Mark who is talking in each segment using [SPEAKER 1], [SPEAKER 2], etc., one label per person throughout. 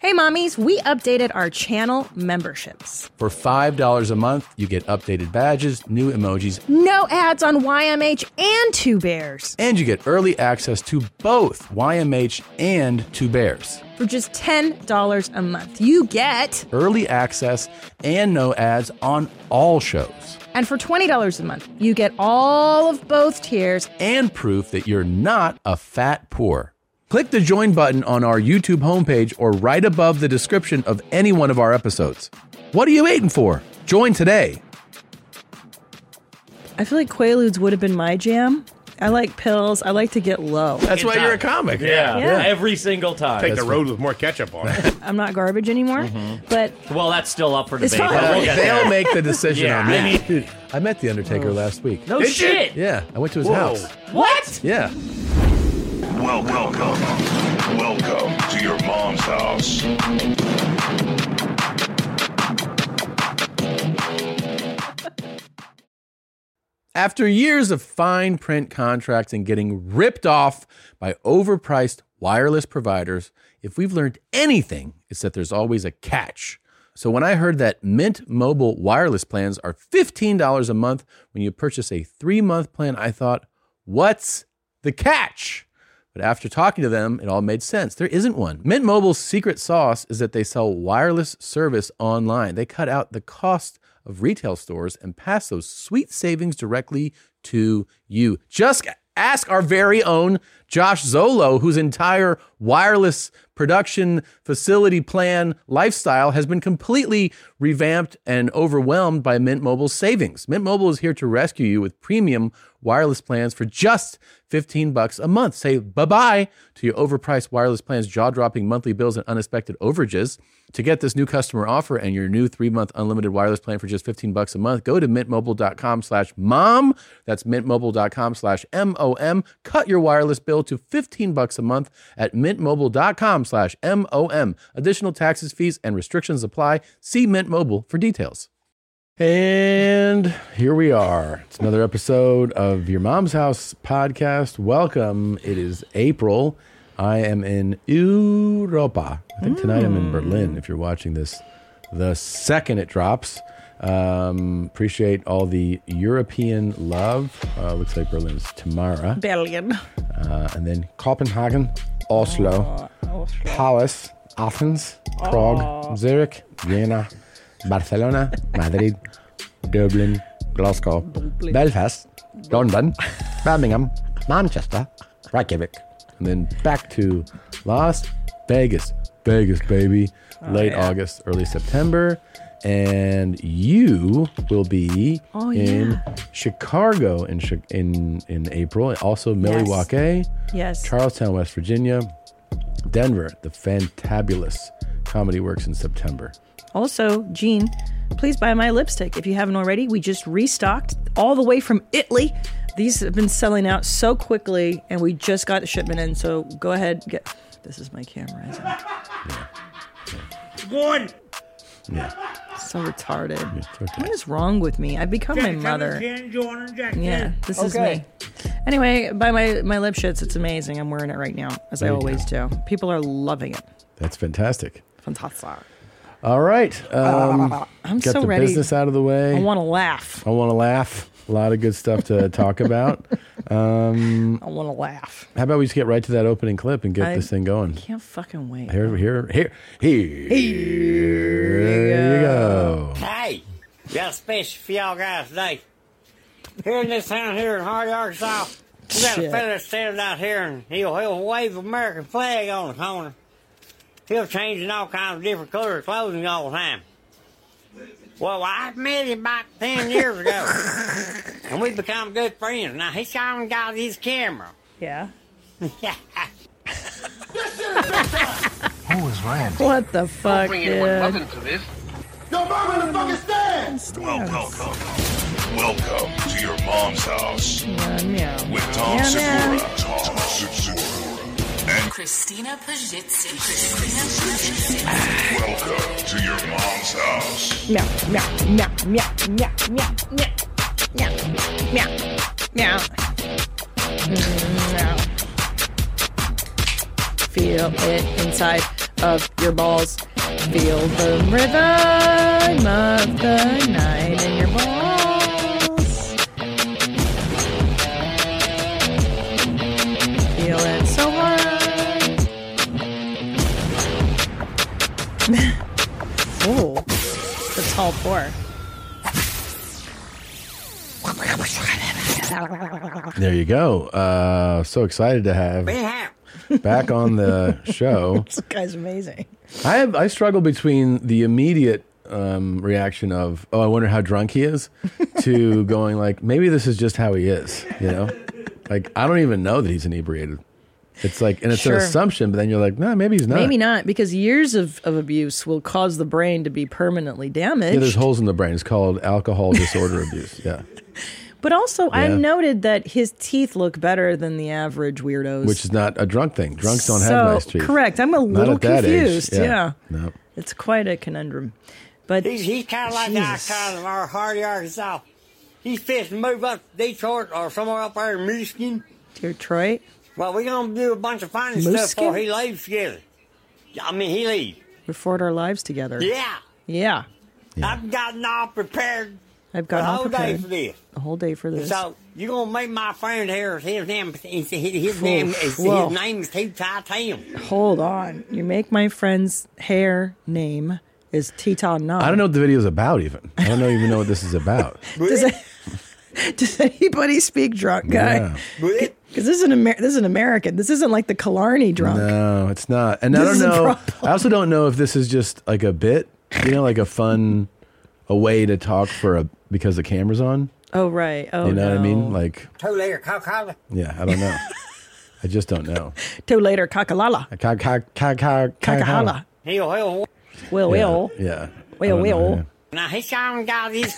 [SPEAKER 1] Hey, mommies, we updated our channel memberships.
[SPEAKER 2] For $5 a month, you get updated badges, new emojis,
[SPEAKER 1] No ads on YMH and Two Bears.
[SPEAKER 2] and you get early access to both YMH and Two Bears.
[SPEAKER 1] For just $10 a month, you get,
[SPEAKER 2] Early access and no ads on all shows.
[SPEAKER 1] and for $20 a month, you get all of both tiers.
[SPEAKER 2] and proof that you're not a fat poor. Click the join button on our YouTube homepage or right above the description of any one of our episodes. What are you waiting for? Join today.
[SPEAKER 3] I feel like Quaaludes would have been my jam. I like pills. I like to get low.
[SPEAKER 4] That's why you're a comic.
[SPEAKER 5] Yeah.
[SPEAKER 3] Yeah.
[SPEAKER 5] Every single time.
[SPEAKER 4] Take the road with more ketchup on it.
[SPEAKER 3] I'm not garbage anymore, but
[SPEAKER 5] well, that's still up for
[SPEAKER 3] It's
[SPEAKER 5] debate. but
[SPEAKER 3] fine.
[SPEAKER 5] we'll get
[SPEAKER 2] They'll
[SPEAKER 5] there.
[SPEAKER 2] make the decision
[SPEAKER 5] Yeah,
[SPEAKER 2] on me.
[SPEAKER 5] I mean-
[SPEAKER 2] Dude, I met the Undertaker last week.
[SPEAKER 5] No
[SPEAKER 4] Did you?
[SPEAKER 5] shit.
[SPEAKER 2] Yeah, I went to his
[SPEAKER 4] Whoa.
[SPEAKER 2] house.
[SPEAKER 5] What?
[SPEAKER 2] Yeah.
[SPEAKER 6] Welcome, welcome, welcome to your mom's house.
[SPEAKER 2] After years of fine print contracts and getting ripped off by overpriced wireless providers, if we've learned anything, it's that there's always a catch. So when I heard that Mint Mobile wireless plans are $15 a month when you purchase a three month plan, I thought, what's the catch? But after talking to them, it all made sense. There isn't one. Mint Mobile's secret sauce is that they sell wireless service online. They cut out the cost of retail stores and pass those sweet savings directly to you. Just ask our very own Josh Zolo, whose entire wireless production facility plan lifestyle has been completely revamped and overwhelmed by Mint Mobile's savings. Mint Mobile is here to rescue you with premium wireless plans for just 15 bucks a month. Say bye-bye to your overpriced wireless plans, jaw-dropping monthly bills and unexpected overages. To get this new customer offer and your new 3-month unlimited wireless plan for just 15 bucks a month, go to mintmobile.com/mom. slash mom. That's mintmobile.com/mom. slash M-O-M. Cut your wireless bill to 15 bucks a month at mintmobile.com/mom. slash M-O-M. Additional taxes, fees and restrictions apply. See Mint Mobile for details. And here we are. It's another episode of Your Mom's House podcast. Welcome. It is April. I am in Europa. I think tonight I'm in Berlin if you're watching this the second it drops. Um, appreciate all the European love. Uh, looks like Berlin's tomorrow.
[SPEAKER 3] billion.
[SPEAKER 2] Uh, and then Copenhagen, Oslo, Palace, Athens, Prague, Zurich, Vienna, Barcelona, Madrid, Dublin, Glasgow, Belfast, London, Birmingham, Manchester, Reykjavik, and then back to Las Vegas. Vegas, baby.
[SPEAKER 3] Oh,
[SPEAKER 2] Late August, early September. And you will be
[SPEAKER 3] Oh,
[SPEAKER 2] in Chicago in, Chi- in in April, and also Milwaukee.
[SPEAKER 3] Yes.
[SPEAKER 2] Charlestown, West Virginia, Denver, the Fantabulous Comedy Works in September.
[SPEAKER 3] Also, Jean, please buy my lipstick if you haven't already. We just restocked all the way from Italy. These have been selling out so quickly, and we just got the shipment in. So go ahead, get. This is my camera. Isn't it?
[SPEAKER 7] One.
[SPEAKER 3] So retarded.
[SPEAKER 2] Okay.
[SPEAKER 3] What is wrong with me? I've become my mother. Yeah, this is me. Anyway, buy my my lip shits. It's amazing. I'm wearing it right now, as I always do. People are loving it.
[SPEAKER 2] That's fantastic.
[SPEAKER 3] Fantastic.
[SPEAKER 2] All right. Um,
[SPEAKER 3] Uh, I'm
[SPEAKER 2] got
[SPEAKER 3] so
[SPEAKER 2] the
[SPEAKER 3] ready.
[SPEAKER 2] business out of the way.
[SPEAKER 3] I want to laugh.
[SPEAKER 2] I want to laugh. A lot of good stuff to talk about. Um,
[SPEAKER 3] I want to laugh.
[SPEAKER 2] How about we just get right to that opening clip and get
[SPEAKER 3] I-
[SPEAKER 2] this thing going?
[SPEAKER 3] Can't fucking wait.
[SPEAKER 2] Here, here, here, here, here you go.
[SPEAKER 7] Hey, got a special for y'all guys today. Here in this town here in Hardy, Arkansas, we got
[SPEAKER 3] Shit.
[SPEAKER 7] a fella standing out here and he'll, he'll wave the American flag on the corner. He'll change in all kinds of different color clothing all the time. Well, I met him about 10 years ago, and we become good friends. Now, he's even got his camera.
[SPEAKER 3] Yeah.
[SPEAKER 8] Who is Rand?
[SPEAKER 3] What the fuck,
[SPEAKER 9] bring anyone
[SPEAKER 3] dude?
[SPEAKER 9] loving to this.
[SPEAKER 6] Welcome, welcome to your mom's house
[SPEAKER 3] Meow.
[SPEAKER 6] with Tom
[SPEAKER 3] Yeah, man.
[SPEAKER 6] Segura. Tom Segura.
[SPEAKER 10] Christina Pajitsi. Christina Pajitsi.
[SPEAKER 6] Welcome to your mom's house.
[SPEAKER 3] Meow. Meow. Meow. Meow. Meow. Meow. Meow. Meow. Meow. Meow. Mm, meow. Feel it inside.
[SPEAKER 1] of your balls. Feel the rhythm of the night in your balls. Feel it so hard.
[SPEAKER 3] Ooh, the tall pour.
[SPEAKER 2] There you go. Uh, so excited to have
[SPEAKER 7] Be happy.
[SPEAKER 2] back on the show.
[SPEAKER 3] This guy's amazing.
[SPEAKER 2] I have, I struggle between the immediate um, reaction of oh I wonder how drunk he is to going like maybe this is just how he is you know like I don't even know that he's inebriated. It's like and it's
[SPEAKER 3] Sure.
[SPEAKER 2] an assumption, but then you're like no maybe he's not.
[SPEAKER 3] Maybe not, because years of, of abuse will cause the brain to be permanently damaged.
[SPEAKER 2] Yeah, there's holes in the brain. It's called alcohol disorder abuse. Yeah,
[SPEAKER 3] but also, I
[SPEAKER 2] Yeah.
[SPEAKER 3] noted that his teeth look better than the average weirdos.
[SPEAKER 2] which is not a drunk thing. Drunks don't have
[SPEAKER 3] So,
[SPEAKER 2] nice teeth.
[SPEAKER 3] correct. I'm a
[SPEAKER 2] Not
[SPEAKER 3] little
[SPEAKER 2] at that age.
[SPEAKER 3] confused, yeah.
[SPEAKER 2] No.
[SPEAKER 3] it's quite a conundrum. But
[SPEAKER 7] He's, he's kind of like
[SPEAKER 3] Jesus.
[SPEAKER 7] the icon of our Hardy, Arkansas. He's fixing to move up to Detroit or somewhere up there in Michigan.
[SPEAKER 3] Detroit,
[SPEAKER 7] Well, we're going to do a bunch of funny stuff
[SPEAKER 3] Michigan?
[SPEAKER 7] before he leaves together. I mean, he leaves.
[SPEAKER 3] we forward our lives together.
[SPEAKER 7] Yeah.
[SPEAKER 3] Yeah.
[SPEAKER 7] I've gotten all prepared
[SPEAKER 3] I've
[SPEAKER 7] the
[SPEAKER 3] gotten all
[SPEAKER 7] whole day
[SPEAKER 3] prepared.
[SPEAKER 7] for this.
[SPEAKER 3] the whole day for this.
[SPEAKER 7] So you're gonna make my friend here. His name, his, his
[SPEAKER 3] Phew,
[SPEAKER 7] name, is,
[SPEAKER 3] whoa.
[SPEAKER 7] his name is T. Titan.
[SPEAKER 3] Hold on. You make my friend's hair name is Teton Nam.
[SPEAKER 2] I don't know what the video's about even. I don't know even know what this is about.
[SPEAKER 3] Does, it- does anybody speak drunk guy?
[SPEAKER 2] Yeah.
[SPEAKER 3] Because this is an Amer- this is an American. This isn't like the Killarney drunk.
[SPEAKER 2] No, it's not. And
[SPEAKER 3] This is
[SPEAKER 2] I
[SPEAKER 3] a
[SPEAKER 2] don't know.
[SPEAKER 3] problem.
[SPEAKER 2] I also don't know if this is just like a bit, you know, like a fun, a way to talk for a because the camera's on.
[SPEAKER 3] Oh right. Oh
[SPEAKER 2] You know what I
[SPEAKER 3] no.
[SPEAKER 2] mean? Like,
[SPEAKER 7] Two layer coca
[SPEAKER 2] yeah, I don't know. I just don't know.
[SPEAKER 3] Till later, Kakalala,
[SPEAKER 2] A Ka ka ka ka
[SPEAKER 3] Kakahala,
[SPEAKER 7] He'll he'll.
[SPEAKER 3] Will Will.
[SPEAKER 2] Yeah.
[SPEAKER 3] Will,
[SPEAKER 2] I don't know,
[SPEAKER 3] will.
[SPEAKER 2] yeah.
[SPEAKER 7] Now he's gone got his.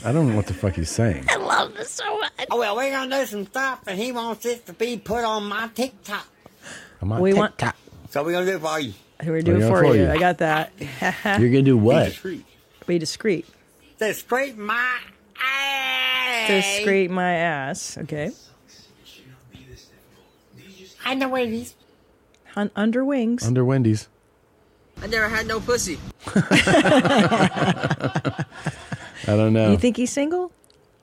[SPEAKER 2] I don't know what the fuck he's saying.
[SPEAKER 7] Oh well, we're gonna do some stuff, and he wants it to be put on my TikTok.
[SPEAKER 2] I'm on
[SPEAKER 3] We want-
[SPEAKER 2] TikTok.
[SPEAKER 7] So we're gonna do it for you.
[SPEAKER 3] Here we do it
[SPEAKER 2] Yeah,
[SPEAKER 3] for
[SPEAKER 2] for
[SPEAKER 3] you.
[SPEAKER 2] you.
[SPEAKER 3] I got that.
[SPEAKER 2] You're gonna do what?
[SPEAKER 7] Discreet.
[SPEAKER 3] Be discreet.
[SPEAKER 7] Discreet my ass.
[SPEAKER 3] Discreet my ass. Okay.
[SPEAKER 7] I know where he's.
[SPEAKER 3] Un- under wings.
[SPEAKER 2] Under Wendy's.
[SPEAKER 5] I never had no pussy.
[SPEAKER 2] I don't know.
[SPEAKER 3] you think he's single?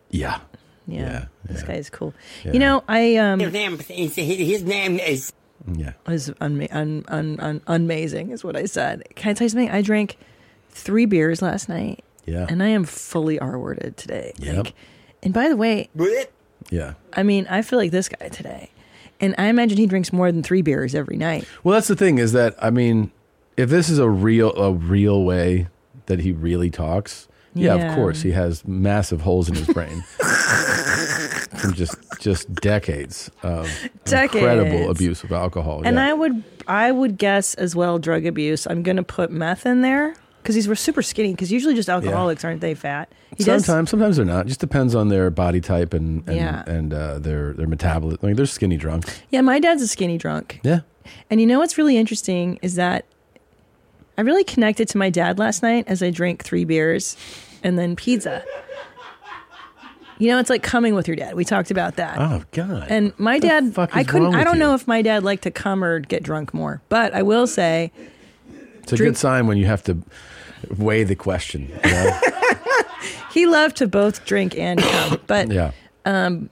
[SPEAKER 2] yeah.
[SPEAKER 3] Yeah.
[SPEAKER 2] Yeah,
[SPEAKER 3] This
[SPEAKER 2] yeah.
[SPEAKER 3] guy is cool.
[SPEAKER 2] Yeah.
[SPEAKER 3] You know, I um
[SPEAKER 7] His name, is- his name is.
[SPEAKER 2] Yeah.
[SPEAKER 3] is unma- un- un- un- unamazing is what I said. Can I tell you something? I drank three beers last night.
[SPEAKER 2] Yeah.
[SPEAKER 3] And I am fully R worded today.
[SPEAKER 2] Yep.
[SPEAKER 3] and by the way,
[SPEAKER 2] Yeah.
[SPEAKER 3] I mean, I feel like this guy today. And I imagine he drinks more than three beers every night.
[SPEAKER 2] Well, that's the thing is that I mean, if this is a real a real way that he really talks, yeah,
[SPEAKER 3] Yeah.
[SPEAKER 2] of course he has massive holes in his brain from just just decades of
[SPEAKER 3] Decades.
[SPEAKER 2] incredible abuse of alcohol.
[SPEAKER 3] And
[SPEAKER 2] Oh, yeah.
[SPEAKER 3] I would I would guess as well drug abuse. I'm going to put meth in there because these were super skinny. Because usually just alcoholics aren't they fat? He does-
[SPEAKER 2] sometimes sometimes they're not. Just depends on their body type and and,
[SPEAKER 3] Yeah.
[SPEAKER 2] and uh, their their metabolism. I mean, they're skinny drunks.
[SPEAKER 3] Yeah, my dad's a skinny drunk.
[SPEAKER 2] Yeah.
[SPEAKER 3] And you know what's really interesting is that I really connected to my dad last night as I drank three beers and then pizza. You know, it's like coming with your dad. We talked about that.
[SPEAKER 2] Oh God.
[SPEAKER 3] and my dad,
[SPEAKER 2] fuck is
[SPEAKER 3] I couldn't,
[SPEAKER 2] wrong
[SPEAKER 3] I
[SPEAKER 2] with
[SPEAKER 3] don't
[SPEAKER 2] you?
[SPEAKER 3] know if my dad liked to come or get drunk more, but I will say,
[SPEAKER 2] it's a
[SPEAKER 3] drink-
[SPEAKER 2] good sign when you have to weigh the question. you know?
[SPEAKER 3] he loved to both drink and come. But
[SPEAKER 2] yeah.
[SPEAKER 7] Um,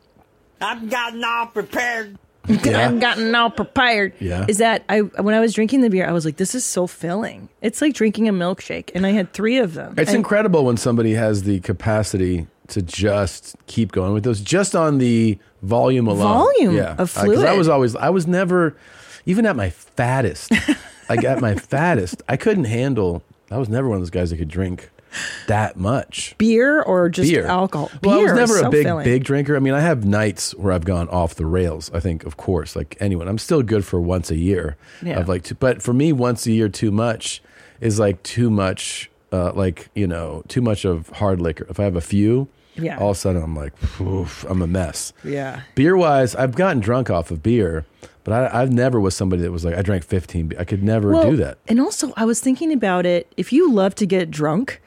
[SPEAKER 7] I've gotten all prepared.
[SPEAKER 2] Yeah.
[SPEAKER 3] I've gotten all prepared.
[SPEAKER 2] Yeah.
[SPEAKER 3] Is that I when I was drinking the beer, I was like, this is so filling. It's like drinking a milkshake. And I had three of them.
[SPEAKER 2] It's
[SPEAKER 3] And-
[SPEAKER 2] incredible when somebody has the capacity to just keep going with those, just on the volume alone.
[SPEAKER 3] Volume of
[SPEAKER 2] I- 'cause I,
[SPEAKER 3] fluid.
[SPEAKER 2] was always, I was never, even at my fattest, like at my fattest, I couldn't handle. I was never one of those guys that could drink that much
[SPEAKER 3] beer or just
[SPEAKER 2] beer.
[SPEAKER 3] alcohol.
[SPEAKER 2] Well,
[SPEAKER 3] beer
[SPEAKER 2] I was
[SPEAKER 3] is
[SPEAKER 2] never
[SPEAKER 3] so
[SPEAKER 2] a big,
[SPEAKER 3] filling.
[SPEAKER 2] big drinker. I mean, I have nights where I've gone off the rails. I think, of course, like anyone, I'm still good for once a year.
[SPEAKER 3] Yeah.
[SPEAKER 2] Of like, two, but for me, once a year too much is like too much. Uh, like you know, too much of hard liquor. If I have a few,
[SPEAKER 3] Yeah.
[SPEAKER 2] all of a sudden I'm like, oof, I'm a mess.
[SPEAKER 3] Yeah.
[SPEAKER 2] Beer wise, I've gotten drunk off of beer, but I, I've never was somebody that was like, I drank 15. be- I could never
[SPEAKER 3] Well,
[SPEAKER 2] do that.
[SPEAKER 3] And also, I was thinking about it. If you love to get drunk,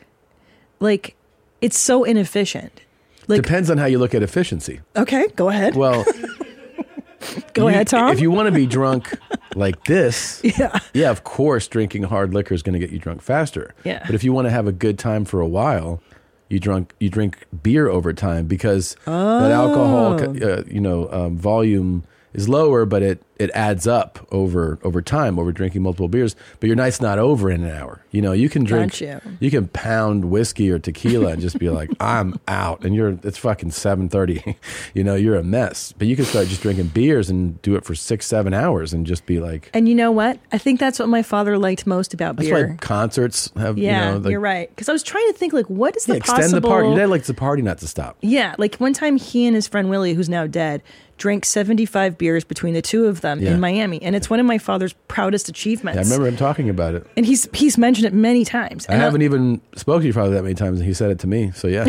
[SPEAKER 3] like it's so inefficient. Like,
[SPEAKER 2] Depends on how you look at efficiency.
[SPEAKER 3] okay, go ahead.
[SPEAKER 2] Well.
[SPEAKER 3] go
[SPEAKER 2] you-
[SPEAKER 3] ahead, Tom.
[SPEAKER 2] If you want to be drunk like this,
[SPEAKER 3] Yeah.
[SPEAKER 2] yeah, of course, drinking hard liquor is going to get you drunk faster.
[SPEAKER 3] Yeah.
[SPEAKER 2] But if you want to have a good time for a while, you drunk you drink beer over time because that
[SPEAKER 3] Oh.
[SPEAKER 2] alcohol, ca- uh, you know, um, volume is lower, but it it adds up over over time over drinking multiple beers. But your night's not over in an hour. You know, you can drink,
[SPEAKER 3] Gotcha.
[SPEAKER 2] you can pound whiskey or tequila and just be like, I'm out, and you're it's fucking seven thirty. you know, you're a mess. But you can start just drinking beers and do it for six seven hours and just be like.
[SPEAKER 3] And you know what? I think that's what my father liked most about
[SPEAKER 2] That's
[SPEAKER 3] beer.
[SPEAKER 2] why concerts have.
[SPEAKER 3] yeah,
[SPEAKER 2] you know, like,
[SPEAKER 3] you're right. Because I was trying to think, like, what is
[SPEAKER 2] Yeah,
[SPEAKER 3] the
[SPEAKER 2] extend
[SPEAKER 3] possible?
[SPEAKER 2] the party. Your dad likes the party not to stop.
[SPEAKER 3] Yeah, like one time he and his friend Willie, who's now dead, drank 75 beers between the two of them
[SPEAKER 2] Yeah.
[SPEAKER 3] in Miami. And it's one of my father's proudest achievements.
[SPEAKER 2] I remember him talking about it.
[SPEAKER 3] And he's he's mentioned it many times.
[SPEAKER 2] I
[SPEAKER 3] And
[SPEAKER 2] haven't even spoke to you probably that many times, and he said it to me. So yeah,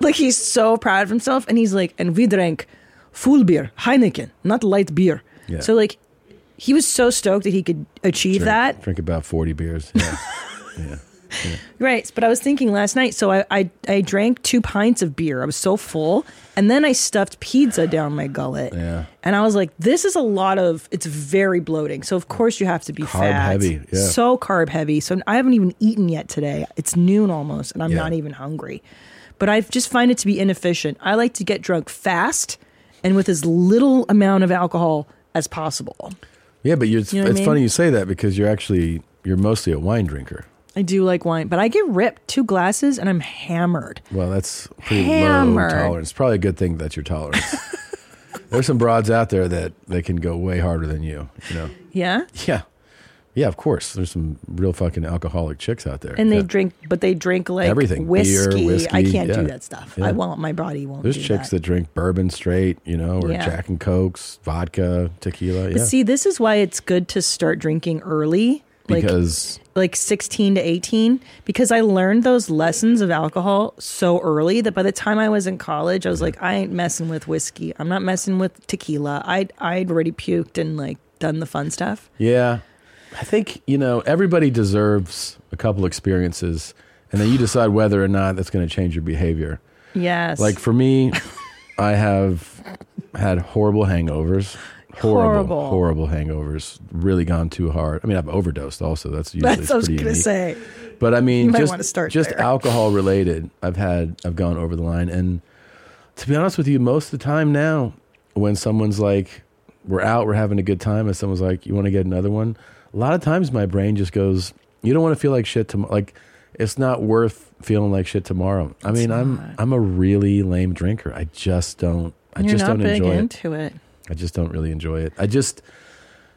[SPEAKER 3] Like, he's so proud of himself. And he's like, and we drank full beer, Heineken, not light beer.
[SPEAKER 2] Yeah.
[SPEAKER 3] So, like, he was so stoked that he could achieve
[SPEAKER 2] drink,
[SPEAKER 3] that.
[SPEAKER 2] drink about forty beers. Yeah.
[SPEAKER 3] Right, but I was thinking last night, so I, I I drank two pints of beer. I was so full, and then I stuffed pizza down my gullet.
[SPEAKER 2] Yeah.
[SPEAKER 3] And I was like, this is a lot of it's very bloating. So of course you have to be
[SPEAKER 2] Carb
[SPEAKER 3] fat.
[SPEAKER 2] heavy, yeah.
[SPEAKER 3] So carb heavy. So I haven't even eaten yet today. It's noon almost, and I'm
[SPEAKER 2] Yeah.
[SPEAKER 3] not even hungry. But I just find it to be inefficient. I like to get drunk fast and with as little amount of alcohol as possible.
[SPEAKER 2] yeah, but you're, it's,
[SPEAKER 3] know what I
[SPEAKER 2] it's
[SPEAKER 3] mean?
[SPEAKER 2] funny you say that because you're actually you're mostly a wine drinker.
[SPEAKER 3] I do like wine, but I get ripped two glasses and I'm hammered.
[SPEAKER 2] Well, that's pretty
[SPEAKER 3] Hammered.
[SPEAKER 2] low tolerance. Probably a good thing that's your tolerance. There's some broads out there that they can go way harder than you. You know.
[SPEAKER 3] Yeah?
[SPEAKER 2] Yeah. Yeah, of course. There's some real fucking alcoholic chicks out there.
[SPEAKER 3] and they
[SPEAKER 2] Yeah.
[SPEAKER 3] drink, but they drink like
[SPEAKER 2] Everything. Beer,
[SPEAKER 3] whiskey. I
[SPEAKER 2] whiskey,
[SPEAKER 3] can't
[SPEAKER 2] yeah.
[SPEAKER 3] do that stuff.
[SPEAKER 2] Yeah.
[SPEAKER 3] I won't. My body won't.
[SPEAKER 2] There's
[SPEAKER 3] do
[SPEAKER 2] chicks that.
[SPEAKER 3] that.
[SPEAKER 2] drink bourbon straight, you know, or
[SPEAKER 3] Yeah.
[SPEAKER 2] Jack and Cokes, vodka, tequila.
[SPEAKER 3] But
[SPEAKER 2] yeah.
[SPEAKER 3] see, this is why it's good to start drinking early, like
[SPEAKER 2] because
[SPEAKER 3] like 16 to 18, because I learned those lessons of alcohol so early that by the time I was in college, I was like, I ain't messing with whiskey. I'm not messing with tequila. I I'd already puked and like done the fun stuff.
[SPEAKER 2] yeah, I think, you know, everybody deserves a couple experiences and then you decide whether or not that's going to change your behavior.
[SPEAKER 3] Yes,
[SPEAKER 2] Like for me, I have had horrible hangovers. Horrible,
[SPEAKER 3] Horrible.
[SPEAKER 2] horrible hangovers. Really gone too hard. I mean, I've overdosed also. That's usually
[SPEAKER 3] that's what I was
[SPEAKER 2] pretty
[SPEAKER 3] gonna
[SPEAKER 2] unique.
[SPEAKER 3] say.
[SPEAKER 2] But I mean,
[SPEAKER 3] might
[SPEAKER 2] just
[SPEAKER 3] wanna start
[SPEAKER 2] just
[SPEAKER 3] there.
[SPEAKER 2] alcohol related. I've had I've gone over the line, and to be honest with you, most of the time now, when someone's like, "We're out, we're having a good time," and someone's like, "You want to get another one?" A lot of times, my brain just goes, "You don't want to feel like shit tomorrow." Like, it's not worth feeling like shit tomorrow. I mean, I'm I'm a really lame drinker. I just don't. I
[SPEAKER 3] You're
[SPEAKER 2] just
[SPEAKER 3] not
[SPEAKER 2] don't
[SPEAKER 3] big
[SPEAKER 2] enjoy it.
[SPEAKER 3] into it.
[SPEAKER 2] I just don't really enjoy it. I just,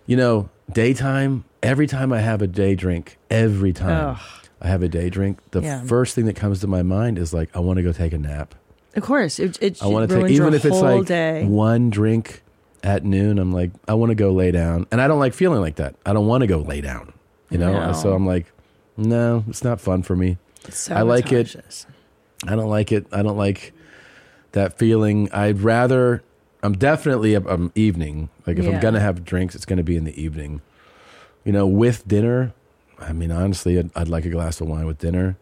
[SPEAKER 2] you know, daytime, every time I have a day drink, every time
[SPEAKER 3] Ugh.
[SPEAKER 2] I have a day drink, the
[SPEAKER 3] Yeah.
[SPEAKER 2] first thing that comes to my mind is like, I want to go take a nap.
[SPEAKER 3] Of course, it, it
[SPEAKER 2] I want to take,
[SPEAKER 3] ruins your
[SPEAKER 2] even if it's
[SPEAKER 3] whole
[SPEAKER 2] like
[SPEAKER 3] day.
[SPEAKER 2] one drink at noon, I'm like, I want to go lay down. And I don't like feeling like that. I don't want to go lay down, you know?
[SPEAKER 3] No.
[SPEAKER 2] So I'm like, no, it's not fun for me. I like it.
[SPEAKER 3] Sabotages.
[SPEAKER 2] I don't like it. I don't like that feeling. I'd rather. I'm definitely a, um, evening. Like if
[SPEAKER 3] Yeah.
[SPEAKER 2] I'm gonna have drinks, it's gonna be in the evening. You know, with dinner. I mean, honestly, I'd, I'd like a glass of wine with dinner.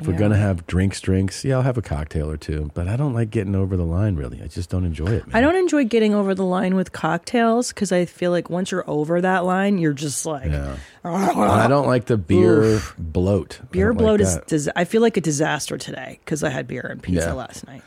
[SPEAKER 2] If we're
[SPEAKER 3] Yeah.
[SPEAKER 2] gonna have drinks, drinks, yeah, I'll have a cocktail or two. But I don't like getting over the line. Really, I just don't enjoy it. Man.
[SPEAKER 3] I don't enjoy getting over the line with cocktails because I feel like once you're over that line, you're just like
[SPEAKER 2] Yeah. And I don't like the beer bloat. I
[SPEAKER 3] beer
[SPEAKER 2] don't like
[SPEAKER 3] bloat is.
[SPEAKER 2] that.
[SPEAKER 3] Dis- I feel like a disaster today because I had beer and pizza
[SPEAKER 2] Yeah.
[SPEAKER 3] last night.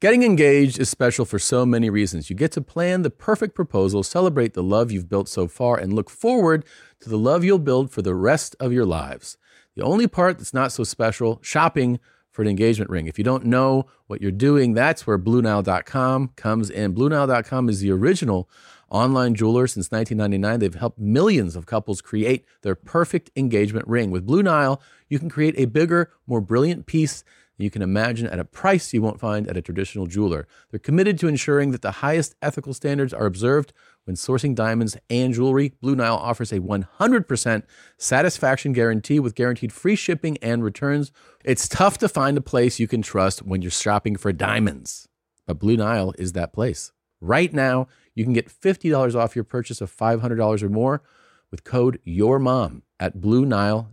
[SPEAKER 2] Getting engaged is special for so many reasons. You get to plan the perfect proposal, celebrate the love you've built so far, and look forward to the love you'll build for the rest of your lives. The only part that's not so special, shopping for an engagement ring. If you don't know what you're doing, that's where BlueNile.com comes in. BlueNile.com is the original online jeweler since 1999. They've helped millions of couples create their perfect engagement ring. With Blue Nile, you can create a bigger, more brilliant piece you can imagine at a price you won't find at a traditional jeweler. They're committed to ensuring that the highest ethical standards are observed when sourcing diamonds and jewelry. Blue Nile offers a 100% satisfaction guarantee with guaranteed free shipping and returns. It's tough to find a place you can trust when you're shopping for diamonds, but Blue Nile is that place. Right now, you can get $50 off your purchase of $500 or more with code YOURMOM at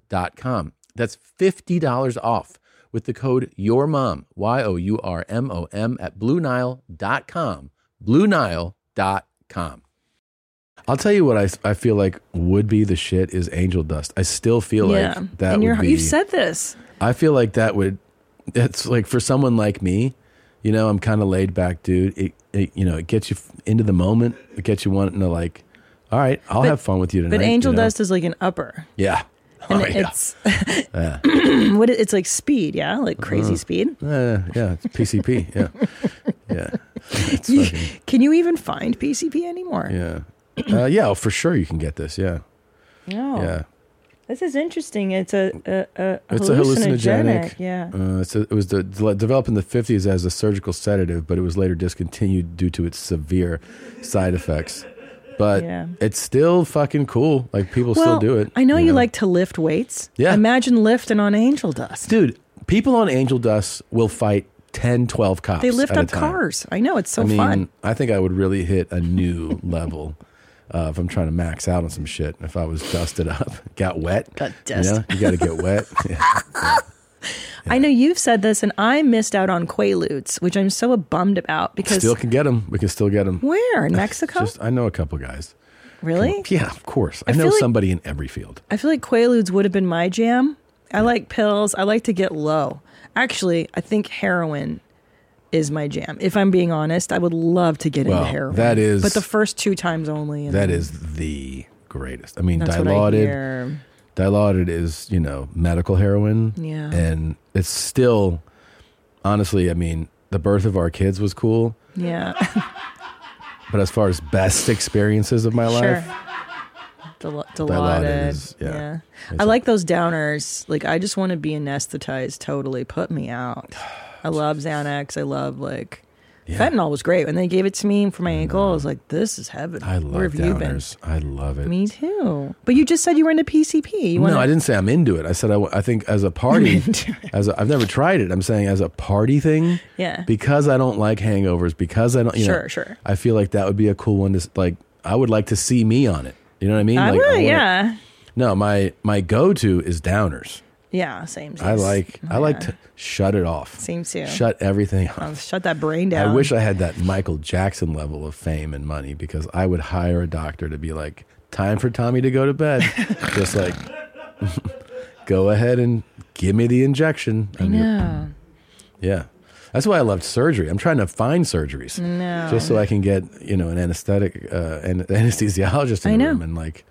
[SPEAKER 2] BlueNile.com. That's $50 off with the code YOURMOM, Y O U R M O M, at BlueNile.com. BlueNile.com. I'll tell you what I, I feel like would be the shit is angel dust. I still feel
[SPEAKER 3] yeah.
[SPEAKER 2] like that
[SPEAKER 3] and
[SPEAKER 2] would
[SPEAKER 3] you're,
[SPEAKER 2] be.
[SPEAKER 3] you've said this.
[SPEAKER 2] I feel like that would. That's like for someone like me, you know, I'm kind of laid back, dude. It, it you know it gets you f- into the moment. It gets you wanting to like, all right, I'll
[SPEAKER 3] But-
[SPEAKER 2] have fun with you tonight.
[SPEAKER 3] But angel
[SPEAKER 2] you know?
[SPEAKER 3] dust is like an upper.
[SPEAKER 2] Yeah.
[SPEAKER 3] And
[SPEAKER 2] oh, yeah.
[SPEAKER 3] it's
[SPEAKER 2] Yeah.
[SPEAKER 3] what it- it's like speed, yeah, like crazy
[SPEAKER 2] Uh,
[SPEAKER 3] speed.
[SPEAKER 2] Yeah, yeah, it's PCP. Yeah, yeah, it's
[SPEAKER 3] You-
[SPEAKER 2] fucking,
[SPEAKER 3] Can you even find PCP anymore?
[SPEAKER 2] yeah, uh, yeah. oh, For sure, you can get this. Yeah,
[SPEAKER 3] No.
[SPEAKER 2] yeah.
[SPEAKER 3] This is interesting. It's a, a, a
[SPEAKER 2] It's a hallucinogenic.
[SPEAKER 3] Yeah.
[SPEAKER 2] uh, it's a- it was de- de- developed in the fifties as a surgical sedative, but it was later discontinued due to its severe side effects. But
[SPEAKER 3] Yeah.
[SPEAKER 2] it's still fucking cool. Like people still
[SPEAKER 3] well,
[SPEAKER 2] do it.
[SPEAKER 3] I know you, like to lift weights.
[SPEAKER 2] Yeah.
[SPEAKER 3] Imagine lifting on angel dust.
[SPEAKER 2] dude. People on Angel Dust will fight 10, 12 cops.
[SPEAKER 3] They lift
[SPEAKER 2] Ah, at a
[SPEAKER 3] up
[SPEAKER 2] time.
[SPEAKER 3] cars. I know it's so
[SPEAKER 2] I mean,
[SPEAKER 3] fun.
[SPEAKER 2] I think I would really hit a new level uh, if I'm trying to max out on some shit. If I was dusted up, got wet,
[SPEAKER 3] Got
[SPEAKER 2] you
[SPEAKER 3] dust.
[SPEAKER 2] know? You, got to get wet. Yeah.
[SPEAKER 3] I know you've said this, and I missed out on Quaaludes, which I'm so bummed about because
[SPEAKER 2] Still can get them. We can still get them.
[SPEAKER 3] where in Mexico?
[SPEAKER 2] Just I know a couple guys.
[SPEAKER 3] really?
[SPEAKER 2] Yeah, of course. I,
[SPEAKER 3] I
[SPEAKER 2] know
[SPEAKER 3] feel like-
[SPEAKER 2] somebody in every field.
[SPEAKER 3] I feel like Quaaludes would have been my jam. I like pills. I like to get low. Actually, I think heroin is my jam. If I'm being honest, I would love to get
[SPEAKER 2] Well,
[SPEAKER 3] into heroin.
[SPEAKER 2] that is-
[SPEAKER 3] but the first two times only. And
[SPEAKER 2] That is the greatest. I mean,
[SPEAKER 3] that's what I
[SPEAKER 2] dilaudid.
[SPEAKER 3] hear.
[SPEAKER 2] Dilaudid is you know medical heroin.
[SPEAKER 3] Yeah.
[SPEAKER 2] and it's still honestly. I mean, the birth of our kids was cool,
[SPEAKER 3] Yeah,
[SPEAKER 2] but as far as best experiences of my
[SPEAKER 3] sure.
[SPEAKER 2] life,
[SPEAKER 3] Dil-
[SPEAKER 2] Dilaudid
[SPEAKER 3] Dilaudid.
[SPEAKER 2] is- yeah.
[SPEAKER 3] yeah. I like those downers. Like I just want to be anesthetized totally. Put me out. I love Xanax. I love like fentanyl was great when they gave it to me for my ankle. I was like, this is heaven.
[SPEAKER 2] I love
[SPEAKER 3] Where have you been?
[SPEAKER 2] downers. I love it.
[SPEAKER 3] Me too. But you just said you were into PCP. You wanna,
[SPEAKER 2] no, I didn't say I'm into it. I said I, w- I think as a party, as a, I've never tried it. I'm saying as a party thing.
[SPEAKER 3] Yeah.
[SPEAKER 2] Because I don't like hangovers. Because I don't. You know,
[SPEAKER 3] Sure, sure.
[SPEAKER 2] I feel like that would be a cool one to s- like. I would like to see me on it. You know what I mean?
[SPEAKER 3] I
[SPEAKER 2] like,
[SPEAKER 3] would,
[SPEAKER 2] wanna-
[SPEAKER 3] yeah,
[SPEAKER 2] No, my my go to is downers.
[SPEAKER 3] yeah. Same.
[SPEAKER 2] I like I like
[SPEAKER 3] Yeah.
[SPEAKER 2] to shut it off.
[SPEAKER 3] Same too.
[SPEAKER 2] Shut everything off.
[SPEAKER 3] I'll shut that brain down.
[SPEAKER 2] I wish I had that Michael Jackson level of fame and money because I would hire a doctor to be like, time for Tommy to go to bed. Just like, go ahead and give me the injection.
[SPEAKER 3] I
[SPEAKER 2] And you-
[SPEAKER 3] know.
[SPEAKER 2] Yeah. That's why I loved surgery. I'm trying to find surgeries
[SPEAKER 3] No.
[SPEAKER 2] just so I can get, you know, an anesthetic, uh, an anesthesiologist
[SPEAKER 3] I
[SPEAKER 2] in the
[SPEAKER 3] know.
[SPEAKER 2] room. And like,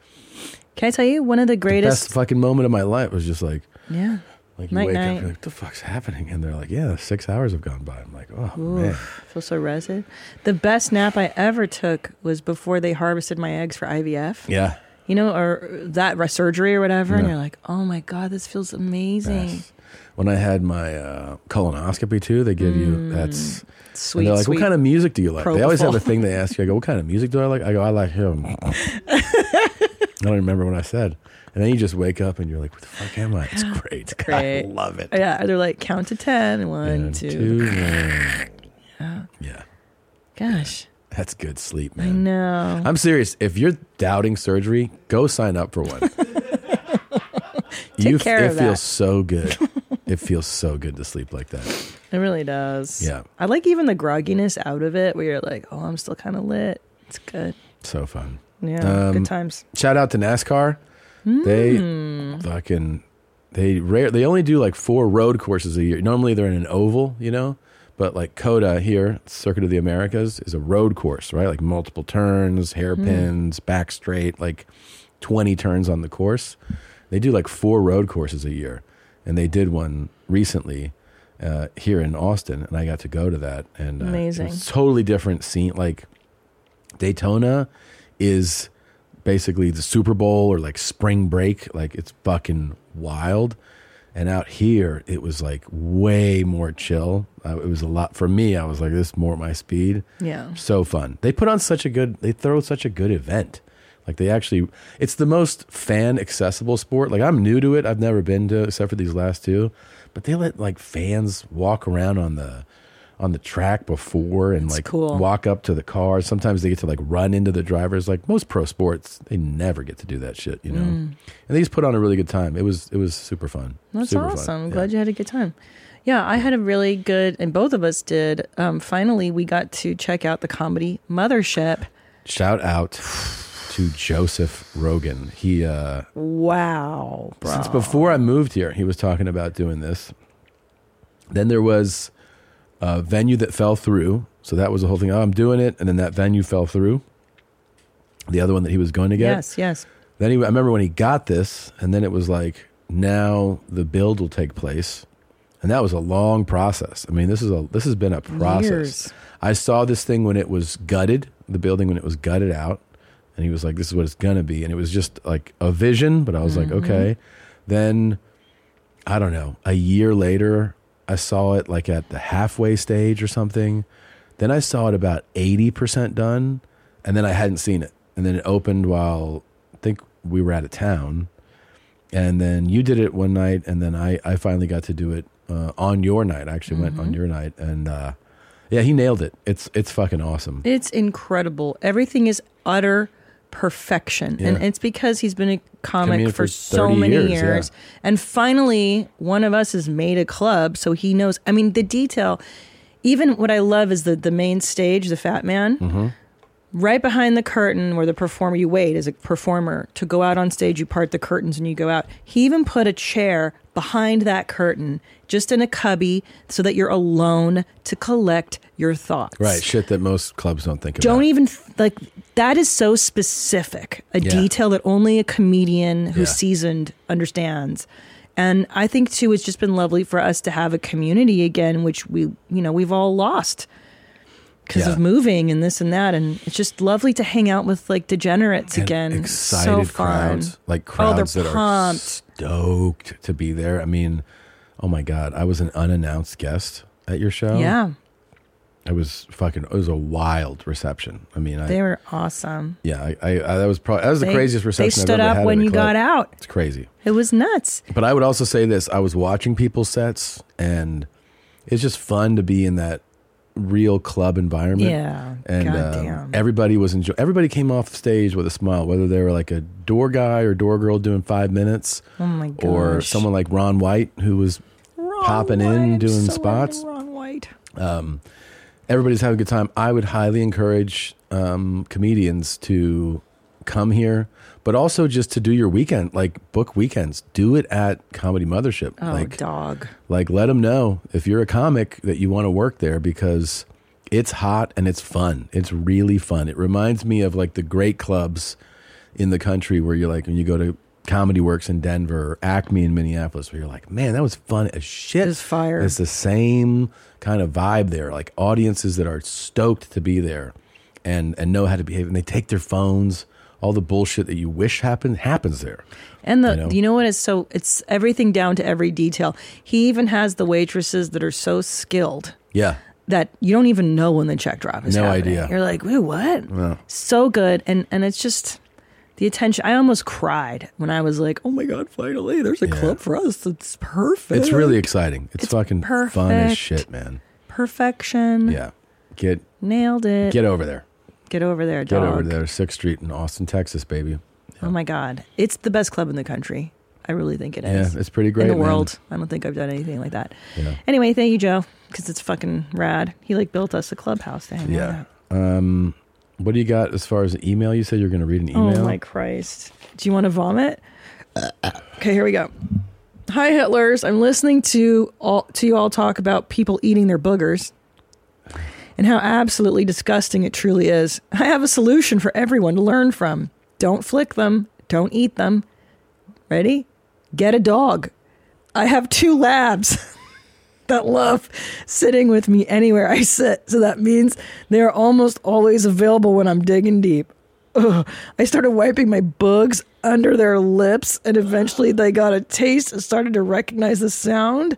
[SPEAKER 3] Can I tell you one of the
[SPEAKER 2] the
[SPEAKER 3] greatest?
[SPEAKER 2] best fucking moment of my life was just like,
[SPEAKER 3] yeah.
[SPEAKER 2] like you
[SPEAKER 3] Night,
[SPEAKER 2] wake up,
[SPEAKER 3] night.
[SPEAKER 2] you're like, what the fuck's happening? And they're like, yeah, six hours have gone by. I'm like, oh, man.
[SPEAKER 3] Oof, feel so rested. The best nap I ever took was before they harvested my eggs for IVF.
[SPEAKER 2] Yeah.
[SPEAKER 3] You know, or that re- surgery or whatever, and
[SPEAKER 2] Yeah.
[SPEAKER 3] you're like, "Oh my god, this feels amazing."
[SPEAKER 2] When I had my uh, colonoscopy too, they give you that's and
[SPEAKER 3] Mm. Sweet,
[SPEAKER 2] They're like,
[SPEAKER 3] sweet
[SPEAKER 2] what kind of music do you like? They always have a
[SPEAKER 3] propofol."
[SPEAKER 2] thing they ask you. I go, what kind of music do I like? I go, I like him. I don't remember what I said. And then you just wake up and you're like, what the fuck am I? It's great.
[SPEAKER 3] Great.
[SPEAKER 2] I love it.
[SPEAKER 3] Yeah, they're like, count to ten. One,
[SPEAKER 2] And
[SPEAKER 3] two.
[SPEAKER 2] two, one. yeah,
[SPEAKER 3] Gosh,
[SPEAKER 2] that's good sleep,
[SPEAKER 3] I
[SPEAKER 2] man.
[SPEAKER 3] know.
[SPEAKER 2] I'm serious. If you're doubting surgery, go sign up for one. you,
[SPEAKER 3] care
[SPEAKER 2] it
[SPEAKER 3] of that.
[SPEAKER 2] feels so good. it feels so good to sleep like that.
[SPEAKER 3] It really does.
[SPEAKER 2] Yeah.
[SPEAKER 3] I like even the grogginess out of it where you're like, oh, I'm still kind of lit. It's good.
[SPEAKER 2] So fun.
[SPEAKER 3] Yeah.
[SPEAKER 2] Um,
[SPEAKER 3] good times. Hmm.
[SPEAKER 2] Shout out to NASCAR. They fucking they rare they only do like four road courses a year. Normally they're in an oval, you know, but like Coda here, Circuit of the Americas is a road course, right? Like multiple turns, hairpins,
[SPEAKER 3] Hmm.
[SPEAKER 2] back straight, like 20 turns on the course. They do like four road courses a year. And they did one recently uh, here in Austin, and I got to go to that. And uh, it was
[SPEAKER 3] Amazing.
[SPEAKER 2] totally different scene. Like Daytona is basically the Super Bowl or like spring break. Like it's fucking wild. And out here, it was like way more chill. Uh, it was a lot for me. I was like, this is more my speed.
[SPEAKER 3] Yeah.
[SPEAKER 2] So fun. They put on such a good, they throw such a good event. Like they actually, it's the most fan accessible sport. Like I'm new to it. I've never been to except for these last two, but they let like fans walk around on the, on the track before and like
[SPEAKER 3] cool.
[SPEAKER 2] walk up to the cars. Sometimes they get to like run into the drivers. Like most pro sports, they never get to do that shit, you know. And they just put on a really good time. It was it was super fun.
[SPEAKER 3] Mm. That's
[SPEAKER 2] super
[SPEAKER 3] awesome.
[SPEAKER 2] Fun.
[SPEAKER 3] I'm
[SPEAKER 2] Yeah.
[SPEAKER 3] glad you had a good time. Yeah, I had a really good, and both of us did. Um, finally, we got to check out the comedy Mothership.
[SPEAKER 2] Shout out to Joseph Rogan. He uh,
[SPEAKER 3] Wow, bro.
[SPEAKER 2] since before I moved here, he was talking about doing this. Then there was a venue that fell through, so that was the whole thing. Oh, I'm doing it, and then that venue fell through. The other one that he was going to get.
[SPEAKER 3] Yes, yes.
[SPEAKER 2] Then he, I remember when he got this, and then it was like, now the build will take place, and that was a long process. I mean, this is a this has been a process.
[SPEAKER 3] Years.
[SPEAKER 2] I saw this thing when it was gutted, the building when it was gutted out, and he was like, "This is what it's gonna be," and it was just like a vision. But I was like, okay. Then, I don't know. A year later, I saw it like at the halfway stage or something. Then I saw it about eighty percent done, and then I hadn't seen it. And then it opened while I think we were out of town. And then you did it one night, and then I, I finally got to do it uh, on your night. I actually went on your night, and uh, yeah, he nailed it. It's it's fucking awesome.
[SPEAKER 3] It's incredible. Everything is utter perfection. And
[SPEAKER 2] Yeah.
[SPEAKER 3] it's because he's been a comic
[SPEAKER 2] Comedian
[SPEAKER 3] for,
[SPEAKER 2] for
[SPEAKER 3] so
[SPEAKER 2] 30
[SPEAKER 3] many
[SPEAKER 2] years,
[SPEAKER 3] years.
[SPEAKER 2] yeah.
[SPEAKER 3] And finally, one of us has made a club, so he knows. I mean, the detail, even what I love is the, the main stage, the fat man.
[SPEAKER 2] Mm-hmm.
[SPEAKER 3] Right behind the curtain where the performer, you wait as a performer to go out on stage, you part the curtains and you go out. He even put a chair behind that curtain, just in a cubby, so that you're alone to collect your thoughts.
[SPEAKER 2] Right, shit that most clubs don't think about.
[SPEAKER 3] Don't even th- like that is so specific, a
[SPEAKER 2] Yeah.
[SPEAKER 3] detail that only a comedian who's
[SPEAKER 2] Yeah.
[SPEAKER 3] seasoned understands. And I think too, it's just been lovely for us to have a community again, which we, you know, we've all lost because
[SPEAKER 2] Yeah.
[SPEAKER 3] of moving and this and that. And it's just lovely to hang out with like degenerates
[SPEAKER 2] And
[SPEAKER 3] again. It's so
[SPEAKER 2] excited
[SPEAKER 3] fun.
[SPEAKER 2] crowds, like
[SPEAKER 3] Oh, they're
[SPEAKER 2] crowds that are
[SPEAKER 3] pumped.
[SPEAKER 2] stoked to be there. I mean, oh my god, I was an unannounced guest at your show.
[SPEAKER 3] Yeah,
[SPEAKER 2] it was fucking. It was a wild reception. I mean, I
[SPEAKER 3] they were awesome.
[SPEAKER 2] yeah, I, I, I that was probably that was the
[SPEAKER 3] They-
[SPEAKER 2] craziest
[SPEAKER 3] they
[SPEAKER 2] reception.
[SPEAKER 3] stood
[SPEAKER 2] I've ever
[SPEAKER 3] up
[SPEAKER 2] had
[SPEAKER 3] when
[SPEAKER 2] at a
[SPEAKER 3] you
[SPEAKER 2] club.
[SPEAKER 3] got out.
[SPEAKER 2] It's crazy.
[SPEAKER 3] It was nuts.
[SPEAKER 2] But I would also say this: I was watching people's sets, and it's just fun to be in that real club environment.
[SPEAKER 3] Yeah,
[SPEAKER 2] and um,
[SPEAKER 3] goddamn.
[SPEAKER 2] everybody was enjoying. Everybody came off stage with a smile, whether they were like a door guy or door girl doing five minutes,
[SPEAKER 3] Oh my gosh.
[SPEAKER 2] or someone like Ron White who was
[SPEAKER 3] Ron
[SPEAKER 2] popping in
[SPEAKER 3] White,
[SPEAKER 2] doing
[SPEAKER 3] so into
[SPEAKER 2] spots. Um,
[SPEAKER 3] Ron White.
[SPEAKER 2] everybody's having a good time. I would highly encourage um, comedians to come here, but also just to do your weekend, like book weekends. Do it at Comedy Mothership.
[SPEAKER 3] Oh,
[SPEAKER 2] like,
[SPEAKER 3] dog.
[SPEAKER 2] like let them know if you're a comic that you want to work there because it's hot and it's fun. It's really fun. It reminds me of like the great clubs in the country where you're like when you go to Comedy Works in Denver, or Acme in Minneapolis, where you're like, man, that was fun as shit.
[SPEAKER 3] It was fire.
[SPEAKER 2] It's the same kind of vibe there, like audiences that are stoked to be there and and know how to behave, and they take their phones. All the bullshit that you wish happened happens there.
[SPEAKER 3] And the
[SPEAKER 2] know?
[SPEAKER 3] you know what is so it's everything down to every detail. He even has the waitresses that are so skilled
[SPEAKER 2] Yeah,
[SPEAKER 3] that you don't even know when the check drop is.
[SPEAKER 2] No
[SPEAKER 3] happening.
[SPEAKER 2] idea.
[SPEAKER 3] You're like, wait, what? So good, and and it's just the attention. I almost cried when I was like, oh my god, finally, there's a club for us. That's perfect.
[SPEAKER 2] it's really exciting. It's, fucking fun as
[SPEAKER 3] perfect.
[SPEAKER 2] shit, man.
[SPEAKER 3] perfection.
[SPEAKER 2] Yeah. Get
[SPEAKER 3] nailed it.
[SPEAKER 2] get over there.
[SPEAKER 3] Get over there,
[SPEAKER 2] Get
[SPEAKER 3] dog.
[SPEAKER 2] over there. Sixth Street in Austin, Texas, baby.
[SPEAKER 3] Oh my god, it's the best club in the country. I really think it
[SPEAKER 2] Yeah,
[SPEAKER 3] is.
[SPEAKER 2] it's pretty great,
[SPEAKER 3] in the
[SPEAKER 2] man.
[SPEAKER 3] world. I don't think I've done anything like that. Anyway, thank you, Joe, because it's fucking rad. He like built us a clubhouse to hang out at.
[SPEAKER 2] Yeah. Um what do you got as far as an email? You said you're gonna read an email.
[SPEAKER 3] Oh my Christ. Do you want to vomit? Okay, here we go. Hi Hitlers, I'm listening to all to you all talk about people eating their boogers and how absolutely disgusting it truly is. I have a solution for everyone to learn from. Don't flick them, don't eat them. Ready? Get a dog. I have two labs that love sitting with me anywhere I sit. So that means they're almost always available when I'm digging deep. Ugh. I started wiping my bugs under their lips, and eventually they got a taste and started to recognize the sound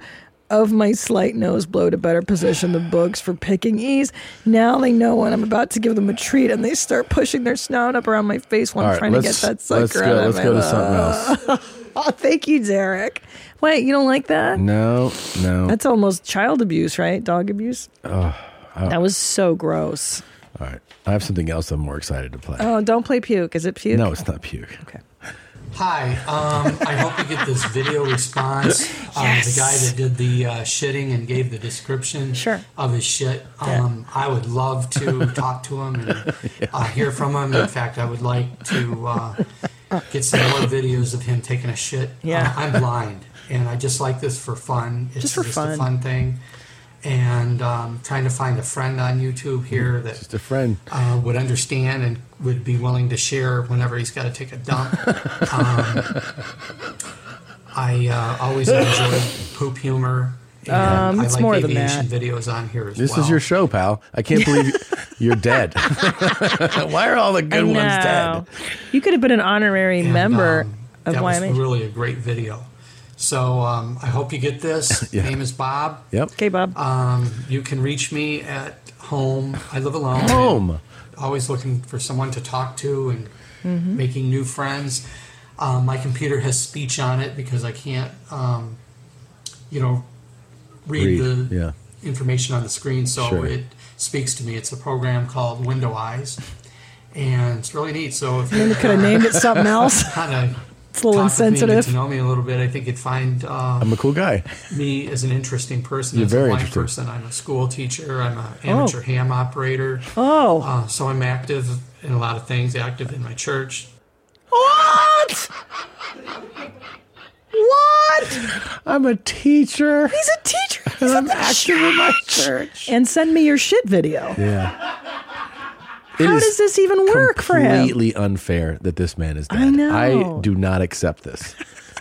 [SPEAKER 3] of my slight nose blow to better position the bugs for picking ease. Now they know when I'm about to give them a treat, and they start pushing their snout up around my face while I'm
[SPEAKER 2] All right,
[SPEAKER 3] trying to get
[SPEAKER 2] let's,
[SPEAKER 3] that sucker
[SPEAKER 2] let's go.
[SPEAKER 3] out of
[SPEAKER 2] Let's
[SPEAKER 3] my
[SPEAKER 2] go to
[SPEAKER 3] mouth.
[SPEAKER 2] something else.
[SPEAKER 3] Oh, thank you, Derek. Wait, you don't like that?
[SPEAKER 2] No, no.
[SPEAKER 3] That's almost child abuse, right? Dog abuse.
[SPEAKER 2] Oh.
[SPEAKER 3] that was so gross.
[SPEAKER 2] All right. I have something else I'm more excited to play.
[SPEAKER 3] Oh, don't play Oh, puke. Is it puke?
[SPEAKER 2] no, it's not puke.
[SPEAKER 3] Okay.
[SPEAKER 9] Hi, um, I hope you get this video response. Um, The guy that did the uh, shitting and gave the description of his shit. Um, I would love to talk to him and uh, hear from him. In fact, I would like to uh, get some more videos of him taking a shit.
[SPEAKER 3] Yeah.
[SPEAKER 9] Uh, I'm blind, and I just like this for fun. It's
[SPEAKER 3] Just for
[SPEAKER 9] a
[SPEAKER 3] fun.
[SPEAKER 9] fun thing. And um, trying to find a friend on YouTube here that
[SPEAKER 2] Mm, Just a friend.
[SPEAKER 9] uh, would understand and would be willing to share whenever he's got to take a dump. Um, I uh, always enjoy poop humor.
[SPEAKER 2] Um,
[SPEAKER 9] I
[SPEAKER 2] it's
[SPEAKER 9] like
[SPEAKER 2] more than
[SPEAKER 9] aviation videos on here as
[SPEAKER 2] This
[SPEAKER 9] well.
[SPEAKER 2] is your show, pal. I can't believe you're dead. Why are all the good ones dead?
[SPEAKER 3] You could have been an honorary member of
[SPEAKER 9] that was
[SPEAKER 3] YMH.
[SPEAKER 9] really a great video. So um, I hope you get this.
[SPEAKER 2] Yeah.
[SPEAKER 9] My name is Bob.
[SPEAKER 2] Yep.
[SPEAKER 3] Okay, Bob.
[SPEAKER 9] Um, you can reach me at home. I live alone.
[SPEAKER 2] Home.
[SPEAKER 9] Always looking for someone to talk to and
[SPEAKER 3] Mhm.
[SPEAKER 9] making new friends. Um, my computer has speech on it because I can't, um, you know, read,
[SPEAKER 2] Read,
[SPEAKER 9] the
[SPEAKER 2] yeah.
[SPEAKER 9] information on the screen, so
[SPEAKER 2] Sure.
[SPEAKER 9] it speaks to me. It's a program called Window Eyes, and it's really neat. So if
[SPEAKER 3] Maybe could have named it something else.
[SPEAKER 9] Kind of.
[SPEAKER 3] It's a little
[SPEAKER 9] Get to
[SPEAKER 3] insensitive.
[SPEAKER 9] know me a little bit. I think you'd find uh,
[SPEAKER 2] I'm a cool guy.
[SPEAKER 9] me as an interesting person.
[SPEAKER 2] You're
[SPEAKER 9] as a
[SPEAKER 2] very
[SPEAKER 9] blind
[SPEAKER 2] interesting.
[SPEAKER 9] person. I'm a school teacher. I'm an
[SPEAKER 2] Oh.
[SPEAKER 9] amateur ham operator.
[SPEAKER 3] Oh.
[SPEAKER 9] Uh, so I'm active in a lot of things, active in my church.
[SPEAKER 3] What? What?
[SPEAKER 2] I'm a teacher.
[SPEAKER 3] He's a teacher.
[SPEAKER 2] And I'm active in my church.
[SPEAKER 3] And send me your shit video.
[SPEAKER 2] Yeah.
[SPEAKER 3] How does this even work for him?
[SPEAKER 2] Completely unfair that this man is dead.
[SPEAKER 3] I know.
[SPEAKER 2] I do not accept this.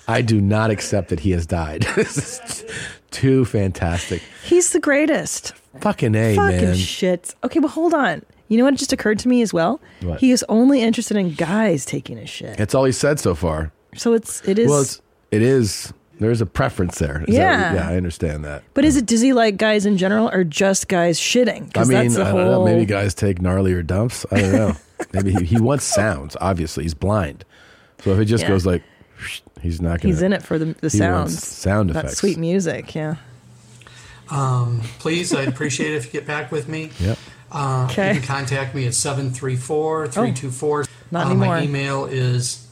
[SPEAKER 2] I do not accept that he has died. this is too fantastic.
[SPEAKER 3] He's the greatest.
[SPEAKER 2] Fucking a
[SPEAKER 3] Fucking
[SPEAKER 2] man.
[SPEAKER 3] shit. Okay, but hold on. You know what just occurred to me as well?
[SPEAKER 2] What?
[SPEAKER 3] He is only interested in guys taking his shit.
[SPEAKER 2] That's all he said so far.
[SPEAKER 3] So it's it is.
[SPEAKER 2] well, it's, it is. There's a preference there. Is that-
[SPEAKER 3] Yeah.
[SPEAKER 2] yeah, I understand that.
[SPEAKER 3] but is it does he like guys in general or just guys shitting?
[SPEAKER 2] I
[SPEAKER 3] 'Cause
[SPEAKER 2] mean,
[SPEAKER 3] that's the
[SPEAKER 2] I
[SPEAKER 3] whole.
[SPEAKER 2] don't know. Maybe guys take gnarlier dumps. I don't know. Maybe he, he wants sounds. Obviously, he's blind. So if it just
[SPEAKER 3] Yeah.
[SPEAKER 2] goes like, he's not going.
[SPEAKER 3] he's in it for the the
[SPEAKER 2] he wants
[SPEAKER 3] sounds,
[SPEAKER 2] sound
[SPEAKER 3] That
[SPEAKER 2] effects.
[SPEAKER 3] sweet music. Yeah.
[SPEAKER 9] Um, please, I'd appreciate it if you get back with me.
[SPEAKER 2] Yep.
[SPEAKER 9] Uh,
[SPEAKER 3] Okay. Oh.
[SPEAKER 9] You can contact me at 734 324.
[SPEAKER 3] not
[SPEAKER 9] Uh,
[SPEAKER 3] anymore.
[SPEAKER 9] My email is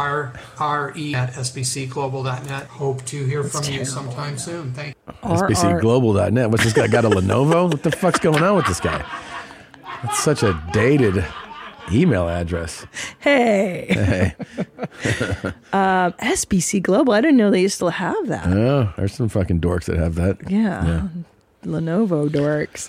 [SPEAKER 9] rre at sbcglobal.net. Hope to hear from you sometime soon. Thank you.
[SPEAKER 3] E.
[SPEAKER 2] SBCglobal.net. What's this guy got a Lenovo? What the fuck's going on with this guy? That's such a dated email address.
[SPEAKER 3] Hey.
[SPEAKER 2] Hey,
[SPEAKER 3] Um, SBC Global. I didn't know they still have that.
[SPEAKER 2] oh, there's some fucking dorks that have that.
[SPEAKER 3] Yeah.
[SPEAKER 2] Yeah. Ah.
[SPEAKER 3] Lenovo dorks.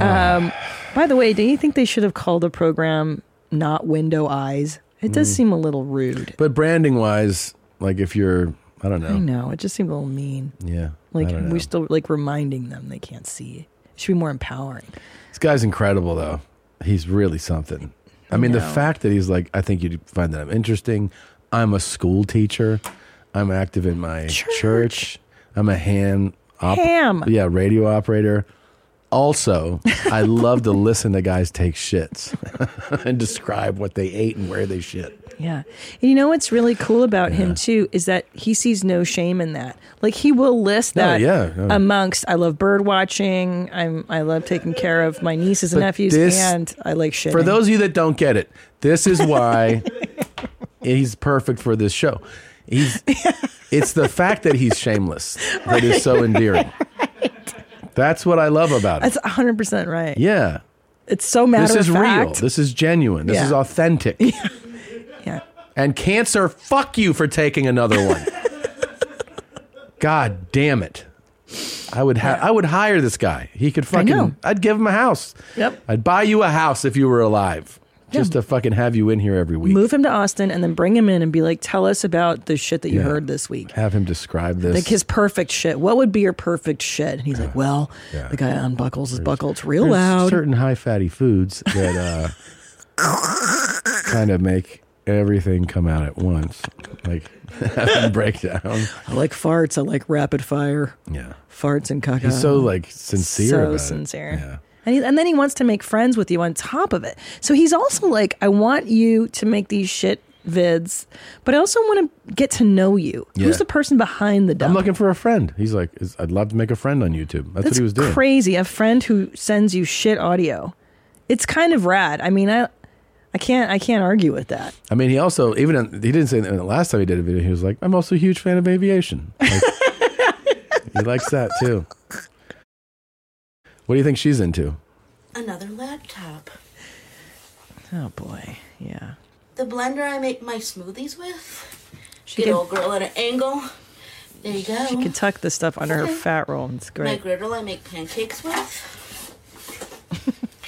[SPEAKER 3] Um, by the way, do you think they should have called the program not Window Eyes? It
[SPEAKER 2] Mm.
[SPEAKER 3] does seem a little rude.
[SPEAKER 2] But branding wise, like if you're, I don't know.
[SPEAKER 3] I know. It just seemed a little mean.
[SPEAKER 2] Yeah.
[SPEAKER 3] Like
[SPEAKER 2] I don't know.
[SPEAKER 3] we're still like reminding them they can't see. It should be more empowering.
[SPEAKER 2] This guy's incredible, though. He's really something. I mean, the
[SPEAKER 3] No.
[SPEAKER 2] fact that he's like, I think you'd find that I'm interesting. I'm a school teacher. I'm active in my church. I'm a ham. Op-
[SPEAKER 3] Ham.
[SPEAKER 2] Yeah, radio operator. Also, I love to listen to guys take shits and describe what they ate and where they shit.
[SPEAKER 3] Yeah. And you know what's really cool about him too is that he sees no shame in that. Like he will list
[SPEAKER 2] No,
[SPEAKER 3] that
[SPEAKER 2] Oh, yeah, no.
[SPEAKER 3] amongst I love bird watching, I'm I love taking care of my nieces and
[SPEAKER 2] But
[SPEAKER 3] nephews
[SPEAKER 2] this-
[SPEAKER 3] and I like shit.
[SPEAKER 2] For those of you that don't get it, this is why he's perfect for this show. He's it's the fact that he's shameless that is so endearing. That's what I love about it.
[SPEAKER 3] That's 100% right.
[SPEAKER 2] Yeah.
[SPEAKER 3] It's so matter
[SPEAKER 2] This is
[SPEAKER 3] of fact.
[SPEAKER 2] real. This is genuine. This is
[SPEAKER 3] Yeah.
[SPEAKER 2] authentic.
[SPEAKER 3] Yeah.
[SPEAKER 2] And cancer, fuck you for taking another one. God damn it. I would ha- I would hire this guy. He could
[SPEAKER 3] know.
[SPEAKER 2] fucking I'd give him a house.
[SPEAKER 3] Yep.
[SPEAKER 2] I'd buy you a house if you were alive. Just to fucking have you in here every week.
[SPEAKER 3] Move him to Austin and then bring him in and be like, tell us about the shit that you
[SPEAKER 2] Yeah.
[SPEAKER 3] heard this week.
[SPEAKER 2] Have him describe this.
[SPEAKER 3] Like his perfect shit. What would be your perfect shit? And he's like, well,
[SPEAKER 2] Yeah.
[SPEAKER 3] the guy unbuckles his buckle. It's real
[SPEAKER 2] There's
[SPEAKER 3] loud.
[SPEAKER 2] certain high fatty foods that uh, kind of make everything come out at once. Like breakdown.
[SPEAKER 3] I like farts. I like rapid fire.
[SPEAKER 2] Yeah.
[SPEAKER 3] Farts and caca.
[SPEAKER 2] He's so like sincere.
[SPEAKER 3] So
[SPEAKER 2] about it.
[SPEAKER 3] sincere.
[SPEAKER 2] Yeah.
[SPEAKER 3] And, he, and then he wants to make friends with you on top of it. So he's also like, I want you to make these shit vids, but I also want to get to know you.
[SPEAKER 2] Yeah.
[SPEAKER 3] Who's the person behind the
[SPEAKER 2] I'm
[SPEAKER 3] dump?
[SPEAKER 2] looking for a friend. He's like, is- I'd love to make a friend on YouTube. That's, what he was doing.
[SPEAKER 3] crazy. A friend who sends you shit audio. It's kind of rad. I mean, I I can't. I can't argue with that.
[SPEAKER 2] I mean, he also even on, he didn't say that the last time he did a video. He was like, "I'm also a huge fan of aviation." Like, he likes that too. What do you think she's into?
[SPEAKER 11] Another laptop.
[SPEAKER 3] Oh boy, yeah.
[SPEAKER 11] The blender I make my smoothies with.
[SPEAKER 3] She
[SPEAKER 11] Good
[SPEAKER 3] can-
[SPEAKER 11] old girl at an angle. There you go.
[SPEAKER 3] She could tuck this stuff under her
[SPEAKER 11] Okay.
[SPEAKER 3] fat roll. and It's
[SPEAKER 11] My
[SPEAKER 3] great.
[SPEAKER 11] griddle I make pancakes with.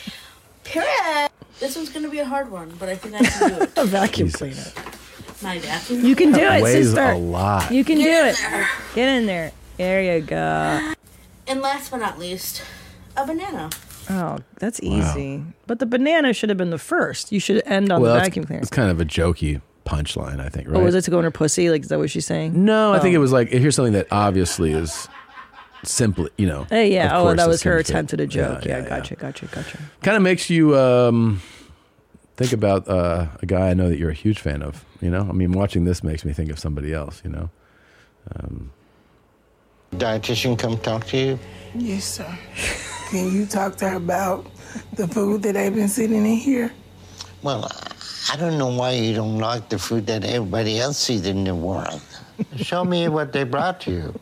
[SPEAKER 11] Period. This one's gonna be a hard one, but I think I can do it.
[SPEAKER 3] A vacuum cleaner.
[SPEAKER 11] My vacuum.
[SPEAKER 3] You can do it,
[SPEAKER 2] Weighs
[SPEAKER 3] sister.
[SPEAKER 2] a lot.
[SPEAKER 3] You can
[SPEAKER 11] Get
[SPEAKER 3] do
[SPEAKER 11] in
[SPEAKER 3] it. Get in there. There you go.
[SPEAKER 11] And last but not least, a banana.
[SPEAKER 3] Oh, that's easy. But the banana should have been the first. You should end on
[SPEAKER 2] well,
[SPEAKER 3] the
[SPEAKER 2] that's-
[SPEAKER 3] vacuum cleaner.
[SPEAKER 2] It's kind of a jokey punchline, I think. Right?
[SPEAKER 3] Oh, was it to go in her pussy? Like, is that what she's saying?
[SPEAKER 2] No, I think
[SPEAKER 3] Oh.
[SPEAKER 2] it was like here's something that obviously is simply, you know.
[SPEAKER 3] Hey, yeah.
[SPEAKER 2] of
[SPEAKER 3] Oh, that
[SPEAKER 2] course
[SPEAKER 3] was
[SPEAKER 2] it's
[SPEAKER 3] her
[SPEAKER 2] gonna fit.
[SPEAKER 3] attempt at a joke. Yeah,
[SPEAKER 2] yeah,
[SPEAKER 3] gotcha, gotcha, gotcha.
[SPEAKER 2] Kind of makes you um, think about uh, a guy I know that you're a huge fan of. You know, I mean, watching this makes me think of somebody else. You know. Um,
[SPEAKER 12] Dietitian, come talk to you.
[SPEAKER 13] Yes, sir. Can you talk to her about the food that they've been sitting in here?
[SPEAKER 12] Well, I don't know why you don't like the food that everybody else eats in the world. Show me what they brought you.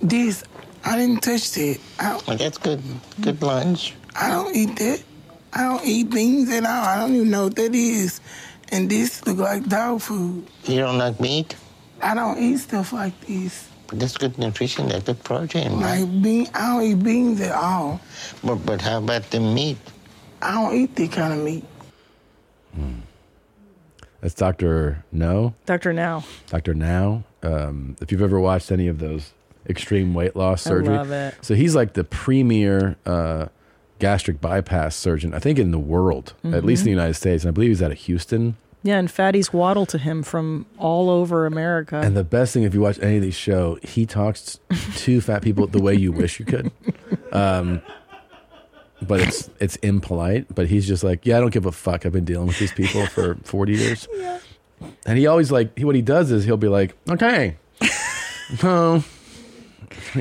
[SPEAKER 13] This, I didn't touch that. I,
[SPEAKER 12] Well, that's good. Good lunch.
[SPEAKER 13] I don't eat that. I don't eat beans at all. I don't even know what that is. And this look like dog food.
[SPEAKER 12] You don't like meat?
[SPEAKER 13] I don't eat stuff like this.
[SPEAKER 12] But that's good nutrition. That's good protein.
[SPEAKER 13] Like bean, I don't eat beans at all.
[SPEAKER 12] But but how about the meat?
[SPEAKER 13] I don't eat that kind of meat.
[SPEAKER 2] that's Doctor No.
[SPEAKER 3] Doctor Now.
[SPEAKER 2] Dr. Now. Um, if you've ever watched any of those extreme weight loss
[SPEAKER 3] I
[SPEAKER 2] surgery,
[SPEAKER 3] love it.
[SPEAKER 2] so he's like the premier uh, gastric bypass surgeon, I think, in the world, at
[SPEAKER 3] Mm-hmm.
[SPEAKER 2] least in the United States. And I believe he's out of Houston.
[SPEAKER 3] Yeah, and fatties waddle to him from all over America.
[SPEAKER 2] And the best thing, if you watch any of these show, he talks to fat people the way you wish you could. Um, but it's it's impolite. But he's just like, yeah, I don't give a fuck. I've been dealing with these people for forty years. And he always like he, what he does is he'll be like, okay, so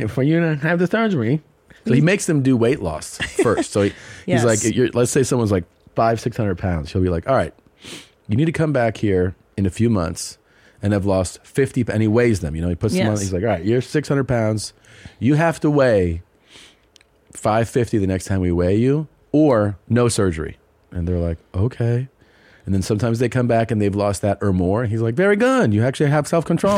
[SPEAKER 2] for you to have the surgery, so he makes them do weight loss first. So he,
[SPEAKER 14] Yes.
[SPEAKER 2] he's like, you're, let's say someone's like five six hundred pounds, he'll be like, all right, you need to come back here in a few months and have lost fifty. And he weighs them. You know, he puts them on.
[SPEAKER 14] Yes.
[SPEAKER 2] He's like, all right, you're six hundred pounds. You have to weigh 550 the next time we weigh you or no surgery and they're like okay and then sometimes they come back and they've lost that or more he's like very good you actually have self-control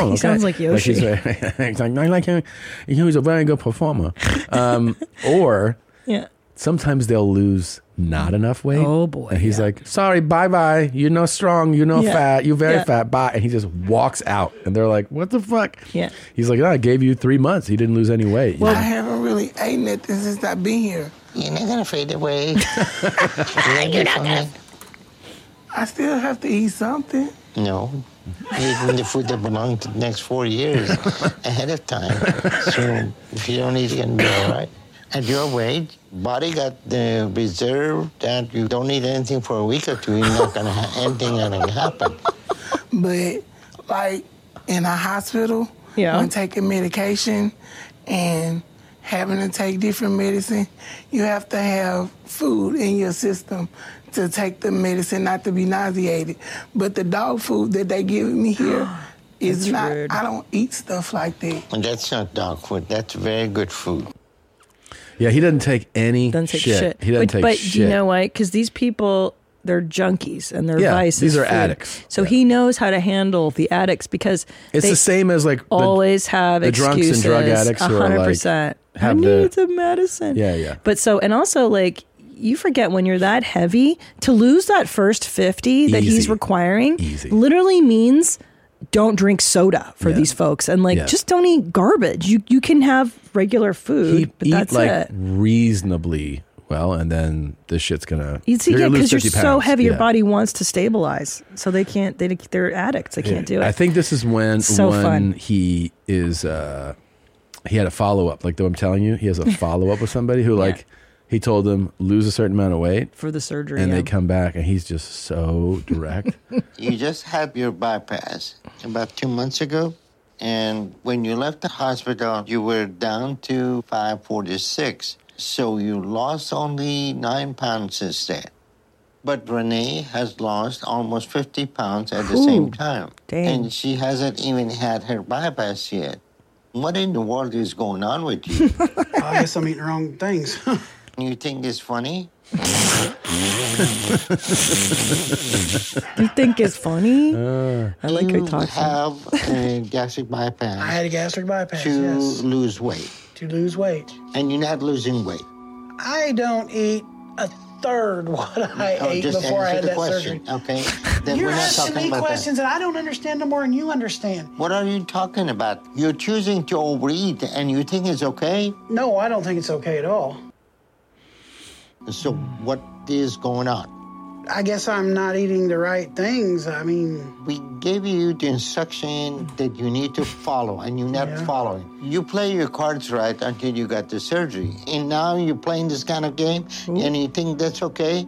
[SPEAKER 3] He
[SPEAKER 2] okay?"
[SPEAKER 3] sounds like Yoshi.
[SPEAKER 2] he's, very- he's like i like him he's a very good performer um, or
[SPEAKER 3] Yeah.
[SPEAKER 2] sometimes they'll lose not enough weight oh
[SPEAKER 3] boy
[SPEAKER 2] and he's like sorry bye-bye you're no strong you're no
[SPEAKER 14] Yeah.
[SPEAKER 2] fat you're very
[SPEAKER 14] Yeah.
[SPEAKER 2] fat bye and he just walks out and they're like what the fuck
[SPEAKER 3] Yeah.
[SPEAKER 2] he's like "No, i gave you three months he didn't lose any weight
[SPEAKER 13] I haven't really ate nothing since I've been here.
[SPEAKER 12] You're not gonna fade away.
[SPEAKER 13] You're not gonna- I still have to eat something.
[SPEAKER 12] No. Eating the food that belongs to the next four years ahead of time. So if you don't eat, you're going to be all right. At your weight, body got the reserve that you don't eat anything for a week or two. You're not going to have anything going to happen.
[SPEAKER 13] but like in a hospital,
[SPEAKER 12] Yeah.
[SPEAKER 13] when taking medication and having to take different medicine, you have to have food in your system to take the medicine, not to be nauseated. But the dog food that they give me here is
[SPEAKER 12] That's
[SPEAKER 13] not.
[SPEAKER 12] rude.
[SPEAKER 13] I don't eat stuff like that.
[SPEAKER 12] And that's not dog food. That's very good food.
[SPEAKER 2] Yeah, he doesn't take any shit. He doesn't
[SPEAKER 3] but,
[SPEAKER 2] take
[SPEAKER 3] but
[SPEAKER 2] shit.
[SPEAKER 3] you know why? Because these people, they're junkies and they're
[SPEAKER 2] Yeah,
[SPEAKER 3] vices.
[SPEAKER 2] these are
[SPEAKER 3] food.
[SPEAKER 2] addicts.
[SPEAKER 3] So he knows how to handle the addicts because
[SPEAKER 2] It's
[SPEAKER 3] they
[SPEAKER 2] the same as like the-
[SPEAKER 3] always have
[SPEAKER 2] the drunks and
[SPEAKER 3] excuses.
[SPEAKER 2] drug addicts who are, like,
[SPEAKER 3] 100%.
[SPEAKER 2] have
[SPEAKER 3] I
[SPEAKER 2] the-
[SPEAKER 3] need some medicine.
[SPEAKER 2] Yeah, yeah.
[SPEAKER 3] But so, and also like, you forget when you're that heavy to lose that first 50 that he's
[SPEAKER 2] Easy.
[SPEAKER 3] requiring literally means don't drink soda for
[SPEAKER 2] Yeah.
[SPEAKER 3] these folks and like
[SPEAKER 2] Yeah.
[SPEAKER 3] just don't eat garbage. You you can have regular food,
[SPEAKER 2] he
[SPEAKER 3] but
[SPEAKER 2] eat
[SPEAKER 3] that's
[SPEAKER 2] like
[SPEAKER 3] it.
[SPEAKER 2] reasonably well, and then this shit's gonna.
[SPEAKER 3] You see,
[SPEAKER 2] you're
[SPEAKER 3] yeah,
[SPEAKER 2] gonna lose
[SPEAKER 3] because you're
[SPEAKER 2] 50
[SPEAKER 3] so
[SPEAKER 2] pounds.
[SPEAKER 3] heavy, your
[SPEAKER 2] Yeah.
[SPEAKER 3] body wants to stabilize, so they can't. They they're addicts. They can't do it.
[SPEAKER 2] I think this is when
[SPEAKER 3] So
[SPEAKER 2] when
[SPEAKER 3] fun.
[SPEAKER 2] he is uh he had a follow up. Like though I'm telling you, he has a follow up with somebody who like he told them lose a certain amount of weight
[SPEAKER 3] for the surgery,
[SPEAKER 2] and
[SPEAKER 3] yeah.
[SPEAKER 2] they come back and he's just so direct.
[SPEAKER 12] You just had your bypass about two months ago. And when you left the hospital, you were down to 546. So you lost only nine pounds since then. But Renee has lost almost 50 pounds at the
[SPEAKER 11] Ooh,
[SPEAKER 12] same time.
[SPEAKER 11] dang.
[SPEAKER 12] And she hasn't even had her bypass yet. What in the world is going on with you? I guess I'm eating wrong things. you think it's funny?
[SPEAKER 3] You think it's funny? I like her
[SPEAKER 12] you
[SPEAKER 3] talking.
[SPEAKER 12] have a gastric bypass.
[SPEAKER 13] Uh, I had a gastric bypass,
[SPEAKER 12] to
[SPEAKER 13] yes.
[SPEAKER 12] lose weight.
[SPEAKER 13] To lose weight.
[SPEAKER 12] And you're not losing weight.
[SPEAKER 13] I don't eat a third what I
[SPEAKER 12] Oh,
[SPEAKER 13] ate
[SPEAKER 12] just
[SPEAKER 13] before I
[SPEAKER 12] answer
[SPEAKER 13] had
[SPEAKER 12] the
[SPEAKER 13] that surgery.
[SPEAKER 12] question. Okay. Then
[SPEAKER 13] You're
[SPEAKER 12] we're not
[SPEAKER 13] asking
[SPEAKER 12] talking
[SPEAKER 13] me
[SPEAKER 12] about that.
[SPEAKER 13] questions that I don't understand no more than you understand.
[SPEAKER 12] What are you talking about? You're choosing to overeat and you think it's okay?
[SPEAKER 13] No, I don't think it's okay at all.
[SPEAKER 12] So
[SPEAKER 13] Mm.
[SPEAKER 12] what is going on?
[SPEAKER 13] I guess I'm not eating the right things. I mean,
[SPEAKER 12] We gave you the instruction that you need to follow and you're not following. You play your cards right until you got the surgery. And now you're playing this kind of game and you think that's okay?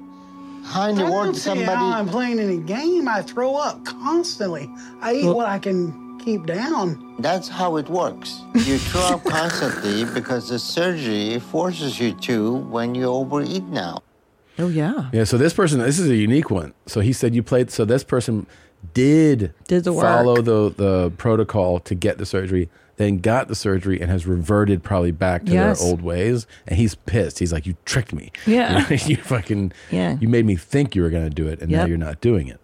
[SPEAKER 12] How in the
[SPEAKER 13] I don't
[SPEAKER 12] world
[SPEAKER 13] see how
[SPEAKER 12] somebody
[SPEAKER 13] I'm playing any game. I throw up constantly. I eat
[SPEAKER 12] Well-
[SPEAKER 13] what I can keep down.
[SPEAKER 12] That's how it works. You throw up constantly because the surgery forces you to when you overeat now.
[SPEAKER 3] Oh yeah.
[SPEAKER 2] Yeah, so this person, this is a unique one. So he said you played. So this person did
[SPEAKER 3] Did the work.
[SPEAKER 2] follow the the protocol to get the surgery, then got the surgery and has reverted probably back to
[SPEAKER 3] Yes.
[SPEAKER 2] their old ways. And he's pissed. He's like, "You tricked me.
[SPEAKER 13] Yeah.
[SPEAKER 2] you, fucking.
[SPEAKER 13] Yeah.
[SPEAKER 2] you made me think you were gonna do it, and now
[SPEAKER 13] Yep.
[SPEAKER 2] you're not doing it.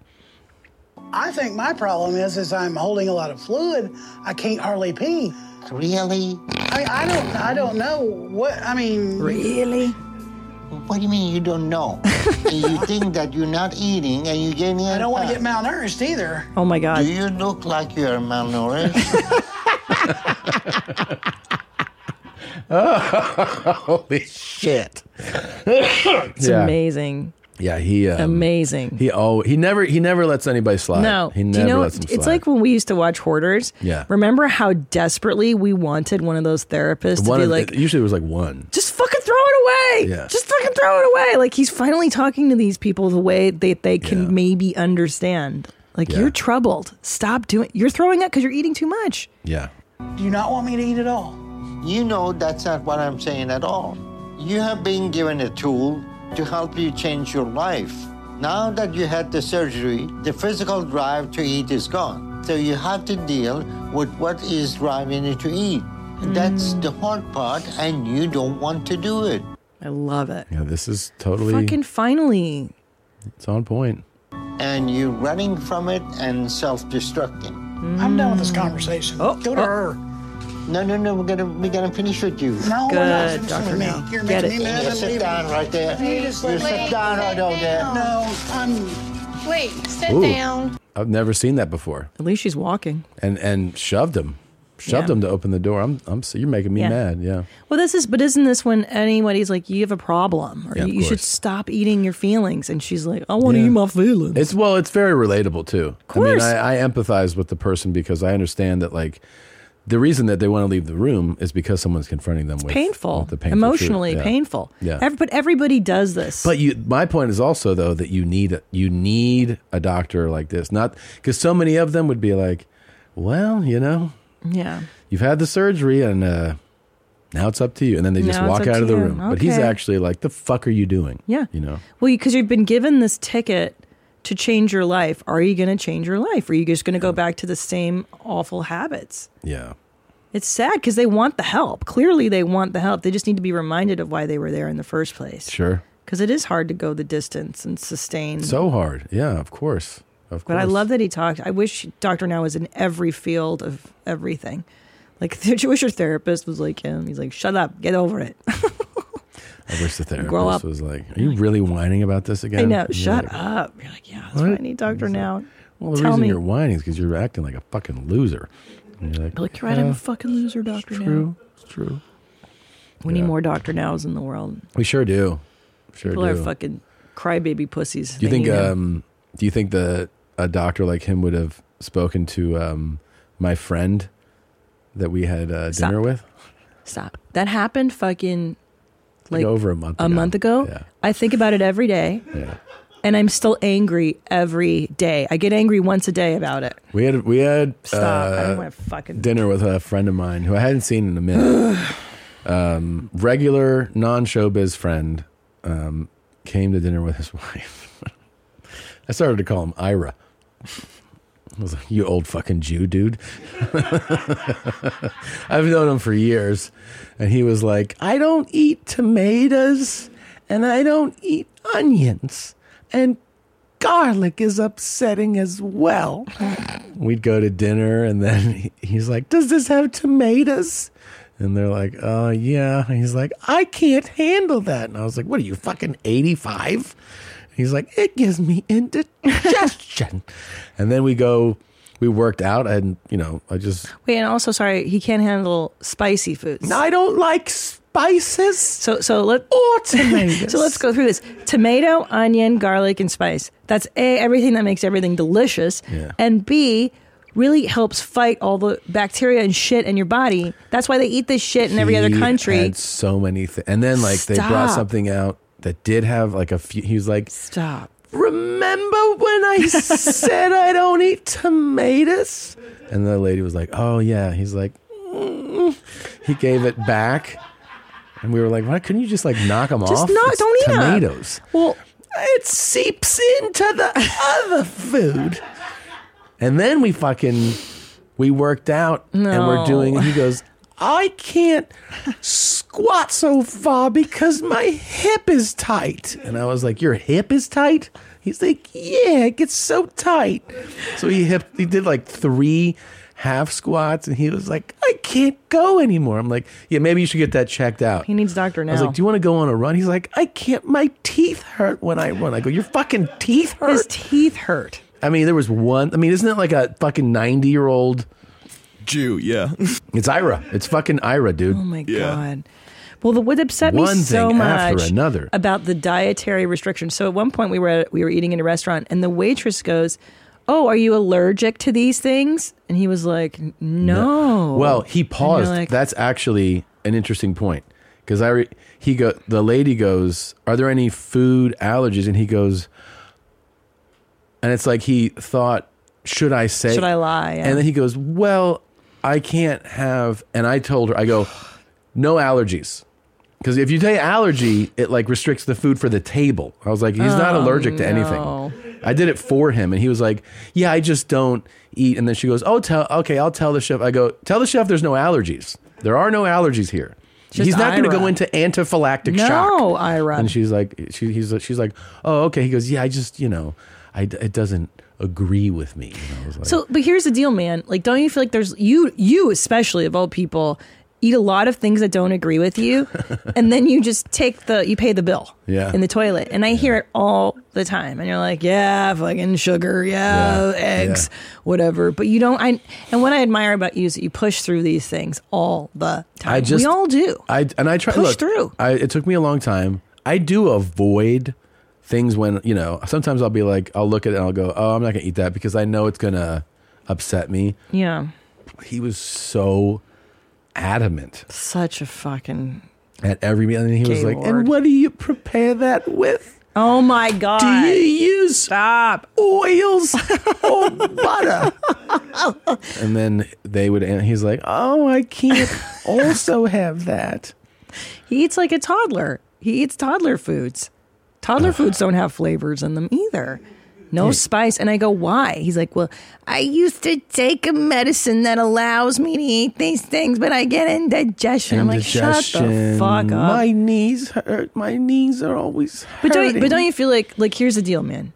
[SPEAKER 13] I think my problem is is I'm holding a lot of fluid. I can't hardly pee.
[SPEAKER 12] Really?
[SPEAKER 13] I, I don't I don't know what I mean.
[SPEAKER 12] What do you mean you don't know? and you think that you're not eating and you're getting I
[SPEAKER 13] don't want to get malnourished either.
[SPEAKER 3] Oh my God.
[SPEAKER 12] Do you look like you are malnourished?
[SPEAKER 2] Holy shit!
[SPEAKER 3] it's
[SPEAKER 2] Yeah.
[SPEAKER 3] amazing.
[SPEAKER 2] Yeah, he um,
[SPEAKER 3] Amazing.
[SPEAKER 2] He oh he never he never lets anybody slide.
[SPEAKER 3] No,
[SPEAKER 2] he never
[SPEAKER 3] do you know
[SPEAKER 2] lets them slide.
[SPEAKER 3] it's like when we used to watch Hoarders?
[SPEAKER 2] Yeah.
[SPEAKER 3] Remember how desperately we wanted one of those therapists
[SPEAKER 2] one
[SPEAKER 3] to
[SPEAKER 2] of,
[SPEAKER 3] be like,
[SPEAKER 2] it usually it was like one.
[SPEAKER 3] just fucking throw it away.
[SPEAKER 2] Yeah.
[SPEAKER 3] Just fucking throw it away. Like he's finally talking to these people the way that they can maybe understand. Like
[SPEAKER 2] Yeah.
[SPEAKER 3] you're troubled. Stop doing. You're throwing up because you're eating too much.
[SPEAKER 2] Yeah.
[SPEAKER 13] Do you not want me to eat at all?
[SPEAKER 12] You know that's not what I'm saying at all. You have been given a tool to help you change your life. Now that you had the surgery, the physical drive to eat is gone. So you have to deal with what is driving you to eat. That's
[SPEAKER 3] Mm.
[SPEAKER 12] the hard part, and you don't want to do it.
[SPEAKER 3] I love it.
[SPEAKER 2] Yeah, this is totally
[SPEAKER 3] Fucking finally.
[SPEAKER 2] it's on point.
[SPEAKER 12] And you're running from it and self destructing.
[SPEAKER 13] I'm done with this conversation. Go to her.
[SPEAKER 12] No, no, no. We're gonna we're gonna finish with you.
[SPEAKER 13] No, we're not Good, finishing Dr. with me. Now. You're Get making it. me mad
[SPEAKER 12] You
[SPEAKER 13] and
[SPEAKER 12] sit
[SPEAKER 13] leaving.
[SPEAKER 12] down right there.
[SPEAKER 13] You
[SPEAKER 12] You
[SPEAKER 13] just let me
[SPEAKER 12] sit down right over there.
[SPEAKER 13] No, I'm.
[SPEAKER 14] Wait, sit
[SPEAKER 2] Ooh. I've never seen that before.
[SPEAKER 3] At least she's walking.
[SPEAKER 2] And and shoved him, shoved
[SPEAKER 3] Yeah.
[SPEAKER 2] him to open the door. I'm I'm so- you're making me
[SPEAKER 3] Yeah.
[SPEAKER 2] mad. Yeah.
[SPEAKER 3] Well, this is, but isn't this when anybody's like, you have a problem or
[SPEAKER 2] Yeah, of
[SPEAKER 3] you should
[SPEAKER 2] course.
[SPEAKER 3] stop eating your feelings? And she's like, "Oh, I want to
[SPEAKER 2] Yeah.
[SPEAKER 3] eat my feelings.
[SPEAKER 2] It's well, it's very relatable too.
[SPEAKER 3] course.
[SPEAKER 2] I mean, I, I empathize with the person because I understand that like the reason that they want to leave the room is because someone's confronting them with
[SPEAKER 3] painful,
[SPEAKER 2] with the painful truth.
[SPEAKER 3] emotionally
[SPEAKER 2] Yeah.
[SPEAKER 3] painful.
[SPEAKER 2] Yeah.
[SPEAKER 3] Every- but everybody does this.
[SPEAKER 2] But you, my point is also though that you need you need a doctor like this, not because so many of them would be like, well, you know,
[SPEAKER 3] yeah.
[SPEAKER 2] you've had the surgery and uh, now it's up to you, and then they just
[SPEAKER 3] Now it's
[SPEAKER 2] walk
[SPEAKER 3] up
[SPEAKER 2] out
[SPEAKER 3] to
[SPEAKER 2] of the
[SPEAKER 3] you.
[SPEAKER 2] room. But he's
[SPEAKER 3] Okay.
[SPEAKER 2] actually like, the fuck are you doing?
[SPEAKER 3] Yeah.
[SPEAKER 2] you know,
[SPEAKER 3] Well, because you've been given this ticket to change your life. Are you going to change your life? Are you just going to go back to the same awful habits?
[SPEAKER 2] yeah,
[SPEAKER 3] It's sad because they want the help. Clearly, they want the help. They just need to be reminded of why they were there in the first place.
[SPEAKER 2] sure,
[SPEAKER 3] Because it is hard to go the distance and sustain.
[SPEAKER 2] so hard, yeah, of course, of
[SPEAKER 3] Mm. But
[SPEAKER 2] course.
[SPEAKER 3] I love that he talked. I wish Dr. Now was in every field of everything. Like, I wish your therapist was like him. He's like, shut up, get over it.
[SPEAKER 2] I wish the therapist
[SPEAKER 3] Grow up.
[SPEAKER 2] was like, "Are you really whining about this again?"
[SPEAKER 3] I know,
[SPEAKER 2] And you're
[SPEAKER 3] shut
[SPEAKER 2] like,
[SPEAKER 3] up. You're like, yeah, that's
[SPEAKER 2] "What?"
[SPEAKER 3] what I need, Dr. Now.
[SPEAKER 2] Well, the
[SPEAKER 3] Tell
[SPEAKER 2] reason
[SPEAKER 3] me.
[SPEAKER 2] you're whining is because you're acting like a fucking loser. And you're like,
[SPEAKER 3] Like, you're right, I'm
[SPEAKER 2] "Uh,
[SPEAKER 3] a fucking loser, Dr. Now.
[SPEAKER 2] true, it's true.
[SPEAKER 3] We need more Dr. Nows in the world.
[SPEAKER 2] We sure do. Sure
[SPEAKER 3] People
[SPEAKER 2] do.
[SPEAKER 3] are fucking crybaby pussies.
[SPEAKER 2] do you
[SPEAKER 3] They
[SPEAKER 2] think?
[SPEAKER 3] need 'em.
[SPEAKER 2] Um, do you think the a doctor like him would have spoken to um, my friend that we had uh,
[SPEAKER 3] Stop.
[SPEAKER 2] dinner with?
[SPEAKER 3] Stop. That happened fucking
[SPEAKER 2] Like
[SPEAKER 3] like,
[SPEAKER 2] over a month
[SPEAKER 3] A
[SPEAKER 2] ago.
[SPEAKER 3] month ago. I think about it every day.
[SPEAKER 2] Yeah.
[SPEAKER 3] And I'm still angry every day. I get angry once a day about it.
[SPEAKER 2] We had we had
[SPEAKER 3] Stop. I
[SPEAKER 2] uh,
[SPEAKER 3] don't want to fucking.
[SPEAKER 2] dinner with a friend of mine who I hadn't seen in a minute. um, regular non showbiz friend um, came to dinner with his wife. I started to call him Ira. I was like, you old fucking Jew, dude. I've known him for years. And he was like, I don't eat tomatoes and I don't eat onions. And garlic is upsetting as well. We'd go to dinner and then he- he's like, Does this have tomatoes? And they're like, Oh, yeah. And he's like, I can't handle that. And I was like, What are you, fucking 85? And he's like, It gives me indigestion. and then we go, we worked out and, you know, I just,
[SPEAKER 3] Wait, and also sorry, he can't handle spicy foods.
[SPEAKER 2] No, I don't like spices. So
[SPEAKER 3] so let
[SPEAKER 2] or tomatoes.
[SPEAKER 3] so let's go through this: tomato, onion, garlic, and spice. That's a everything that makes everything delicious,
[SPEAKER 2] Yeah.
[SPEAKER 3] and b really helps fight all the bacteria and shit in your body. That's why they eat this shit in every other
[SPEAKER 2] He
[SPEAKER 3] country.
[SPEAKER 2] had so many things. And then, like, they
[SPEAKER 3] Stop.
[SPEAKER 2] brought something out that did have, like, a few, he was like,
[SPEAKER 3] Stop.
[SPEAKER 2] Remember when I said I don't eat tomatoes? And the lady was like, "Oh yeah." He's like, "Mm." he gave it back, and we were like, "Why couldn't you just like knock them
[SPEAKER 8] Just
[SPEAKER 2] off?"
[SPEAKER 8] not-
[SPEAKER 2] It's
[SPEAKER 8] don't eat 'em.
[SPEAKER 2] tomatoes.
[SPEAKER 3] Well,
[SPEAKER 2] it seeps into the other food. And then we fucking we worked out, and we're
[SPEAKER 8] No.
[SPEAKER 2] doing. He goes, "I can't squat so far because my hip is tight." And I was like, "Your hip is tight?" He's like, "Yeah, it gets so tight." So he hip he did like three half squats, and he was like, "I can't go anymore." I'm like, "Yeah, maybe you should get that checked out."
[SPEAKER 3] He needs a doctor
[SPEAKER 2] I was
[SPEAKER 3] now.
[SPEAKER 2] like, "Do you want to go on a run?" He's like, "I can't. My teeth hurt when I run." I go, "Your fucking teeth hurt." His
[SPEAKER 3] teeth hurt.
[SPEAKER 2] I mean, there was one. I mean, isn't it like a fucking ninety-year-old Jew? Yeah, it's Ira. It's fucking Ira, dude.
[SPEAKER 3] Oh my god. Well, the what upset me
[SPEAKER 2] One
[SPEAKER 3] so
[SPEAKER 2] thing
[SPEAKER 3] much
[SPEAKER 2] after another.
[SPEAKER 3] about the dietary restrictions. So at one point we were at, we were eating in a restaurant, and the waitress goes, "Oh, are you allergic to these things?" And he was like, "No." Oh.
[SPEAKER 2] Well, he
[SPEAKER 3] And you're
[SPEAKER 2] paused.
[SPEAKER 3] like,
[SPEAKER 2] That's actually an interesting point because I re- he go the lady goes, "Are there any food allergies?" And he goes, and it's like he thought, "Should I say?
[SPEAKER 3] Should I lie? Yeah.
[SPEAKER 2] And then he goes, "Well, I can't have." And I told her, "I go, no allergies." Because if you say allergy, it like restricts the food for the table. I was like, he's not
[SPEAKER 8] Oh,
[SPEAKER 2] allergic to
[SPEAKER 8] no.
[SPEAKER 2] anything. I did it for him, and he was like, "Yeah, I just don't eat." And then she goes, "Oh, tell okay, I'll tell the chef." I go, "Tell the chef there's no allergies. There are no allergies here.
[SPEAKER 3] Just
[SPEAKER 2] he's not going to
[SPEAKER 3] Ira.
[SPEAKER 2] go into antiphylactic
[SPEAKER 3] no, Oh
[SPEAKER 2] shock."
[SPEAKER 3] Ira.
[SPEAKER 2] And she's like, she, he's, she's like, "Oh, okay." He goes, "Yeah, I just you know, I, it doesn't agree with me." And I was like,
[SPEAKER 3] So, but here's the deal, man. Like, don't you feel like there's you, you especially of all people, eat a lot of things that don't agree with you, and then you just take the, you pay the bill,
[SPEAKER 8] Yeah.
[SPEAKER 3] in the toilet. And I hear it all the time, and you're like, yeah, fucking sugar, yeah,
[SPEAKER 8] Yeah,
[SPEAKER 3] eggs, whatever. But you don't. I and what I admire about you is that you push through these things all the time.
[SPEAKER 2] I just
[SPEAKER 3] we all do.
[SPEAKER 2] I and I try
[SPEAKER 3] Push
[SPEAKER 2] look,
[SPEAKER 3] through.
[SPEAKER 2] I, it took me a long time. I do avoid things when you know. Sometimes I'll be like, I'll look at it and I'll go, oh, I'm not gonna eat that because I know it's gonna upset me.
[SPEAKER 3] Yeah,
[SPEAKER 2] He was so adamant
[SPEAKER 3] such a fucking
[SPEAKER 2] at every meal, and he was like, and
[SPEAKER 8] what
[SPEAKER 2] do you prepare that with?
[SPEAKER 3] Oh my god!
[SPEAKER 8] Do you
[SPEAKER 2] use
[SPEAKER 3] stop
[SPEAKER 2] oils or butter? and then they would, and he's like, oh, I can't also have that.
[SPEAKER 3] He eats like a toddler. He eats toddler foods. Toddler foods don't have flavors in them either. No
[SPEAKER 8] Yeah.
[SPEAKER 3] spice. And I go, why? He's like, well, I used to take a medicine that allows me to eat these things, but I get indigestion. I'm like, shut the
[SPEAKER 8] Indigestion.
[SPEAKER 3] fuck up.
[SPEAKER 8] My
[SPEAKER 2] knees hurt. My knees are always
[SPEAKER 3] But don't, you, but
[SPEAKER 8] hurting.
[SPEAKER 3] don't you feel like like here's the deal, man?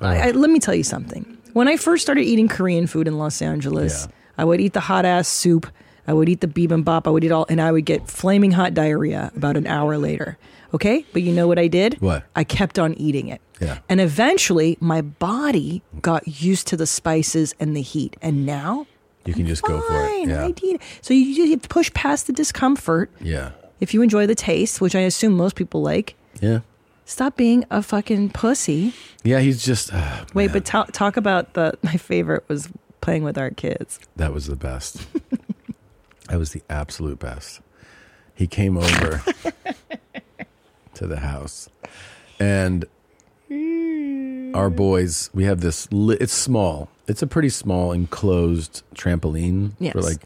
[SPEAKER 3] I, I, let me tell you something. When I first started eating Korean food in Los Angeles, I would eat the hot ass soup. I would eat the bibimbap. I would eat all, and I would get flaming hot diarrhea about an hour later. Okay, but you know what I did?
[SPEAKER 8] What?
[SPEAKER 3] I kept on eating it.
[SPEAKER 8] Yeah.
[SPEAKER 3] And eventually, my body got used to the spices and the heat. And now,
[SPEAKER 2] You can just go for it.
[SPEAKER 3] fine,
[SPEAKER 2] Yeah.
[SPEAKER 3] I eat it. So you, you have to push past the discomfort.
[SPEAKER 2] Yeah.
[SPEAKER 3] If you enjoy the taste, which I assume most people like,
[SPEAKER 2] Yeah.
[SPEAKER 3] stop being a fucking pussy.
[SPEAKER 2] Yeah, he's just ah,
[SPEAKER 3] Wait, but ta- talk about the my favorite was playing with our kids.
[SPEAKER 2] that was the best. that was the absolute best. He came over to the house and our boys, we have this li- it's small. It's a pretty small enclosed trampoline
[SPEAKER 8] Yes.
[SPEAKER 2] for like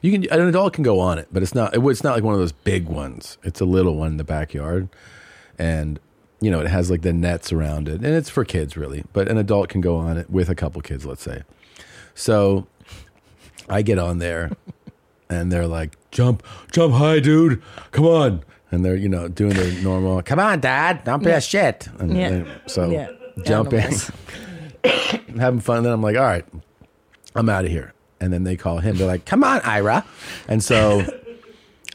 [SPEAKER 2] you can an adult can go on it, but it's not it, it's not like one of those big ones. It's a little one in the backyard. And you know, it has like the nets around it, and it's for kids really, but an adult can go on it with a couple kids, let's say. So I get on there, and they're like, "Jump, jump high, dude! Come on!" And they're you know doing their normal, "Come on, Dad, don't be
[SPEAKER 3] Yeah.
[SPEAKER 2] a shit." And
[SPEAKER 3] Yeah.
[SPEAKER 2] they- so
[SPEAKER 3] Yeah.
[SPEAKER 2] jumping,
[SPEAKER 3] Animals.
[SPEAKER 2] having fun. Then I'm like, "All right, I'm out of here." And then they call him. They're like, "Come on, Ira!" And so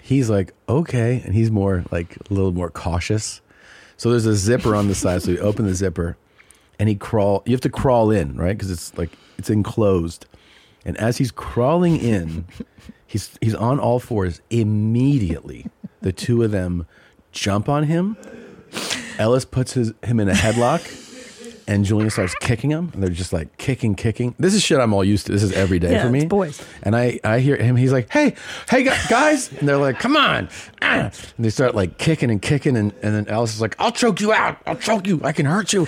[SPEAKER 2] he's like, okay. And he's more like a little more cautious. So there's a zipper on the side. So you open the zipper and he crawl, you have to crawl in, right? Cause it's like, it's enclosed. And as he's crawling in, he's, he's on all fours immediately. The two of them jump on him. Ellis puts his, him in a headlock and Julian starts kicking him. And they're just like kicking, kicking. This is shit I'm all used to. This is every day
[SPEAKER 3] Yeah,
[SPEAKER 2] for me.
[SPEAKER 3] it's boys.
[SPEAKER 2] And I, I hear him. He's like, "Hey, hey gu- guys!" And they're like, "Come on!" Ah. And they start like kicking and kicking, and, and then Alice is like, "I'll choke you out! I'll choke you! I can hurt you!"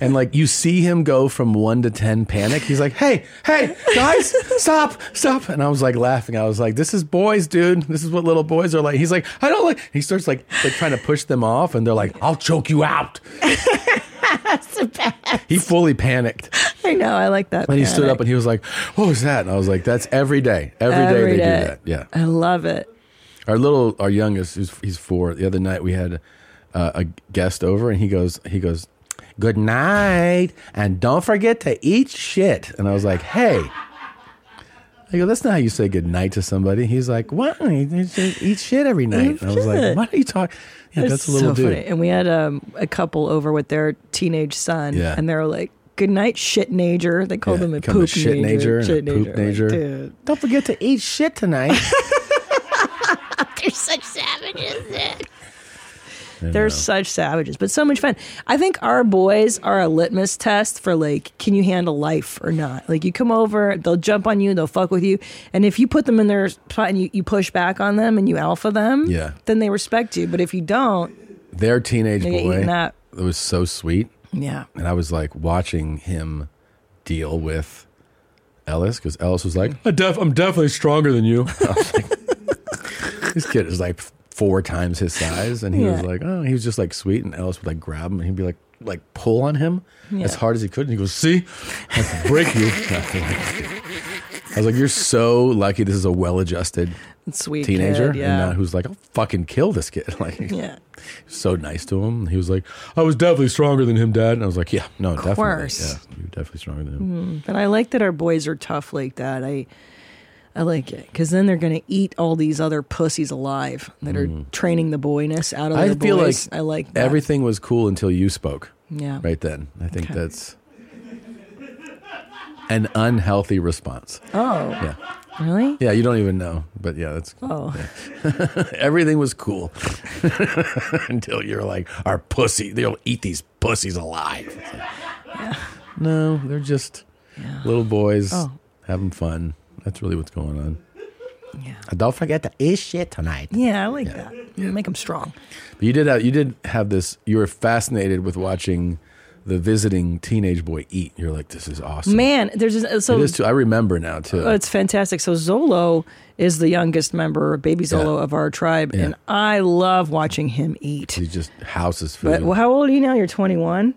[SPEAKER 2] And like you see him go from one to ten panic. He's like, "Hey, hey, guys, stop, stop!" And I was like laughing. I was like, "This is boys, dude. This is what little boys are like." He's like, "I don't like." He starts like like trying to push them off, and they're like, "I'll choke you out!" He fully panicked.
[SPEAKER 3] I know. I like that.
[SPEAKER 2] And he stood
[SPEAKER 3] panic.
[SPEAKER 2] up and he was like, "What was that?" And I was like, "That's every day. Every day
[SPEAKER 3] Every
[SPEAKER 2] they
[SPEAKER 3] day.
[SPEAKER 2] do that." Yeah.
[SPEAKER 3] I love it.
[SPEAKER 2] Our little, our youngest, who's he's four. The other night we had uh, a guest over, and he goes, he goes, "Good night, and don't forget to eat shit." And I was like, "Hey." I go, that's not how you say good night to somebody. He's like, what? You should Eat shit every night. And I was like,
[SPEAKER 3] shit.
[SPEAKER 2] what are you talking? Yeah,
[SPEAKER 3] It's
[SPEAKER 2] that's a little
[SPEAKER 3] so
[SPEAKER 2] dude.
[SPEAKER 3] funny. And we had um, a couple over with their teenage son,
[SPEAKER 2] Yeah.
[SPEAKER 3] and they're like, "Good night, shit nager." They called him a
[SPEAKER 2] come a
[SPEAKER 3] poop
[SPEAKER 2] shit nager
[SPEAKER 3] nager,
[SPEAKER 2] and a poop
[SPEAKER 3] Like,
[SPEAKER 2] nager.
[SPEAKER 3] dude,
[SPEAKER 2] Don't forget to eat shit tonight.
[SPEAKER 3] They're such savages.
[SPEAKER 2] I
[SPEAKER 3] They're
[SPEAKER 2] know.
[SPEAKER 3] such savages, but so much fun. I think our boys are a litmus test for like, can you handle life or not? Like, you come over, they'll jump on you, they'll fuck with you, and if you put them in their spot and you, you push back on them and you alpha them,
[SPEAKER 2] Yeah.
[SPEAKER 3] then they respect you. But if you don't,
[SPEAKER 2] Their teenage
[SPEAKER 3] They get
[SPEAKER 2] boy.
[SPEAKER 3] eaten up.
[SPEAKER 2] It was so sweet.
[SPEAKER 3] yeah,
[SPEAKER 2] And I was like watching him deal with Ellis because Ellis was like, I def- I'm definitely stronger than you. I was like, this kid is like four times his size. And he was
[SPEAKER 4] Yeah.
[SPEAKER 2] like, oh, he was just like sweet. And Ellis would like grab him and he'd be like, like pull on him as
[SPEAKER 4] Yeah.
[SPEAKER 2] hard as he could. And he goes, see, I can break you. I was like, you're so lucky this is a well adjusted
[SPEAKER 3] Sweet
[SPEAKER 2] teenager
[SPEAKER 3] kid, yeah.
[SPEAKER 2] and not who's like, I'll fucking kill this kid. Like,
[SPEAKER 3] yeah,
[SPEAKER 2] so nice to him. He was like, I was definitely stronger than him, Dad. And I was like, Yeah, no,
[SPEAKER 3] Of
[SPEAKER 2] definitely.
[SPEAKER 3] course.
[SPEAKER 2] Yeah, you're definitely stronger than him.
[SPEAKER 3] Mm, but I like that our boys are tough like that. I I like it because then they're going to eat all these other pussies alive that are training the boyness out of
[SPEAKER 2] Mm. I
[SPEAKER 3] the
[SPEAKER 2] feel
[SPEAKER 3] boys.
[SPEAKER 2] like
[SPEAKER 3] I like that.
[SPEAKER 2] everything was cool until you spoke.
[SPEAKER 3] Yeah.
[SPEAKER 2] Right then. I think that's an unhealthy response.
[SPEAKER 3] Oh.
[SPEAKER 2] Yeah.
[SPEAKER 3] Really?
[SPEAKER 2] Yeah, you don't even know. But yeah, that's
[SPEAKER 3] Oh.
[SPEAKER 2] yeah. everything was cool until you're like, our pussy, they'll eat these pussies alive. It's like, No, they're just little boys
[SPEAKER 3] Oh.
[SPEAKER 2] having fun. That's really what's going on. Yeah. Don't forget to eat shit tonight.
[SPEAKER 3] Yeah, I like that. Make them strong.
[SPEAKER 2] But you did have, you did have this. You were fascinated with watching the visiting teenage boy eat. You're like, this is awesome.
[SPEAKER 3] Man, there's this, uh, so
[SPEAKER 2] it is too. I remember now too.
[SPEAKER 3] Oh, it's fantastic. So Zolo is the youngest member, baby Zolo of our tribe,
[SPEAKER 2] Yeah.
[SPEAKER 3] and I love watching him eat. He
[SPEAKER 2] just houses food.
[SPEAKER 3] But well, how old are you now? You're 21.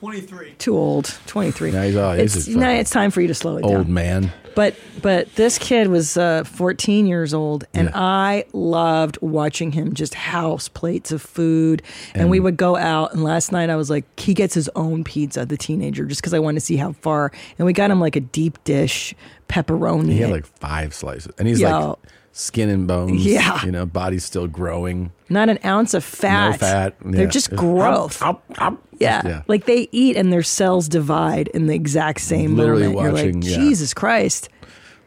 [SPEAKER 9] 23.
[SPEAKER 3] Too old. 23.
[SPEAKER 2] Now he's, oh, he's
[SPEAKER 3] it's,
[SPEAKER 2] a
[SPEAKER 3] now it's time for you to slow it down.
[SPEAKER 2] old man.
[SPEAKER 3] But but this kid was uh, 14 years old, and I loved watching him just house plates of food. And, we would go out. And last night I was like, he gets his own pizza, the teenager, just because I wanted to see how far. And we got him like a deep dish pepperoni.
[SPEAKER 2] He had like five slices, and he's like
[SPEAKER 3] Yo.
[SPEAKER 2] skin and bones.
[SPEAKER 3] Yeah.
[SPEAKER 2] you know, body's still growing.
[SPEAKER 3] not an ounce of fat.
[SPEAKER 2] No fat.
[SPEAKER 3] They're
[SPEAKER 2] Yeah.
[SPEAKER 3] just
[SPEAKER 2] It's-
[SPEAKER 3] growth. Yeah.
[SPEAKER 2] Yeah.
[SPEAKER 3] like they eat and their cells divide in the exact same
[SPEAKER 2] Literally
[SPEAKER 3] moment. You're
[SPEAKER 2] watching,
[SPEAKER 3] like,
[SPEAKER 2] yeah.
[SPEAKER 3] Jesus Christ.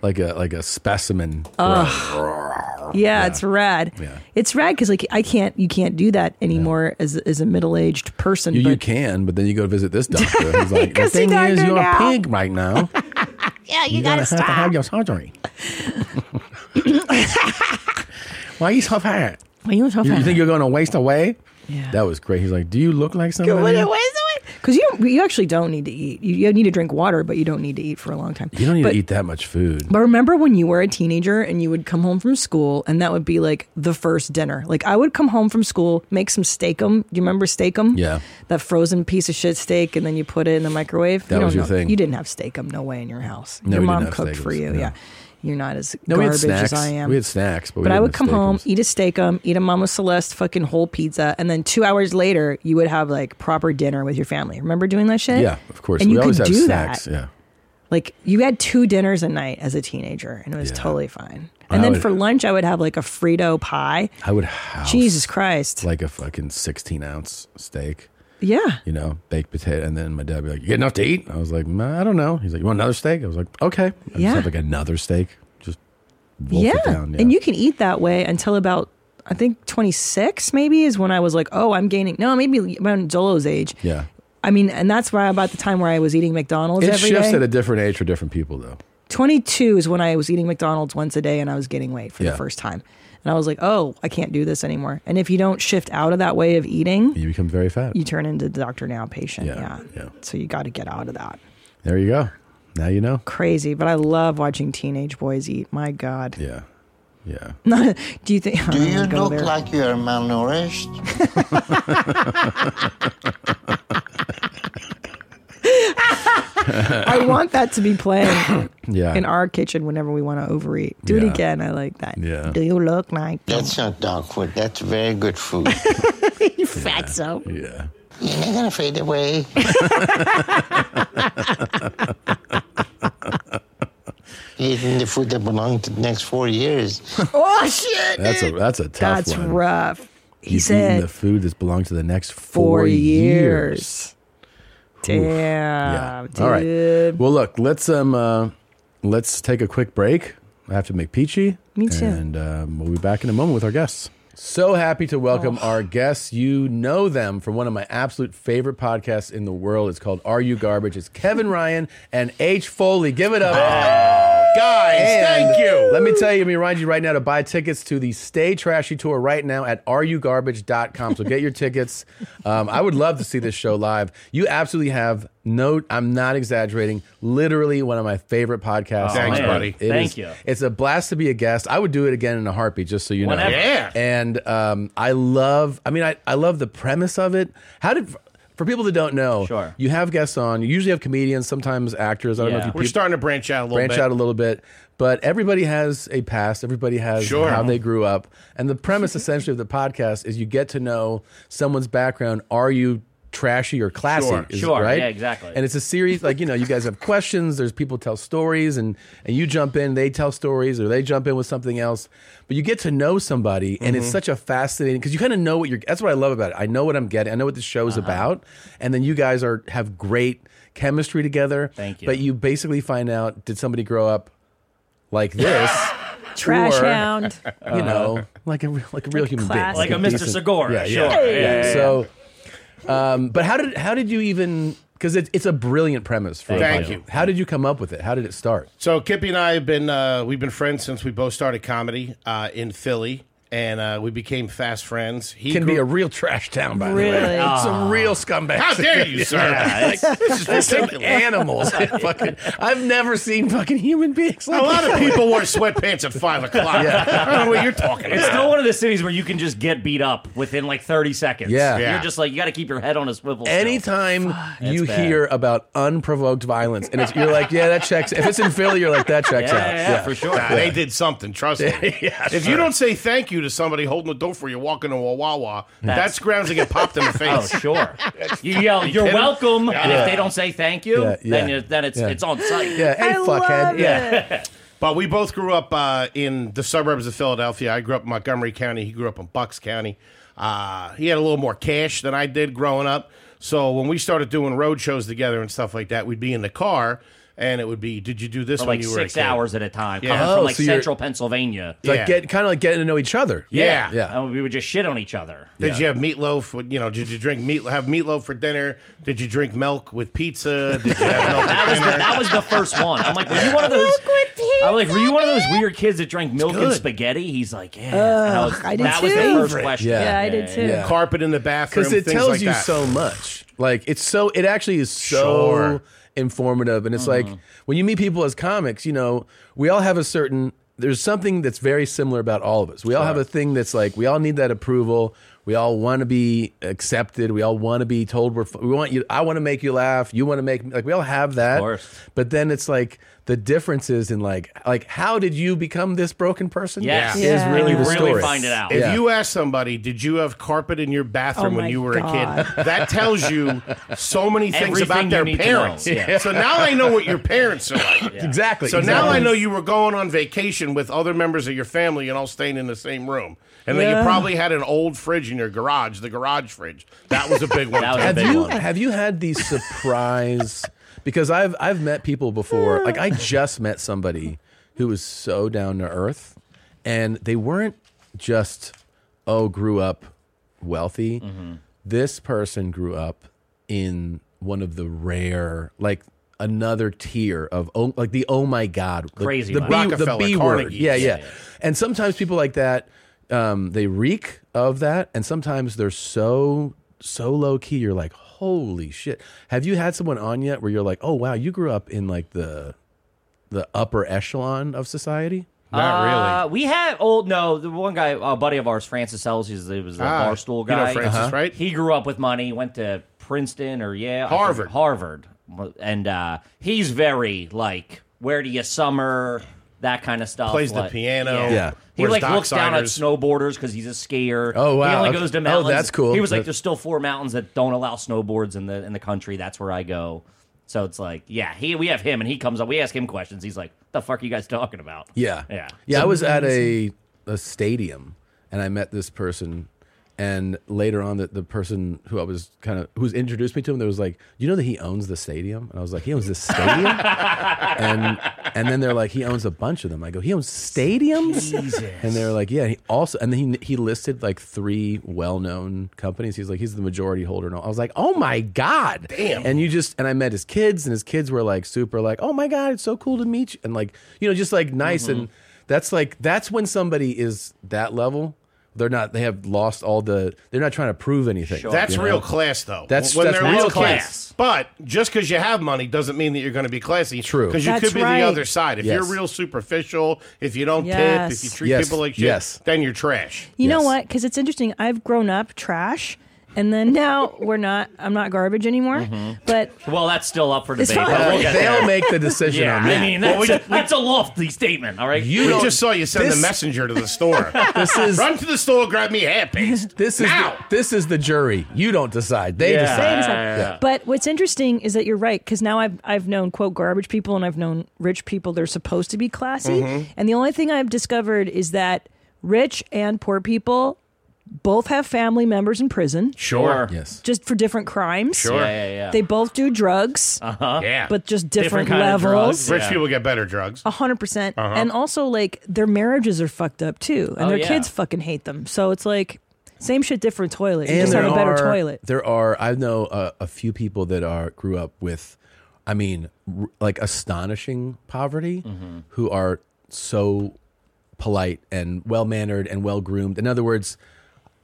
[SPEAKER 2] Like a like a specimen.
[SPEAKER 3] Ugh. Yeah, it's rad.
[SPEAKER 2] Yeah.
[SPEAKER 3] It's rad because like I can't, you can't do that anymore as as a middle aged person.
[SPEAKER 2] You,
[SPEAKER 3] but
[SPEAKER 2] you can, but then you go visit this doctor. He's like, the
[SPEAKER 3] Goes to
[SPEAKER 2] thing is,
[SPEAKER 3] doctor
[SPEAKER 2] you're
[SPEAKER 3] now."
[SPEAKER 2] a pig right now.
[SPEAKER 3] yeah,
[SPEAKER 2] you, gotta, have to have your surgery. Why are you so fat?
[SPEAKER 3] Why you so
[SPEAKER 2] You,
[SPEAKER 3] fat?
[SPEAKER 2] think you're gonna waste away?
[SPEAKER 3] Yeah.
[SPEAKER 2] That was great. He's like, "Do you look like somebody?"
[SPEAKER 3] Wait, wait, wait. because you you actually don't need to eat. You, you need to drink water, but you don't need to eat for a long time.
[SPEAKER 2] You don't need
[SPEAKER 3] But-
[SPEAKER 2] to eat that much food.
[SPEAKER 3] But remember when you were a teenager and you would come home from school and that would be like the first dinner. Like I would come home from school, make some steakum. Do you remember steakum?
[SPEAKER 2] Yeah.
[SPEAKER 3] That frozen piece of shit steak and then you put it in the microwave.
[SPEAKER 2] That
[SPEAKER 3] You
[SPEAKER 2] was
[SPEAKER 3] don't
[SPEAKER 2] your
[SPEAKER 3] know-
[SPEAKER 2] thing.
[SPEAKER 3] You didn't have steakum, no way in your house.
[SPEAKER 2] No,
[SPEAKER 3] your
[SPEAKER 2] we didn't
[SPEAKER 3] mom
[SPEAKER 2] have
[SPEAKER 3] cooked for
[SPEAKER 2] steakums,
[SPEAKER 3] you.
[SPEAKER 2] no.
[SPEAKER 3] Yeah. You're not as
[SPEAKER 2] No, we had
[SPEAKER 3] garbage as
[SPEAKER 2] snacks.
[SPEAKER 3] I am.
[SPEAKER 2] We had snacks, but we
[SPEAKER 3] but I
[SPEAKER 2] didn't
[SPEAKER 3] would come
[SPEAKER 2] have
[SPEAKER 3] home, eat a steakum, eat a Mama Celeste fucking whole pizza, and then two hours later you would have like proper dinner with your family. Remember doing that shit?
[SPEAKER 2] Yeah, of course.
[SPEAKER 3] And
[SPEAKER 2] we
[SPEAKER 3] you
[SPEAKER 2] always
[SPEAKER 3] could
[SPEAKER 2] have
[SPEAKER 3] do
[SPEAKER 2] snacks.
[SPEAKER 3] that.
[SPEAKER 2] Yeah.
[SPEAKER 3] Like you had two dinners a night as a teenager, and it was totally fine. And
[SPEAKER 2] I
[SPEAKER 3] then
[SPEAKER 2] would-
[SPEAKER 3] for lunch, I would have like a Frito pie.
[SPEAKER 2] I would house
[SPEAKER 3] Jesus Christ!
[SPEAKER 2] like a fucking sixteen ounce steak.
[SPEAKER 3] Yeah.
[SPEAKER 2] You know, baked potato, and then my dad would be like, "You get enough to eat?" I was like, "Mm, "I don't know." He's like, "You want another steak?" I was like, "Okay." I just
[SPEAKER 3] Yeah.
[SPEAKER 2] have like another steak, just wolf
[SPEAKER 3] Yeah.
[SPEAKER 2] it down. Yeah.
[SPEAKER 3] and you can eat that way until about I think twenty six maybe is when I was like, oh, I'm gaining. No, maybe around Zolo's age.
[SPEAKER 2] yeah.
[SPEAKER 3] I mean, and that's why about the time where I was eating McDonald's
[SPEAKER 2] It
[SPEAKER 3] every
[SPEAKER 2] shifts
[SPEAKER 3] day.
[SPEAKER 2] at a different age for different people, though.
[SPEAKER 3] 22 is when I was eating McDonald's once a day and I was getting weight for
[SPEAKER 2] Yeah.
[SPEAKER 3] the first time. And I was like, oh, I can't do this anymore. And if you don't shift out of that way of eating,
[SPEAKER 2] You become very fat.
[SPEAKER 3] you turn into the Dr. Now patient. Yeah. So you got to get out of that.
[SPEAKER 2] There you go. Now you know.
[SPEAKER 3] Crazy. But I love watching teenage boys eat. My God.
[SPEAKER 2] Yeah. Yeah.
[SPEAKER 3] do you think. I
[SPEAKER 12] Do
[SPEAKER 3] don't
[SPEAKER 12] you
[SPEAKER 3] wanna go
[SPEAKER 12] look
[SPEAKER 3] there.
[SPEAKER 12] like you are malnourished?
[SPEAKER 3] I want that to be playing
[SPEAKER 12] Yeah.
[SPEAKER 3] in our kitchen whenever we want to overeat. Do it
[SPEAKER 12] Yeah.
[SPEAKER 3] again. I like that.
[SPEAKER 12] Yeah.
[SPEAKER 3] Do you look like
[SPEAKER 12] That's not dog food. That's very good food.
[SPEAKER 3] you fatso?
[SPEAKER 2] Yeah.
[SPEAKER 12] You're not gonna fade away. Eating the food that belonged to the next four years.
[SPEAKER 3] oh, shit.
[SPEAKER 2] That's a that's a tough
[SPEAKER 3] That's
[SPEAKER 2] one.
[SPEAKER 3] rough. He
[SPEAKER 2] You've eaten
[SPEAKER 3] said
[SPEAKER 2] the food that belongs to the next
[SPEAKER 3] four
[SPEAKER 2] four, years.
[SPEAKER 3] Damn,
[SPEAKER 2] Oof. All right. Well, look. Let's um. Uh, let's take a quick break. I have to make peachy.
[SPEAKER 3] Me too.
[SPEAKER 2] And um, we'll be back in a moment with our guests. So happy to welcome our guests. You know them from one of my absolute favorite podcasts in the world. It's called Are You Garbage? It's Kevin Ryan and H. Foley. Give it up. Guys,
[SPEAKER 4] thank you.
[SPEAKER 2] Let me tell you, let me remind you right now to buy tickets to the Stay Trashy Tour right now at areyougarbage.com. So get your tickets. Um, I would love to see this show live. You absolutely have no, I'm not exaggerating, literally one of my favorite podcasts.
[SPEAKER 4] Thanks,
[SPEAKER 2] on earth.
[SPEAKER 4] buddy.
[SPEAKER 2] It
[SPEAKER 4] Thank
[SPEAKER 2] is-
[SPEAKER 4] you.
[SPEAKER 2] It's a blast to be a guest. I would do it again in a heartbeat, just so you know.
[SPEAKER 4] Whenever. Yeah.
[SPEAKER 2] And um, I love, I mean, I, I love the premise of it. How did, for people that don't know, sure. you have guests on, you usually have comedians, sometimes actors. I don't know if you
[SPEAKER 4] We're
[SPEAKER 2] peop-
[SPEAKER 4] starting to branch out a little
[SPEAKER 2] branch
[SPEAKER 4] bit.
[SPEAKER 2] out a little bit. But everybody has a past. Everybody has
[SPEAKER 4] Sure.
[SPEAKER 2] how they grew up. And the premise essentially of the podcast is you get to know someone's background. Are you trashy or classy?
[SPEAKER 14] Sure,
[SPEAKER 2] Is-
[SPEAKER 14] sure.
[SPEAKER 2] Right?
[SPEAKER 14] Yeah, exactly.
[SPEAKER 2] And it's a series like, you know, you guys have questions. There's people tell stories and, and you jump in, they tell stories or they jump in with something else. But you get to know somebody and it's
[SPEAKER 14] Mm-hmm.
[SPEAKER 4] Mhm.
[SPEAKER 2] such a fascinating because you kind of know what you're that's what I love about it. I know what I'm getting. I know what the show's
[SPEAKER 14] Uh-huh.
[SPEAKER 2] about. And then you guys are have great chemistry together.
[SPEAKER 14] Thank you.
[SPEAKER 2] But you basically find out did somebody grow up like this?
[SPEAKER 3] Trash
[SPEAKER 2] Or,
[SPEAKER 3] hound.
[SPEAKER 2] You know, like a real, like a real human
[SPEAKER 3] class.
[SPEAKER 2] being,
[SPEAKER 14] Uh-huh. Like a Mr. Segura,
[SPEAKER 2] Yeah,
[SPEAKER 14] sure.
[SPEAKER 2] yeah.
[SPEAKER 14] Hey.
[SPEAKER 2] yeah,
[SPEAKER 14] Yeah.
[SPEAKER 2] So, um, but how did how did you even? Because it, it's a brilliant premise. For a
[SPEAKER 4] Thank
[SPEAKER 2] podcast.
[SPEAKER 4] you.
[SPEAKER 2] How did you come up with it? How did it start?
[SPEAKER 4] So Kippy and I have been uh, we've been friends since we both started comedy uh, in Philly, and uh, we became fast friends. He
[SPEAKER 2] Can be
[SPEAKER 4] grew-
[SPEAKER 2] a real trash town, by the
[SPEAKER 4] Really?
[SPEAKER 2] way. Some
[SPEAKER 4] Aw.
[SPEAKER 2] real scumbags.
[SPEAKER 4] How dare you, sir?
[SPEAKER 2] Yeah,
[SPEAKER 4] Like,
[SPEAKER 2] it's-
[SPEAKER 4] this is
[SPEAKER 2] they're some
[SPEAKER 4] ridiculous.
[SPEAKER 2] animals. Fucking- I've never seen fucking human beings.
[SPEAKER 4] a lot of people wore sweatpants at five o'clock. I don't know what you're talking about.
[SPEAKER 14] It's still one of the cities where you can just get beat up within like 30 seconds.
[SPEAKER 2] Yeah. Yeah.
[SPEAKER 14] You're just like, you got to keep your head on a swivel. still.
[SPEAKER 2] Anytime you
[SPEAKER 14] bad.
[SPEAKER 2] hear about unprovoked violence, and it's, you're like, yeah, that checks. If it's in Philly, you're like, that checks out.
[SPEAKER 4] Nah, They did something. Trust me.
[SPEAKER 2] Yeah,
[SPEAKER 4] if
[SPEAKER 2] sure.
[SPEAKER 4] you don't say thank you to somebody holding the door for you walking to a Wawa,
[SPEAKER 14] That's-
[SPEAKER 4] that's, grounds to get popped in the face.
[SPEAKER 14] Oh, sure. You yell, "You're
[SPEAKER 4] kidding me?
[SPEAKER 14] welcome," and
[SPEAKER 4] Yeah.
[SPEAKER 14] if they don't say thank you,
[SPEAKER 4] Yeah, yeah.
[SPEAKER 14] then you, then it's
[SPEAKER 4] Yeah.
[SPEAKER 14] it's on site.
[SPEAKER 4] Yeah. but we both grew up uh, in the suburbs of Philadelphia. I grew up in Montgomery County. He grew up in Bucks County. Uh, he had a little more cash than I did growing up. So when we started doing road shows together and stuff like that, we'd be in the car and it would be, did you do this
[SPEAKER 14] for
[SPEAKER 4] when
[SPEAKER 14] like
[SPEAKER 4] you were a
[SPEAKER 14] six
[SPEAKER 4] kid?"
[SPEAKER 14] hours at a time,
[SPEAKER 4] Yeah.
[SPEAKER 14] coming
[SPEAKER 4] Oh,
[SPEAKER 14] from like
[SPEAKER 4] so you're-
[SPEAKER 14] central Pennsylvania.
[SPEAKER 2] It's Like get kind of like getting to know each other.
[SPEAKER 4] Yeah.
[SPEAKER 2] yeah.
[SPEAKER 14] And Oh, we would just shit on each other.
[SPEAKER 4] Did you have meatloaf? with- You know, did you drink meat? Have meatloaf for dinner? Did you drink milk with pizza? Did you have milk
[SPEAKER 14] That was the, that was the first one. I'm like, were you one of those? I'm like, were you one of those weird kids that drank milk and
[SPEAKER 4] good.
[SPEAKER 14] spaghetti? He's like, yeah.
[SPEAKER 4] Ugh,
[SPEAKER 14] And I was-
[SPEAKER 4] I did
[SPEAKER 14] that was the
[SPEAKER 4] too.
[SPEAKER 14] first
[SPEAKER 4] Favorite.
[SPEAKER 14] question.
[SPEAKER 4] Yeah. Yeah, I did too. Carpet in the bathroom,
[SPEAKER 2] because it
[SPEAKER 4] things
[SPEAKER 2] tells
[SPEAKER 4] like
[SPEAKER 2] you
[SPEAKER 4] that.
[SPEAKER 2] so much. Like it's so it actually is so
[SPEAKER 4] Sure. Mm-hmm.
[SPEAKER 2] informative, and it's like when you meet people as comics, you know, we all have a certain there's something that's very similar about all of us. We all have a thing that's like we all need that approval. We all want to be accepted. We all want to be told we're. fu- We want you. I want to make you laugh. You want to make like we all have that. But then it's like the differences in like like how did you become this broken person? is really the story.
[SPEAKER 4] If
[SPEAKER 2] Yeah.
[SPEAKER 4] you ask somebody, did you have carpet in your bathroom
[SPEAKER 2] Oh
[SPEAKER 4] when
[SPEAKER 2] my
[SPEAKER 4] you were a
[SPEAKER 2] God.
[SPEAKER 4] kid? That tells you so many things
[SPEAKER 14] Everything
[SPEAKER 4] about
[SPEAKER 14] you
[SPEAKER 4] their
[SPEAKER 14] need to
[SPEAKER 4] parents.
[SPEAKER 14] know. Yeah.
[SPEAKER 4] So now I know what your parents are like.
[SPEAKER 2] Yeah. Exactly,
[SPEAKER 4] So now
[SPEAKER 2] exactly.
[SPEAKER 4] I know you were going on vacation with other members of your family and all staying in the same room. And then
[SPEAKER 2] Yeah.
[SPEAKER 4] you probably had an old fridge in your garage, the garage fridge. That was a big one. too.
[SPEAKER 2] have you have you had the surprise? because I've I've met people
[SPEAKER 4] Hmm.
[SPEAKER 2] before. Like I just met somebody who was so down to earth, and they weren't just oh grew up wealthy.
[SPEAKER 4] Mm-hmm.
[SPEAKER 2] This person grew up in one of the rare like. Another tier of oh, like the oh my god, the-
[SPEAKER 14] Crazy
[SPEAKER 2] the,
[SPEAKER 14] money.
[SPEAKER 2] B, the
[SPEAKER 14] Rockefeller,
[SPEAKER 2] B word,
[SPEAKER 14] Carnegie.
[SPEAKER 2] yeah,
[SPEAKER 14] Yeah,
[SPEAKER 2] yeah,
[SPEAKER 14] yeah.
[SPEAKER 2] and sometimes people like that, um, they reek of that, and sometimes they're so so low key. You're like, holy shit! Have you had someone on yet where you're like, oh wow, you grew up in like the the upper echelon of society?
[SPEAKER 14] Uh, we had old no the one guy a buddy of ours Francis Ellis he's- he was a
[SPEAKER 4] Ah,
[SPEAKER 14] bar stool
[SPEAKER 4] you know
[SPEAKER 14] guy
[SPEAKER 4] Francis, Uh-huh. right?
[SPEAKER 14] he grew up with money went to Princeton or yeah I
[SPEAKER 4] Harvard.
[SPEAKER 14] forget- Harvard and uh, he's very like where do you summer that kind of stuff
[SPEAKER 4] Plays the
[SPEAKER 14] like-
[SPEAKER 4] piano,
[SPEAKER 14] yeah he
[SPEAKER 4] wears
[SPEAKER 14] like
[SPEAKER 4] Doc
[SPEAKER 14] looks down at
[SPEAKER 4] Siders.
[SPEAKER 14] snowboarders because he's a skier
[SPEAKER 2] Oh,
[SPEAKER 14] he
[SPEAKER 2] wow.
[SPEAKER 14] only
[SPEAKER 2] Okay.
[SPEAKER 14] goes to
[SPEAKER 2] Oh,
[SPEAKER 14] mountains
[SPEAKER 2] that's cool.
[SPEAKER 14] he was like
[SPEAKER 2] That-
[SPEAKER 14] there's still four mountains that don't allow snowboards in the in the country that's where I go. So it's like, yeah, he we have him and he comes up. We ask him questions. He's like, "The fuck are you guys talking about?"
[SPEAKER 2] Yeah.
[SPEAKER 14] Yeah.
[SPEAKER 2] Yeah. I was at a a stadium and I met this person. And later on, the, the person who I was kind of who's introduced me to him, there was like, you know that he owns the stadium, and I was like, he owns this stadium, and and then they're like, he owns a bunch of them. I go, he owns stadiums, and they're like, yeah. He also, and then he he listed like three well known companies. He's like, he's the majority holder, and all. I was like, oh my god,
[SPEAKER 4] Damn.
[SPEAKER 2] And you just and I met his kids, and his kids were like super like, oh my god, it's so cool to meet you, and like you know just like nice and
[SPEAKER 4] Mm-hmm.
[SPEAKER 2] that's like that's when somebody is that level. They're not. They have lost all the. They're not trying to prove anything.
[SPEAKER 4] That's
[SPEAKER 2] you know?
[SPEAKER 4] real class, though.
[SPEAKER 2] That's
[SPEAKER 4] when
[SPEAKER 2] that's
[SPEAKER 4] they're
[SPEAKER 2] real
[SPEAKER 4] real
[SPEAKER 2] class.
[SPEAKER 4] class. But just because you have money doesn't mean that you're going to be classy. True, because you
[SPEAKER 2] That's
[SPEAKER 4] could be
[SPEAKER 2] right.
[SPEAKER 4] the other side. If
[SPEAKER 2] Yes.
[SPEAKER 4] you're real superficial, if you don't tip, if you
[SPEAKER 3] Yes.
[SPEAKER 4] treat
[SPEAKER 2] Yes.
[SPEAKER 4] people like shit,
[SPEAKER 2] Yes.
[SPEAKER 4] then you're trash.
[SPEAKER 3] You know what? Because it's interesting. I've grown up trash, and then now we're not. I'm not garbage anymore.
[SPEAKER 2] Mm-hmm.
[SPEAKER 3] But
[SPEAKER 14] Well, that's still up for
[SPEAKER 3] It's
[SPEAKER 14] debate. but
[SPEAKER 3] fine.
[SPEAKER 14] we'll get
[SPEAKER 2] They'll
[SPEAKER 14] there.
[SPEAKER 2] make the decision
[SPEAKER 14] yeah,
[SPEAKER 2] on that.
[SPEAKER 14] I mean, that's,
[SPEAKER 2] Well, we-
[SPEAKER 14] a, that's a lofty statement. All right,
[SPEAKER 4] You we just saw you send the messenger to the store.
[SPEAKER 2] This is-
[SPEAKER 4] run to the store, grab me a hat paste.
[SPEAKER 2] This is
[SPEAKER 4] now.
[SPEAKER 2] the, this is the jury. You don't decide. They
[SPEAKER 4] Yeah.
[SPEAKER 2] decide.
[SPEAKER 4] They decide.
[SPEAKER 2] Yeah.
[SPEAKER 3] But what's interesting is that you're right because now I've I've known quote garbage people and I've known rich people. They're supposed to be classy,
[SPEAKER 1] Mhm.
[SPEAKER 3] and the only thing I've discovered is that rich and poor people both have family members in prison.
[SPEAKER 14] Sure. Yes.
[SPEAKER 3] Just for different crimes.
[SPEAKER 14] Sure. Yeah, yeah, yeah.
[SPEAKER 3] They both do drugs.
[SPEAKER 14] Uh huh.
[SPEAKER 4] Yeah.
[SPEAKER 3] But just different, levels.
[SPEAKER 4] Rich people get better drugs.
[SPEAKER 3] A hundred percent.
[SPEAKER 4] Uh-huh.
[SPEAKER 3] And also like their marriages are fucked up too. And
[SPEAKER 2] Oh,
[SPEAKER 3] their
[SPEAKER 2] yeah.
[SPEAKER 3] kids fucking hate them. So it's like same shit, different toilet. You just
[SPEAKER 2] there
[SPEAKER 3] have a better
[SPEAKER 2] are,
[SPEAKER 3] toilet.
[SPEAKER 2] There are. I know uh, a few people that are grew up with, I mean, r- like astonishing poverty,
[SPEAKER 14] Mm-hmm.
[SPEAKER 2] who are so polite and well mannered and well groomed. In other words,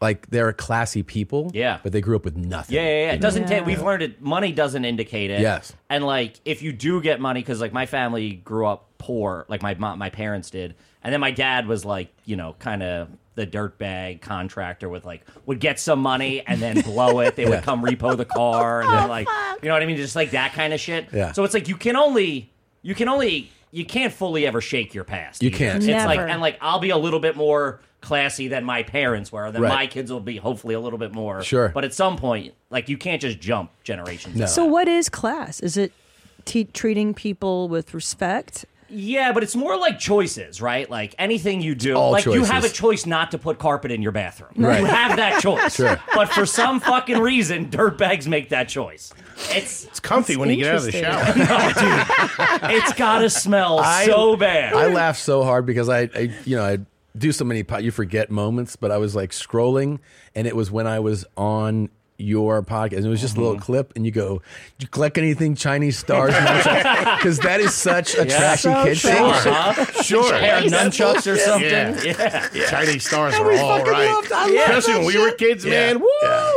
[SPEAKER 2] like they're classy people.
[SPEAKER 14] Yeah.
[SPEAKER 2] but they grew up with nothing.
[SPEAKER 14] Yeah, yeah, yeah. It doesn't.
[SPEAKER 2] Yeah.
[SPEAKER 14] ta- we've learned it. Money doesn't indicate it.
[SPEAKER 2] Yes.
[SPEAKER 14] And like, if you do get money, because like my family grew up poor, like my mom, my parents did, and then my dad was like, you know, kind of the dirtbag contractor with like would get some money and then blow it. They
[SPEAKER 2] Yeah.
[SPEAKER 14] would come repo the car and
[SPEAKER 2] Oh,
[SPEAKER 14] then like, you know what I mean, just like that kind of shit.
[SPEAKER 2] Yeah.
[SPEAKER 14] So it's like you can only you can only you can't fully ever shake your past.
[SPEAKER 2] You
[SPEAKER 14] either.
[SPEAKER 2] can't.
[SPEAKER 14] It's like
[SPEAKER 2] Never.
[SPEAKER 14] and like I'll be a little bit more classy than my parents were. Then
[SPEAKER 2] Right.
[SPEAKER 14] my kids will be hopefully a little bit more.
[SPEAKER 2] Sure.
[SPEAKER 14] But at some point, like you can't just jump generations.
[SPEAKER 3] So what is class? Is it te- treating people with respect?
[SPEAKER 14] yeah, but it's more like choices, right? Like anything you do,
[SPEAKER 2] All
[SPEAKER 14] like you have a
[SPEAKER 2] choices.
[SPEAKER 14] choice not to put carpet in your bathroom.
[SPEAKER 2] Right.
[SPEAKER 14] You have that choice.
[SPEAKER 2] Sure.
[SPEAKER 14] But for some fucking reason, dirtbags make that choice. It's it's
[SPEAKER 4] comfy when you get out of the shower.
[SPEAKER 14] it's gotta smell
[SPEAKER 2] I-
[SPEAKER 14] so bad.
[SPEAKER 2] I laughed so hard because I, I you know, I do so many po- you forget moments, but I was like scrolling, and it was when I was on your podcast. And it was just a little clip, and you go, Did you collect anything Chinese stars? Because that is such a
[SPEAKER 4] Yeah.
[SPEAKER 2] trashy kid
[SPEAKER 4] Sure,
[SPEAKER 2] thing.
[SPEAKER 4] huh? Sure.
[SPEAKER 2] A pair of nunchucks or something.
[SPEAKER 4] Yeah. Chinese stars
[SPEAKER 2] That
[SPEAKER 4] were
[SPEAKER 2] we
[SPEAKER 4] all
[SPEAKER 2] fucking
[SPEAKER 4] right.
[SPEAKER 2] loved. I loved
[SPEAKER 4] Especially
[SPEAKER 2] that
[SPEAKER 4] when we were
[SPEAKER 2] shit.
[SPEAKER 4] kids,
[SPEAKER 2] Yeah.
[SPEAKER 4] man. Woo!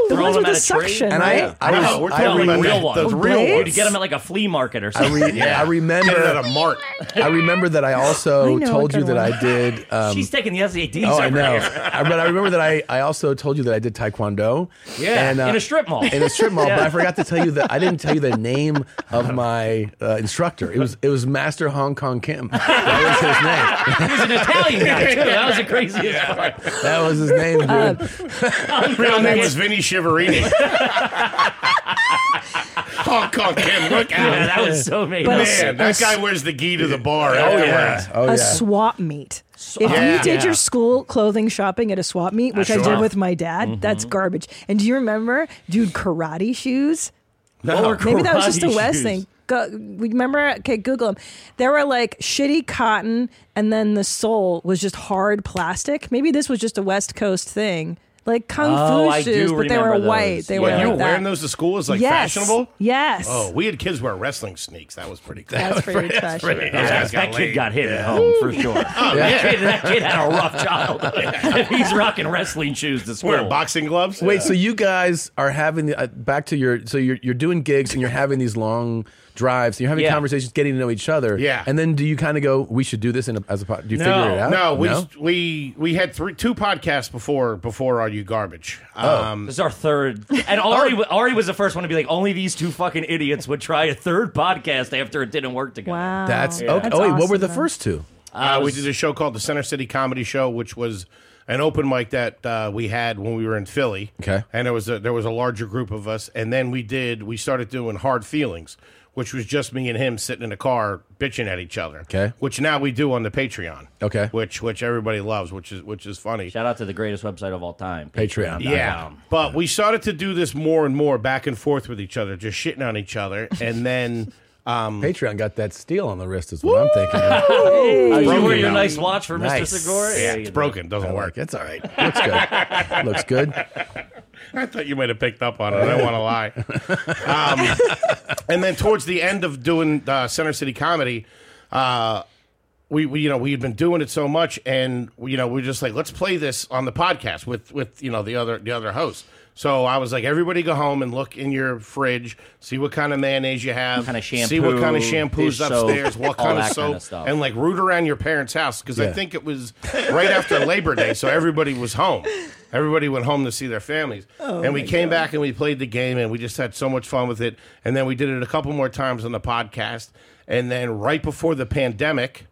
[SPEAKER 2] The
[SPEAKER 14] Throw
[SPEAKER 2] ones
[SPEAKER 14] them
[SPEAKER 2] with
[SPEAKER 14] at
[SPEAKER 2] the
[SPEAKER 14] a tree.
[SPEAKER 2] suction, And I- right? I
[SPEAKER 14] no,
[SPEAKER 2] was-
[SPEAKER 14] we're
[SPEAKER 2] I
[SPEAKER 14] talking about
[SPEAKER 2] remember-
[SPEAKER 14] real ones.
[SPEAKER 2] those real
[SPEAKER 14] You'd
[SPEAKER 2] ones.
[SPEAKER 14] get them at like a flea market or
[SPEAKER 2] I,
[SPEAKER 14] something.
[SPEAKER 2] re- I remember
[SPEAKER 4] Get it at a mart.
[SPEAKER 2] I remember that I also
[SPEAKER 14] I know
[SPEAKER 2] told
[SPEAKER 14] what
[SPEAKER 2] you that
[SPEAKER 14] kind
[SPEAKER 2] I did. Um,
[SPEAKER 14] She's taking the SATs
[SPEAKER 2] oh,
[SPEAKER 14] over
[SPEAKER 2] I know.
[SPEAKER 14] here.
[SPEAKER 2] I- but I remember that I, I also told you that I did taekwondo. uh,
[SPEAKER 14] Yeah, in a strip mall.
[SPEAKER 2] In a strip mall, but
[SPEAKER 14] Yeah. Oh.
[SPEAKER 2] I forgot to tell you that I didn't tell you the name of my uh, instructor. It was it was Master Hong Kong Kim. That was his name.
[SPEAKER 14] He was an Italian guy, too. That was the craziest part.
[SPEAKER 2] That was his name, dude.
[SPEAKER 4] Real name was Vinny Shiverini. Hong Kong Kim, look out.
[SPEAKER 14] Yeah, that was so amazing. But a s-
[SPEAKER 4] Man, that
[SPEAKER 14] a s-
[SPEAKER 4] guy wears the gi to the bar.
[SPEAKER 14] Yeah.
[SPEAKER 4] afterwards.
[SPEAKER 3] a swap meet. If
[SPEAKER 4] Yeah.
[SPEAKER 3] you did
[SPEAKER 4] Yeah.
[SPEAKER 3] your school clothing shopping at a swap meet, which I
[SPEAKER 4] Sure. Mm-hmm.
[SPEAKER 3] did with my dad, that's garbage. And do you remember, dude, karate shoes?
[SPEAKER 4] No. What were
[SPEAKER 3] Maybe that was just a
[SPEAKER 4] karate
[SPEAKER 3] West
[SPEAKER 4] shoes?
[SPEAKER 3] thing. Go, we remember, okay, Google them. There were like shitty cotton, and then the sole was just hard plastic. Maybe this was just a West Coast thing. Like kung
[SPEAKER 4] Oh,
[SPEAKER 3] fu
[SPEAKER 4] I do
[SPEAKER 3] shoes, but they were
[SPEAKER 4] remember
[SPEAKER 3] white.
[SPEAKER 4] those.
[SPEAKER 3] They
[SPEAKER 4] Yeah.
[SPEAKER 3] were
[SPEAKER 4] What, you
[SPEAKER 3] like
[SPEAKER 4] were
[SPEAKER 3] that.
[SPEAKER 4] wearing those to school as like
[SPEAKER 3] Yes.
[SPEAKER 4] fashionable.
[SPEAKER 3] Yes.
[SPEAKER 4] Oh, we had kids wear wrestling sneaks. That was pretty.
[SPEAKER 3] That's pretty trashy.
[SPEAKER 4] pretty-
[SPEAKER 14] Those
[SPEAKER 4] yeah,
[SPEAKER 14] guys
[SPEAKER 4] that
[SPEAKER 14] got
[SPEAKER 4] kid
[SPEAKER 14] laid.
[SPEAKER 4] got hit
[SPEAKER 14] Yeah.
[SPEAKER 4] at home for
[SPEAKER 14] Sure.
[SPEAKER 4] sure.
[SPEAKER 14] Oh, that, kid, that kid had a rough childhood. He's rocking wrestling shoes to school.
[SPEAKER 4] Wearing boxing gloves.
[SPEAKER 2] Wait, so you guys are having the, uh, back to your so you're you're doing gigs and you're having these long drives and you're having
[SPEAKER 4] Yeah.
[SPEAKER 2] conversations, getting to know each other.
[SPEAKER 4] Yeah.
[SPEAKER 2] and then do you kind of go, we should do this in a, as a pod? Do you figure it out?
[SPEAKER 4] No, we we we had three two podcasts before before Are You Garbage? Um,
[SPEAKER 14] this is our third, and Ari,
[SPEAKER 3] Oh.
[SPEAKER 14] Ari was the first one to be like, "Only these two fucking idiots would try a third podcast after it didn't work together." Wow,
[SPEAKER 2] that's okay. oh, wait, what were the first two?
[SPEAKER 4] Uh, we did a show called the Center City Comedy Show, which was an open mic that uh, we had when we were in Philly.
[SPEAKER 2] Okay.
[SPEAKER 4] and there was a, there was a larger group of us, and then we did we started doing Hard Feelings, which was just me and him sitting in a car bitching at each other.
[SPEAKER 2] Okay.
[SPEAKER 4] which now we do on the Patreon.
[SPEAKER 2] Okay.
[SPEAKER 4] which which everybody loves, which is which is funny.
[SPEAKER 14] Shout out to the greatest website of all time,
[SPEAKER 2] Patreon.
[SPEAKER 4] Yeah. But we started to do this more and more back and forth with each other, just shitting on each other. And then. Um,
[SPEAKER 2] Patreon got that steel on the wrist, is what I'm thinking. of.
[SPEAKER 14] Oh, you
[SPEAKER 4] Broken
[SPEAKER 14] wear your
[SPEAKER 4] now.
[SPEAKER 14] nice watch for
[SPEAKER 2] Nice.
[SPEAKER 14] Mr. Segura.
[SPEAKER 4] Yeah, it's broken. Doesn't work.
[SPEAKER 2] It's all right. Looks good. Looks good.
[SPEAKER 4] I thought you might have picked up on it. I don't want to lie. Um, and then towards the end of doing uh, Center City Comedy, uh, we, we you know we had been doing it so much, and you know we are just like let's play this on the podcast with with you know the other the other hosts. So I was like, everybody go home and look in your fridge, see what kind of mayonnaise you have,
[SPEAKER 14] What kind of
[SPEAKER 4] see what kind of
[SPEAKER 14] shampoo,
[SPEAKER 4] shampoos
[SPEAKER 14] dish soap,
[SPEAKER 4] upstairs, what
[SPEAKER 14] all
[SPEAKER 4] kind of
[SPEAKER 14] that
[SPEAKER 4] soap,
[SPEAKER 14] kind of stuff.
[SPEAKER 4] and like root around your parents' house because I
[SPEAKER 14] Yeah.
[SPEAKER 4] think it was right after Labor Day, so everybody was home. Everybody went home to see their families,
[SPEAKER 14] Oh,
[SPEAKER 4] and we
[SPEAKER 14] my
[SPEAKER 4] came back and we played the game, and we just had so much fun with it. And then we did it a couple more times on the podcast, and then right before the pandemic,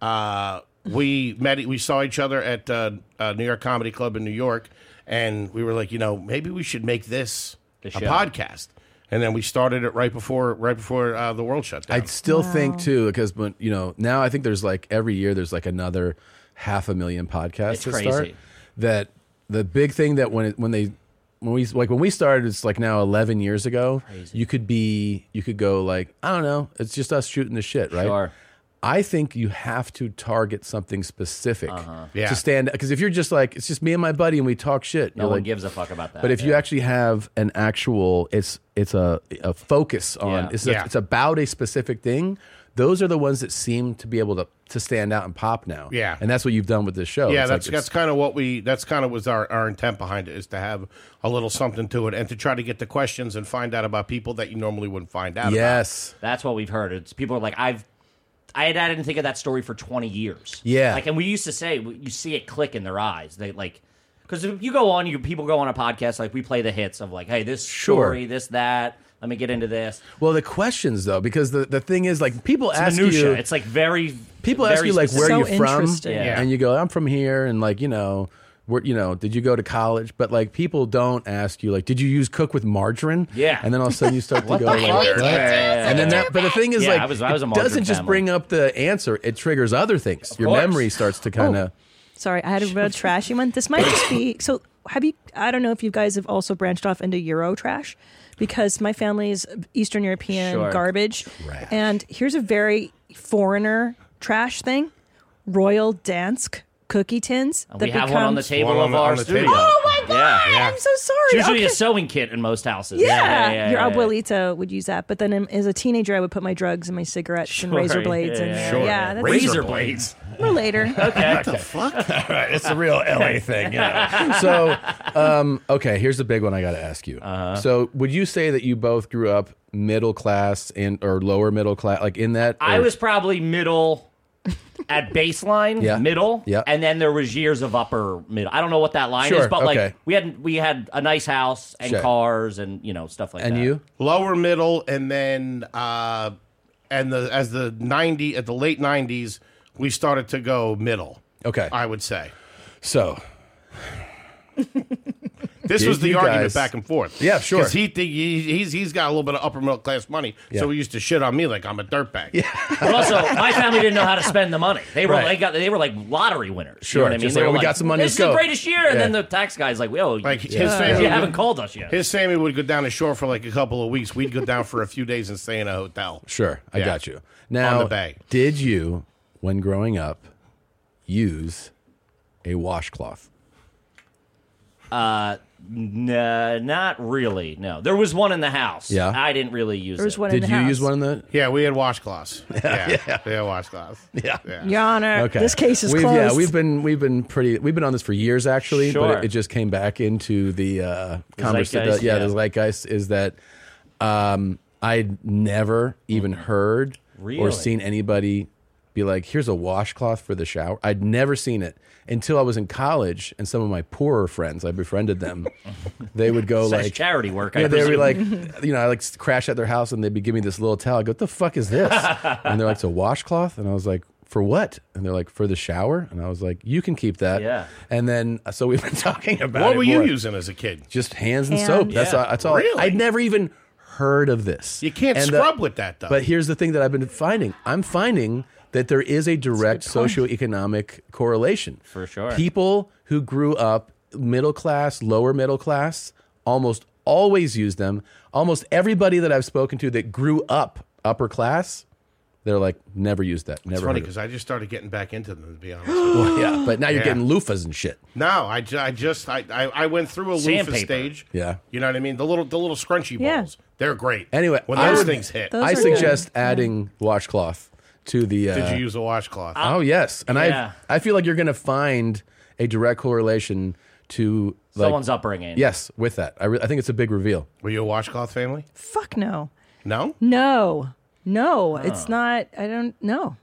[SPEAKER 4] uh, we met, we saw each other at uh, uh, New York Comedy Club in New York, and we were like, you know, maybe we should make this a
[SPEAKER 14] show.
[SPEAKER 4] podcast. And then we started it right before right before uh, the world shut down.
[SPEAKER 2] I still think too because when you know now I think there's like every year there's like another half a million podcasts
[SPEAKER 14] It's
[SPEAKER 2] that
[SPEAKER 14] crazy.
[SPEAKER 2] start. That the big thing that when it, when they when we like when we started it's like now 11 years ago you could be you could go like I don't know it's just us shooting the shit right.
[SPEAKER 14] Sure.
[SPEAKER 2] I think you have to target something specific
[SPEAKER 14] Yeah.
[SPEAKER 2] to stand because if you're just like it's just me and my buddy and we talk shit,
[SPEAKER 14] No
[SPEAKER 2] you're
[SPEAKER 14] one
[SPEAKER 2] like,
[SPEAKER 14] gives a fuck about that.
[SPEAKER 2] but if you actually have an actual, it's it's a, a focus on
[SPEAKER 14] Yeah.
[SPEAKER 2] it's,
[SPEAKER 14] Yeah.
[SPEAKER 2] A, it's about a specific thing. Those are the ones that seem to be able to to stand out and pop now.
[SPEAKER 4] Yeah.
[SPEAKER 2] and that's what you've done with this show.
[SPEAKER 4] Yeah,
[SPEAKER 2] It's
[SPEAKER 4] that's
[SPEAKER 2] like
[SPEAKER 4] that's
[SPEAKER 2] it's-
[SPEAKER 4] kind of what we that's kind of was our, our intent behind it is to have a little something to it and to try to get the questions and find out about people that you normally wouldn't find out.
[SPEAKER 2] Yes.
[SPEAKER 14] that's what we've heard. It's people are like, I've. I, had, I didn't think of that story for 20 years.
[SPEAKER 2] Yeah.
[SPEAKER 14] Like, and we used to say, w- you see it click in their eyes. They like, because if you go on, you people go on a podcast, like, we play the hits of, like, hey, this
[SPEAKER 2] Sure.
[SPEAKER 14] story, this, that. Let me get into this.
[SPEAKER 2] well the questions though because the the thing is like people
[SPEAKER 14] It's
[SPEAKER 2] ask
[SPEAKER 14] minutia.
[SPEAKER 2] you
[SPEAKER 14] It's like very.
[SPEAKER 2] people ask
[SPEAKER 14] very
[SPEAKER 2] you like where
[SPEAKER 14] specific.
[SPEAKER 2] are you from
[SPEAKER 14] Yeah.
[SPEAKER 2] and you go i'm from here and like you know where you know did you go to college but like people don't ask you like did you use cook with margarine
[SPEAKER 14] Yeah.
[SPEAKER 2] and then all of a sudden you start to
[SPEAKER 14] What
[SPEAKER 2] go like
[SPEAKER 14] the fuck?
[SPEAKER 2] what?
[SPEAKER 14] Yeah.
[SPEAKER 2] and then that but the thing is
[SPEAKER 14] Yeah,
[SPEAKER 2] like
[SPEAKER 14] I was- I was a
[SPEAKER 2] it
[SPEAKER 14] margarine
[SPEAKER 2] doesn't just
[SPEAKER 14] family.
[SPEAKER 2] bring up the answer it triggers other things your
[SPEAKER 3] course.
[SPEAKER 2] memory starts to kind
[SPEAKER 14] Oh.
[SPEAKER 2] of
[SPEAKER 3] Sorry, I had a real trashy one. This might just be so. Have you? I don't know if you guys have also branched off into Euro trash because my family is Eastern European
[SPEAKER 1] Sure.
[SPEAKER 3] garbage. And here's a very foreigner trash thing: Royal Dansk cookie tins.
[SPEAKER 14] We have one on the
[SPEAKER 3] becomes-
[SPEAKER 14] table of our studio.
[SPEAKER 3] Oh my come on. I'm so sorry.
[SPEAKER 14] It's usually a
[SPEAKER 3] Okay.
[SPEAKER 14] sewing kit in most houses.
[SPEAKER 3] Yeah, your
[SPEAKER 14] yeah.
[SPEAKER 3] abuelita would use that. But then um, as a teenager, I would put my drugs and my cigarettes and
[SPEAKER 14] Sure,
[SPEAKER 3] razor blades in there.
[SPEAKER 14] Sure.
[SPEAKER 3] Yeah, that's
[SPEAKER 14] razor blades.
[SPEAKER 3] Or later.
[SPEAKER 14] Okay.
[SPEAKER 2] What the
[SPEAKER 14] fuck?
[SPEAKER 2] All right, it's a real LA thing. You know? so, um, okay, here's the big one I got to ask you.
[SPEAKER 4] Uh-huh.
[SPEAKER 2] So, would you say that you both grew up middle class and or lower middle class, like in that?
[SPEAKER 14] I
[SPEAKER 2] or-
[SPEAKER 14] was probably middle at baseline,
[SPEAKER 2] Yeah.
[SPEAKER 14] middle,
[SPEAKER 2] Yeah.
[SPEAKER 14] and then there was years of upper middle. I don't know what that line
[SPEAKER 2] Sure,
[SPEAKER 14] is, but
[SPEAKER 2] okay.
[SPEAKER 14] like we had we had a nice house and
[SPEAKER 2] Sure.
[SPEAKER 14] cars and you know stuff like that.
[SPEAKER 4] Lower middle, and then uh, and the as the ninety at the late nineties, we started to go middle.
[SPEAKER 2] Okay,
[SPEAKER 4] I would say.
[SPEAKER 2] So
[SPEAKER 4] This
[SPEAKER 2] Did
[SPEAKER 4] was the
[SPEAKER 2] you
[SPEAKER 4] argument
[SPEAKER 2] guys-
[SPEAKER 4] back and forth.
[SPEAKER 2] Yeah, sure.
[SPEAKER 4] Because he, think he he's he's got a little bit of upper middle class money,
[SPEAKER 2] Yeah.
[SPEAKER 4] so he used to shit on me like I'm a dirtbag. Yeah.
[SPEAKER 14] But also, my family didn't know how to spend the money. They were
[SPEAKER 4] Right.
[SPEAKER 14] they got they were like lottery winners.
[SPEAKER 4] Sure,
[SPEAKER 14] you know what I mean?
[SPEAKER 4] just
[SPEAKER 14] They
[SPEAKER 4] like,
[SPEAKER 14] were
[SPEAKER 4] "We got some money,
[SPEAKER 14] This
[SPEAKER 4] let's
[SPEAKER 14] is
[SPEAKER 4] go."
[SPEAKER 14] the greatest year, and
[SPEAKER 4] Yeah.
[SPEAKER 14] then the tax guy's like, "Yo,
[SPEAKER 4] Like
[SPEAKER 14] you,
[SPEAKER 4] his family
[SPEAKER 14] you
[SPEAKER 4] would-
[SPEAKER 14] haven't called us yet."
[SPEAKER 4] His family would go down to shore for like a couple of weeks. We'd go down for a few days and stay in a hotel.
[SPEAKER 2] sure, I
[SPEAKER 4] Yeah.
[SPEAKER 2] got you.
[SPEAKER 4] On
[SPEAKER 2] Now,
[SPEAKER 4] the bag.
[SPEAKER 2] did you, when growing up, use a washcloth?
[SPEAKER 14] Uh, no, not really. No, there was one in the house.
[SPEAKER 2] Yeah.
[SPEAKER 14] I didn't really use.
[SPEAKER 3] There was
[SPEAKER 14] it.
[SPEAKER 3] one in Did the you house. use one
[SPEAKER 2] in the?
[SPEAKER 4] Yeah, we had washcloths. Yeah,
[SPEAKER 2] yeah.
[SPEAKER 4] we had washcloths.
[SPEAKER 2] Yeah.
[SPEAKER 3] Your Honor, this case is
[SPEAKER 2] we've,
[SPEAKER 3] closed.
[SPEAKER 2] Yeah, we've been we've been pretty we've been on this for years actually,
[SPEAKER 14] Sure.
[SPEAKER 2] but it, it just came back into the uh,
[SPEAKER 14] The
[SPEAKER 2] conversation.
[SPEAKER 14] zeitgeist,
[SPEAKER 2] yeah,
[SPEAKER 14] yeah.
[SPEAKER 2] the zeitgeist is that um, I'd never even heard or
[SPEAKER 14] Really?
[SPEAKER 2] seen anybody be like, "Here's a washcloth for the shower." I'd never seen it until I was in college, and some of my poorer friends, I befriended them. they would go
[SPEAKER 14] Such
[SPEAKER 2] like
[SPEAKER 14] charity work, I
[SPEAKER 2] Yeah, they were like,
[SPEAKER 14] presume.
[SPEAKER 2] you know, I like crash at their house and they'd be giving me this little towel. I go, what the fuck is this? and they're like, it's a washcloth. And I was like, for what? And they're like, for the shower. And I was like, you can keep that.
[SPEAKER 4] Yeah.
[SPEAKER 2] And then, uh, so we've been talking about
[SPEAKER 4] what
[SPEAKER 2] it
[SPEAKER 4] were you
[SPEAKER 2] more.
[SPEAKER 4] using as a kid?
[SPEAKER 2] Just hands and
[SPEAKER 4] Hands.
[SPEAKER 2] soap. That's
[SPEAKER 4] Yeah.
[SPEAKER 2] all. That's all.
[SPEAKER 4] Really?
[SPEAKER 2] I'd never even heard of this. You
[SPEAKER 4] can't scrub with that, though.
[SPEAKER 2] But here's the thing that I've been finding. I'm finding that there is a direct socioeconomic correlation.
[SPEAKER 14] For sure.
[SPEAKER 2] People who grew up middle class, lower middle class, almost always use them. Almost everybody that I've spoken to that grew up upper class, they're like, never used that. Never
[SPEAKER 4] It's funny
[SPEAKER 2] heard of
[SPEAKER 4] because I just started getting back into them, to be honest.
[SPEAKER 2] it. Well, yeah, but now you're
[SPEAKER 4] Yeah.
[SPEAKER 2] getting loofahs and shit.
[SPEAKER 4] No, I, ju- I just I, I, I went through a loofah
[SPEAKER 2] Sandpaper.
[SPEAKER 4] stage.
[SPEAKER 2] Yeah.
[SPEAKER 4] You know what I mean? The little the little scrunchy
[SPEAKER 2] Yeah.
[SPEAKER 4] balls. They're great.
[SPEAKER 2] Anyway,
[SPEAKER 4] when
[SPEAKER 2] I
[SPEAKER 4] those
[SPEAKER 2] would-
[SPEAKER 4] things hit,
[SPEAKER 2] I suggest adding washcloth to the. Uh,
[SPEAKER 4] Did you use a washcloth?
[SPEAKER 2] oh yes, and
[SPEAKER 4] Uh, Yeah.
[SPEAKER 2] I I feel like you're going to find a direct correlation to like,
[SPEAKER 14] Someone's upbringing.
[SPEAKER 2] Yes, with that, I, re- I think it's a big reveal.
[SPEAKER 4] Were you a washcloth family?
[SPEAKER 3] Fuck no.
[SPEAKER 4] No.
[SPEAKER 3] No. No. It's
[SPEAKER 2] Huh.
[SPEAKER 3] not. I don't know.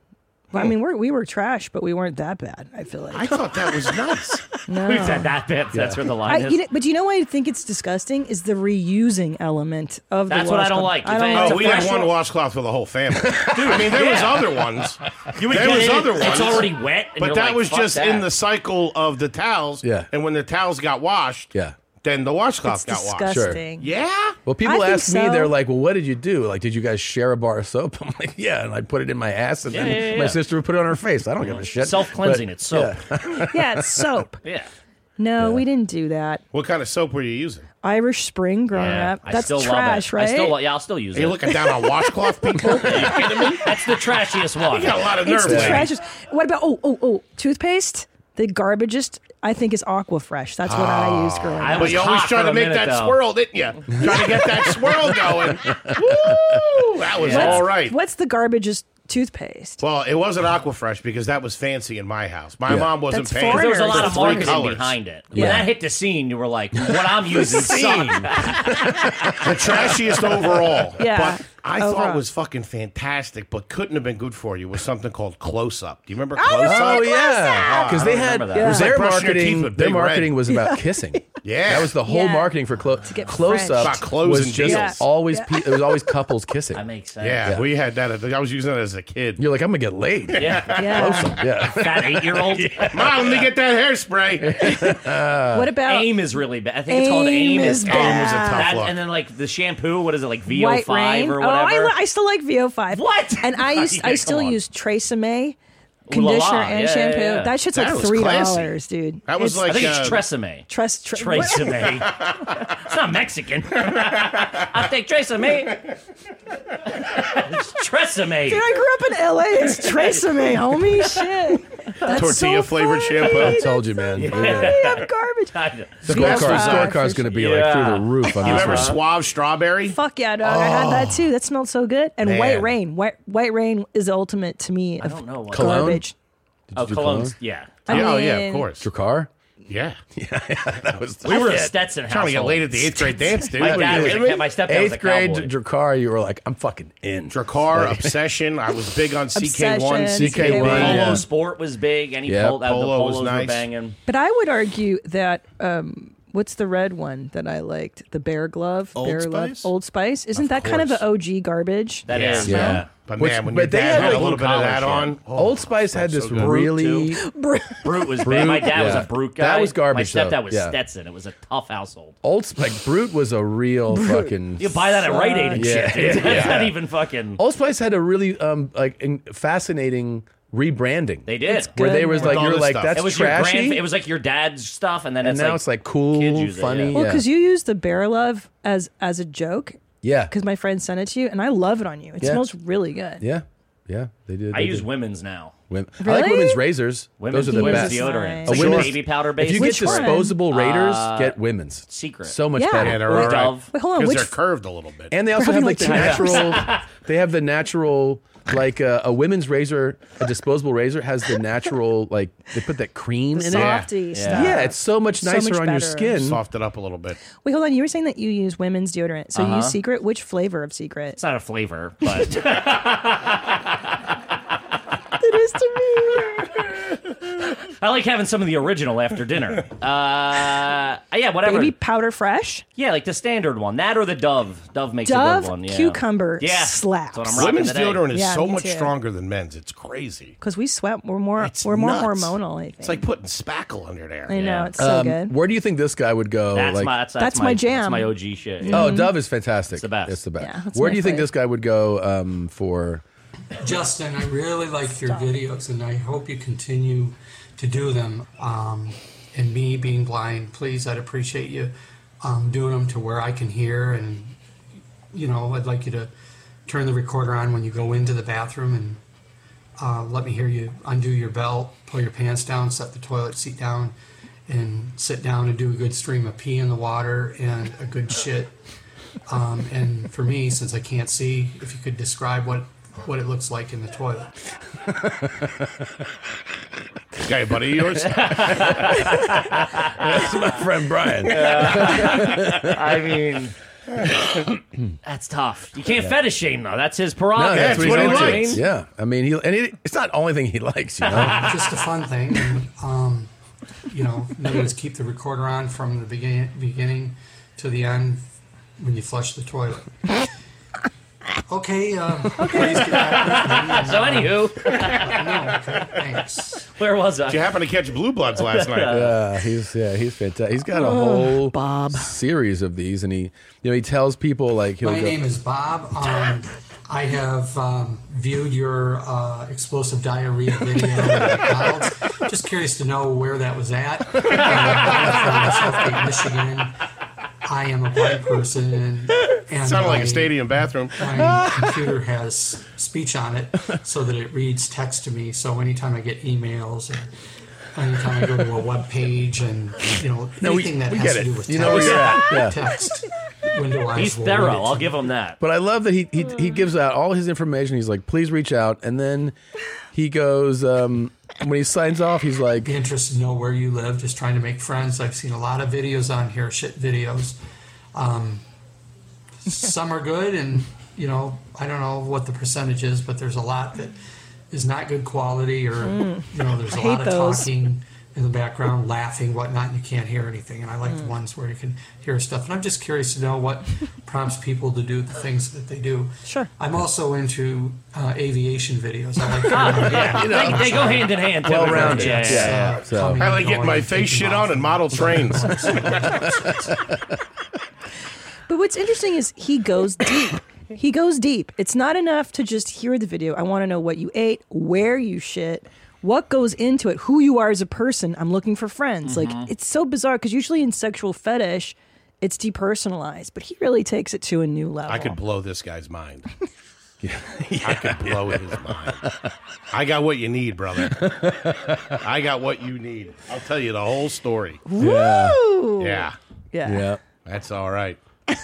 [SPEAKER 3] I mean, we're, we were trash, but we weren't that bad. I feel like.
[SPEAKER 4] I thought Oh, that was nice.
[SPEAKER 3] No.
[SPEAKER 14] We said that bit. That's where the
[SPEAKER 3] I,
[SPEAKER 14] line is.
[SPEAKER 3] you know, but you know why I think it's disgusting is the reusing element of the
[SPEAKER 14] That's what I don't
[SPEAKER 3] washcloth.
[SPEAKER 14] like.
[SPEAKER 3] I don't
[SPEAKER 4] oh, we had
[SPEAKER 14] fresh
[SPEAKER 4] one
[SPEAKER 14] one.
[SPEAKER 4] washcloth for the whole family. Dude, I mean, there was
[SPEAKER 14] Yeah.
[SPEAKER 4] other ones.
[SPEAKER 14] You would
[SPEAKER 4] there
[SPEAKER 14] get
[SPEAKER 4] was
[SPEAKER 14] it,
[SPEAKER 4] other
[SPEAKER 14] it's
[SPEAKER 4] ones.
[SPEAKER 14] already wet, and
[SPEAKER 4] But
[SPEAKER 14] you're
[SPEAKER 4] that
[SPEAKER 14] like,
[SPEAKER 4] was
[SPEAKER 14] "Fuck
[SPEAKER 4] just
[SPEAKER 14] that."
[SPEAKER 4] in the cycle of the towels.
[SPEAKER 2] Yeah.
[SPEAKER 4] And when the towels got washed,
[SPEAKER 2] Yeah.
[SPEAKER 4] then the washcloth got
[SPEAKER 2] disgusting.
[SPEAKER 4] washed. Yeah.
[SPEAKER 2] Well, people
[SPEAKER 4] I think
[SPEAKER 2] ask me,
[SPEAKER 4] so.
[SPEAKER 2] they're like, "Well, what did you do? Like, did you guys share a bar of soap?" I'm like, "Yeah," and I put it in my ass, and
[SPEAKER 14] Yeah,
[SPEAKER 2] then
[SPEAKER 14] yeah, yeah,
[SPEAKER 2] my
[SPEAKER 14] yeah.
[SPEAKER 2] sister would put it on her face. I don't give a shit.
[SPEAKER 14] Self-cleansing,
[SPEAKER 2] But-
[SPEAKER 14] it's soap.
[SPEAKER 2] Yeah.
[SPEAKER 3] Yeah, it's soap.
[SPEAKER 14] yeah.
[SPEAKER 3] No, we didn't do that.
[SPEAKER 4] What kind of soap were you using?
[SPEAKER 3] Irish Spring growing
[SPEAKER 14] Yeah,
[SPEAKER 3] up.
[SPEAKER 14] I
[SPEAKER 3] That's
[SPEAKER 14] still
[SPEAKER 3] trash,
[SPEAKER 14] love
[SPEAKER 3] right?
[SPEAKER 14] it. I still, lo- yeah, I'll still use
[SPEAKER 4] Are
[SPEAKER 14] it.
[SPEAKER 4] you looking down on washcloth people? Are you kidding me?
[SPEAKER 14] That's the trashiest one.
[SPEAKER 4] You got a lot of
[SPEAKER 3] it's
[SPEAKER 4] nerve.
[SPEAKER 3] the
[SPEAKER 4] lady.
[SPEAKER 3] trashest. What about oh oh oh toothpaste? The garbagest I think is Aquafresh. That's what
[SPEAKER 14] Ah,
[SPEAKER 3] I used growing up.
[SPEAKER 4] but you always try to make that swirl, didn't you? Try to get that swirl going. Woo! That was
[SPEAKER 3] What's-
[SPEAKER 4] all right.
[SPEAKER 3] What's the garbagest toothpaste?
[SPEAKER 4] Well, it wasn't Aquafresh because that was fancy in my house. My
[SPEAKER 14] Yeah.
[SPEAKER 4] mom wasn't
[SPEAKER 3] That's
[SPEAKER 4] paying.
[SPEAKER 14] There was a lot of
[SPEAKER 4] Three
[SPEAKER 14] marketing
[SPEAKER 4] colors.
[SPEAKER 14] behind it. When
[SPEAKER 4] Yeah.
[SPEAKER 14] that hit the scene, you were like, "What I'm
[SPEAKER 4] The
[SPEAKER 14] using
[SPEAKER 4] scene.
[SPEAKER 14] sucks."
[SPEAKER 4] the trashiest overall.
[SPEAKER 14] Yeah,
[SPEAKER 4] But I thought
[SPEAKER 14] overall.
[SPEAKER 4] was fucking fantastic, but couldn't have been good for you was something called close up. Do you remember
[SPEAKER 2] Oh,
[SPEAKER 4] close up? Ah,
[SPEAKER 2] oh yeah, because they had
[SPEAKER 4] It was like
[SPEAKER 2] their
[SPEAKER 4] brushing your teeth
[SPEAKER 2] marketing.
[SPEAKER 4] with
[SPEAKER 2] Their
[SPEAKER 4] Big Red.
[SPEAKER 2] marketing was about kissing.
[SPEAKER 4] Yeah.
[SPEAKER 2] that was the whole
[SPEAKER 4] Yeah.
[SPEAKER 2] marketing for close.
[SPEAKER 4] get
[SPEAKER 2] Close
[SPEAKER 4] fresh.
[SPEAKER 2] up
[SPEAKER 4] About clothes
[SPEAKER 2] was
[SPEAKER 4] and
[SPEAKER 2] just
[SPEAKER 4] deals.
[SPEAKER 2] always. Pe- it was always couples kissing. That
[SPEAKER 14] makes sense.
[SPEAKER 4] Yeah, we had that. at the- I was using it as a kid.
[SPEAKER 2] You're like, I'm gonna get laid.
[SPEAKER 14] Yeah.
[SPEAKER 3] Yeah.
[SPEAKER 2] Close up. Yeah.
[SPEAKER 14] Fat eight-year-old.
[SPEAKER 4] Mom, let me get that hairspray. Uh,
[SPEAKER 3] What about-
[SPEAKER 14] aim? Is really bad. I think it's called
[SPEAKER 3] Aim
[SPEAKER 14] aim.
[SPEAKER 3] is bad. Aim was a tough
[SPEAKER 14] That-
[SPEAKER 3] look.
[SPEAKER 14] And then like the shampoo. What is it like? VO
[SPEAKER 3] White
[SPEAKER 14] five
[SPEAKER 3] rain.
[SPEAKER 14] or
[SPEAKER 3] Oh, I,
[SPEAKER 14] whatever.
[SPEAKER 3] li- I still like VO5. What? And I used
[SPEAKER 14] Yeah,
[SPEAKER 3] I still
[SPEAKER 14] come on.
[SPEAKER 3] use Tresemme
[SPEAKER 14] Ooh la la.
[SPEAKER 3] conditioner and
[SPEAKER 14] Yeah, yeah,
[SPEAKER 3] shampoo.
[SPEAKER 14] yeah.
[SPEAKER 3] That shit's
[SPEAKER 14] That
[SPEAKER 3] like
[SPEAKER 14] was
[SPEAKER 3] three
[SPEAKER 14] classy.
[SPEAKER 3] dollars, dude.
[SPEAKER 14] That was
[SPEAKER 3] It's-
[SPEAKER 14] like, I think it's uh, Tresemme.
[SPEAKER 3] Tres, tre-
[SPEAKER 14] Tresemme. it's not Mexican. I think Tresemme. It's Tresemme.
[SPEAKER 3] Dude, I grew up in LA. It's Tresemme, homie. Shit. That's
[SPEAKER 4] tortilla
[SPEAKER 3] so
[SPEAKER 4] flavored
[SPEAKER 3] funny.
[SPEAKER 4] shampoo.
[SPEAKER 2] I told you, man. Look at that.
[SPEAKER 3] I'm garbage.
[SPEAKER 2] The scorecards-
[SPEAKER 4] Scorecard.
[SPEAKER 2] scorecard's going to be like through the roof on
[SPEAKER 4] you
[SPEAKER 2] this
[SPEAKER 4] remember
[SPEAKER 2] one.
[SPEAKER 4] Suave Strawberry?
[SPEAKER 3] Fuck yeah, dog. I had
[SPEAKER 14] Oh.
[SPEAKER 3] that too. That smelled so good. And
[SPEAKER 4] Man.
[SPEAKER 3] White Rain. White, white Rain is the ultimate to me of
[SPEAKER 2] Cologne?
[SPEAKER 3] garbage.
[SPEAKER 2] Did you
[SPEAKER 14] Oh,
[SPEAKER 2] do
[SPEAKER 14] colognes, yeah.
[SPEAKER 3] I
[SPEAKER 4] yeah, oh yeah,
[SPEAKER 3] mean-
[SPEAKER 4] of course.
[SPEAKER 2] Dracar?
[SPEAKER 4] Yeah.
[SPEAKER 2] yeah, that was.
[SPEAKER 14] We were a Stetson
[SPEAKER 4] Trying to get
[SPEAKER 14] household.
[SPEAKER 4] laid at the eighth grade dance, dude.
[SPEAKER 14] My
[SPEAKER 4] What are
[SPEAKER 14] dad
[SPEAKER 4] you
[SPEAKER 14] was a
[SPEAKER 4] doing?
[SPEAKER 14] ca- my stepdad was a
[SPEAKER 2] Eighth grade
[SPEAKER 14] cowboy.
[SPEAKER 2] Dracar, you were like, I'm fucking in.
[SPEAKER 4] Dracar, Obsession. I was big on CK1.
[SPEAKER 3] Obsession, CK1,
[SPEAKER 14] Polo
[SPEAKER 3] yeah.
[SPEAKER 14] Sport was big. Any
[SPEAKER 2] Yep.
[SPEAKER 14] pol- uh,
[SPEAKER 4] Polo
[SPEAKER 14] the
[SPEAKER 4] was
[SPEAKER 14] polos
[SPEAKER 4] nice.
[SPEAKER 14] were banging.
[SPEAKER 3] But I would argue that um, what's the red one that I liked? The bear glove,
[SPEAKER 14] Old
[SPEAKER 3] bear
[SPEAKER 14] Spice?
[SPEAKER 3] love, Old Spice. Isn't that kind of an OG garbage?
[SPEAKER 14] That
[SPEAKER 4] Yeah.
[SPEAKER 14] is,
[SPEAKER 4] Yeah.
[SPEAKER 14] yeah.
[SPEAKER 4] But
[SPEAKER 2] Which-
[SPEAKER 4] man, when
[SPEAKER 2] but
[SPEAKER 4] your
[SPEAKER 2] they had,
[SPEAKER 4] dad had,
[SPEAKER 2] like,
[SPEAKER 4] a little bit of
[SPEAKER 14] blue-collar
[SPEAKER 4] that
[SPEAKER 14] shit.
[SPEAKER 4] on,
[SPEAKER 2] Old Spice had this really.
[SPEAKER 14] Brute was
[SPEAKER 2] Brute,
[SPEAKER 14] bad. My dad was
[SPEAKER 2] yeah.
[SPEAKER 14] a Brute guy.
[SPEAKER 2] That was garbage,
[SPEAKER 14] My
[SPEAKER 2] though,
[SPEAKER 14] stepdad was
[SPEAKER 2] yeah.
[SPEAKER 14] Stetson. It was a tough household.
[SPEAKER 2] Old Spice, like, Brute was a real Oh, fucking.
[SPEAKER 14] You buy that at Rite Aid and
[SPEAKER 2] Yeah,
[SPEAKER 14] shit,
[SPEAKER 2] yeah,
[SPEAKER 14] dude. That's
[SPEAKER 2] yeah.
[SPEAKER 14] not even fucking.
[SPEAKER 2] Old Spice had a really um like in, fascinating rebranding.
[SPEAKER 14] They did. It's
[SPEAKER 2] where they
[SPEAKER 14] good,
[SPEAKER 2] was like
[SPEAKER 14] man. With all
[SPEAKER 2] you're
[SPEAKER 14] this
[SPEAKER 2] like
[SPEAKER 14] stuff.
[SPEAKER 2] that's
[SPEAKER 14] it was
[SPEAKER 2] trashy.
[SPEAKER 14] Your grandf- it was like your dad's stuff, and then
[SPEAKER 2] and
[SPEAKER 14] it's
[SPEAKER 2] now
[SPEAKER 14] like,
[SPEAKER 2] it's like cool,
[SPEAKER 14] use it,
[SPEAKER 2] funny.
[SPEAKER 3] Well,
[SPEAKER 2] yeah.
[SPEAKER 3] because you use the bear love as as a joke.
[SPEAKER 2] Yeah.
[SPEAKER 3] Because my friend sent it to you, and I love it on you. It
[SPEAKER 2] Yeah.
[SPEAKER 3] smells really good.
[SPEAKER 2] yeah, yeah, they did.
[SPEAKER 14] I
[SPEAKER 2] they
[SPEAKER 14] use
[SPEAKER 2] did.
[SPEAKER 14] women's now.
[SPEAKER 2] Women. I like
[SPEAKER 3] Really?
[SPEAKER 2] women's razors.
[SPEAKER 14] Women's-
[SPEAKER 2] Those are the
[SPEAKER 14] women's
[SPEAKER 2] best.
[SPEAKER 14] deodorant.
[SPEAKER 2] A
[SPEAKER 14] It's like
[SPEAKER 2] women's-
[SPEAKER 14] baby powder
[SPEAKER 2] If you
[SPEAKER 14] based.
[SPEAKER 2] get
[SPEAKER 14] Which one?
[SPEAKER 2] disposable raters,
[SPEAKER 14] Uh,
[SPEAKER 2] get women's.
[SPEAKER 14] Secret.
[SPEAKER 2] So much
[SPEAKER 3] Yeah.
[SPEAKER 2] better.
[SPEAKER 3] Yeah,
[SPEAKER 4] they're all right.
[SPEAKER 2] Dove.
[SPEAKER 3] Wait, hold on.
[SPEAKER 4] 'Cause
[SPEAKER 3] Which
[SPEAKER 4] they're curved a little bit.
[SPEAKER 2] And they also have
[SPEAKER 3] having,
[SPEAKER 2] like the
[SPEAKER 3] like, two
[SPEAKER 2] natural. they have the natural, like uh, a women's razor, a disposable razor has the natural, like they put that cream in
[SPEAKER 3] Softy
[SPEAKER 2] it.
[SPEAKER 3] stuff.
[SPEAKER 2] Yeah, it's so much
[SPEAKER 3] So
[SPEAKER 2] nicer
[SPEAKER 3] much
[SPEAKER 2] on your
[SPEAKER 3] better.
[SPEAKER 2] skin.
[SPEAKER 4] Soft it up a little bit.
[SPEAKER 3] Wait, hold on. You were saying that you use women's deodorant. So you
[SPEAKER 14] Uh-huh.
[SPEAKER 3] use Secret. Which flavor of Secret?
[SPEAKER 14] It's not a flavor, but
[SPEAKER 3] it is to me.
[SPEAKER 14] I like having some of the original after dinner. Uh, yeah, whatever.
[SPEAKER 3] Baby powder fresh.
[SPEAKER 14] Yeah, like the standard one. That or the Dove. Dove makes a
[SPEAKER 3] Dove
[SPEAKER 14] good one. Yeah.
[SPEAKER 3] cucumber
[SPEAKER 14] yeah.
[SPEAKER 3] slaps.
[SPEAKER 14] That's what I'm rocking
[SPEAKER 4] Women's
[SPEAKER 14] today.
[SPEAKER 4] deodorant is
[SPEAKER 3] Yeah,
[SPEAKER 4] so
[SPEAKER 3] me
[SPEAKER 4] much
[SPEAKER 3] too.
[SPEAKER 4] stronger than men's. It's crazy.
[SPEAKER 3] Because we sweat. We're more.
[SPEAKER 4] It's
[SPEAKER 3] we're more
[SPEAKER 4] nuts.
[SPEAKER 3] hormonal. I think.
[SPEAKER 4] It's like putting spackle under there.
[SPEAKER 3] I know. It's so
[SPEAKER 2] Um,
[SPEAKER 3] good.
[SPEAKER 2] Where do you think this guy would go?
[SPEAKER 14] That's
[SPEAKER 2] like,
[SPEAKER 14] my that's,
[SPEAKER 3] That's my
[SPEAKER 14] my
[SPEAKER 3] jam. Mm-hmm.
[SPEAKER 14] That's my OG shit. Yeah.
[SPEAKER 2] Oh, Dove is fantastic. It's the
[SPEAKER 14] best.
[SPEAKER 2] It's the best.
[SPEAKER 3] Yeah, that's
[SPEAKER 2] Where
[SPEAKER 3] my
[SPEAKER 2] do you think
[SPEAKER 3] fave.
[SPEAKER 2] this guy would go um, for?
[SPEAKER 9] Justin, I really like your videos, and I hope you continue to do them. Um, and me being blind, please, I'd appreciate you um, doing them to where I can hear. And you know, I'd like you to turn the recorder on when you go into the bathroom and uh, let me hear you undo your belt, pull your pants down, set the toilet seat down, and sit down and do a good stream of pee in the water and a good shit. Um, and for me, since I can't see, if you could describe what what it looks like in the toilet.
[SPEAKER 4] Guy, buddy of yours?
[SPEAKER 2] That's my friend Brian.
[SPEAKER 14] I mean, that's tough. You can't fetish shame though. That's his prerogative.
[SPEAKER 4] that's what he
[SPEAKER 2] he's
[SPEAKER 14] I
[SPEAKER 2] into.
[SPEAKER 14] mean?
[SPEAKER 4] likes.
[SPEAKER 2] Yeah, I mean, he and it, it's not the only thing he likes. You know,
[SPEAKER 9] Just a fun thing. And, um, you know, in other words, keep the recorder on from the beginning beginning to the end when you flush the toilet. Okay. Uh, Please get back with me.
[SPEAKER 14] So anywho,
[SPEAKER 9] No, okay, thanks.
[SPEAKER 14] where was
[SPEAKER 4] Did you
[SPEAKER 14] I?
[SPEAKER 4] happen to catch Blue Bloods last night?
[SPEAKER 2] yeah, he's yeah, he's fantastic. He's got a whole Bob series of these, and he you know he tells people like he'll
[SPEAKER 9] My
[SPEAKER 2] go,
[SPEAKER 9] name is Bob. Um, I have um, viewed your uh, explosive diarrhea video. at McDonald's. Just curious to know where that was at. Uh, I'm from Southgate, Michigan. I am a blind person, and
[SPEAKER 4] Sounded like
[SPEAKER 9] my-
[SPEAKER 4] a stadium bathroom.
[SPEAKER 9] My computer has speech on it, so that it reads text to me. So anytime I get emails or. Anytime I go to a web page and you know
[SPEAKER 2] No, we-
[SPEAKER 9] anything that
[SPEAKER 2] we
[SPEAKER 9] has
[SPEAKER 2] get
[SPEAKER 9] to do
[SPEAKER 2] it.
[SPEAKER 9] with
[SPEAKER 2] You
[SPEAKER 9] text,
[SPEAKER 2] know where you're at. Yeah.
[SPEAKER 9] text window eyes
[SPEAKER 14] He's
[SPEAKER 9] will read
[SPEAKER 14] thorough.
[SPEAKER 9] it
[SPEAKER 14] I'll
[SPEAKER 9] to
[SPEAKER 14] give him that.
[SPEAKER 2] But I love that he, he he gives out all his information. He's like, please reach out, and then he goes um, when he signs off, he's like,
[SPEAKER 9] interested to know where you live, just trying to make friends. I've seen a lot of videos on here, shit videos. Um, some are good, and you know, I don't know what the percentage is, but there's a lot that is not good quality, or you know, there's
[SPEAKER 3] Hmm. I
[SPEAKER 9] a
[SPEAKER 3] hate
[SPEAKER 9] lot of
[SPEAKER 3] those.
[SPEAKER 9] talking in the background, laughing, whatnot, and you can't hear anything. And I like
[SPEAKER 3] Hmm.
[SPEAKER 9] the ones where you can hear stuff. And I'm just curious to know what prompts people to do the things that they do.
[SPEAKER 3] Sure.
[SPEAKER 9] I'm also into uh, aviation videos. I
[SPEAKER 4] Ah,
[SPEAKER 9] like. figuring out
[SPEAKER 14] Ah, Yeah,
[SPEAKER 9] what's
[SPEAKER 14] they,
[SPEAKER 9] going
[SPEAKER 14] they go
[SPEAKER 9] on.
[SPEAKER 14] hand in hand.
[SPEAKER 2] Well
[SPEAKER 14] typically.
[SPEAKER 2] rounded.
[SPEAKER 14] Yeah, yeah, yeah.
[SPEAKER 2] yeah. So-
[SPEAKER 9] coming
[SPEAKER 4] I like
[SPEAKER 9] and
[SPEAKER 4] getting
[SPEAKER 9] going
[SPEAKER 4] my
[SPEAKER 9] and
[SPEAKER 4] face
[SPEAKER 9] thinking
[SPEAKER 4] shit
[SPEAKER 9] about
[SPEAKER 4] on and model trains.
[SPEAKER 3] But what's interesting is he goes deep. he goes deep. It's not enough to just hear the video. I want to know what you ate, where you shit, what goes into it, who you are as a person. I'm looking for friends.
[SPEAKER 14] Mm-hmm.
[SPEAKER 3] Like it's so bizarre because usually in sexual fetish, it's depersonalized, but he really takes it to a new level.
[SPEAKER 4] I could blow this guy's mind. I could blow his mind. I got what you need, brother. I got what you need. I'll tell you the whole story.
[SPEAKER 3] Woo!
[SPEAKER 4] Yeah.
[SPEAKER 3] Yeah. Yeah.
[SPEAKER 4] That's all right.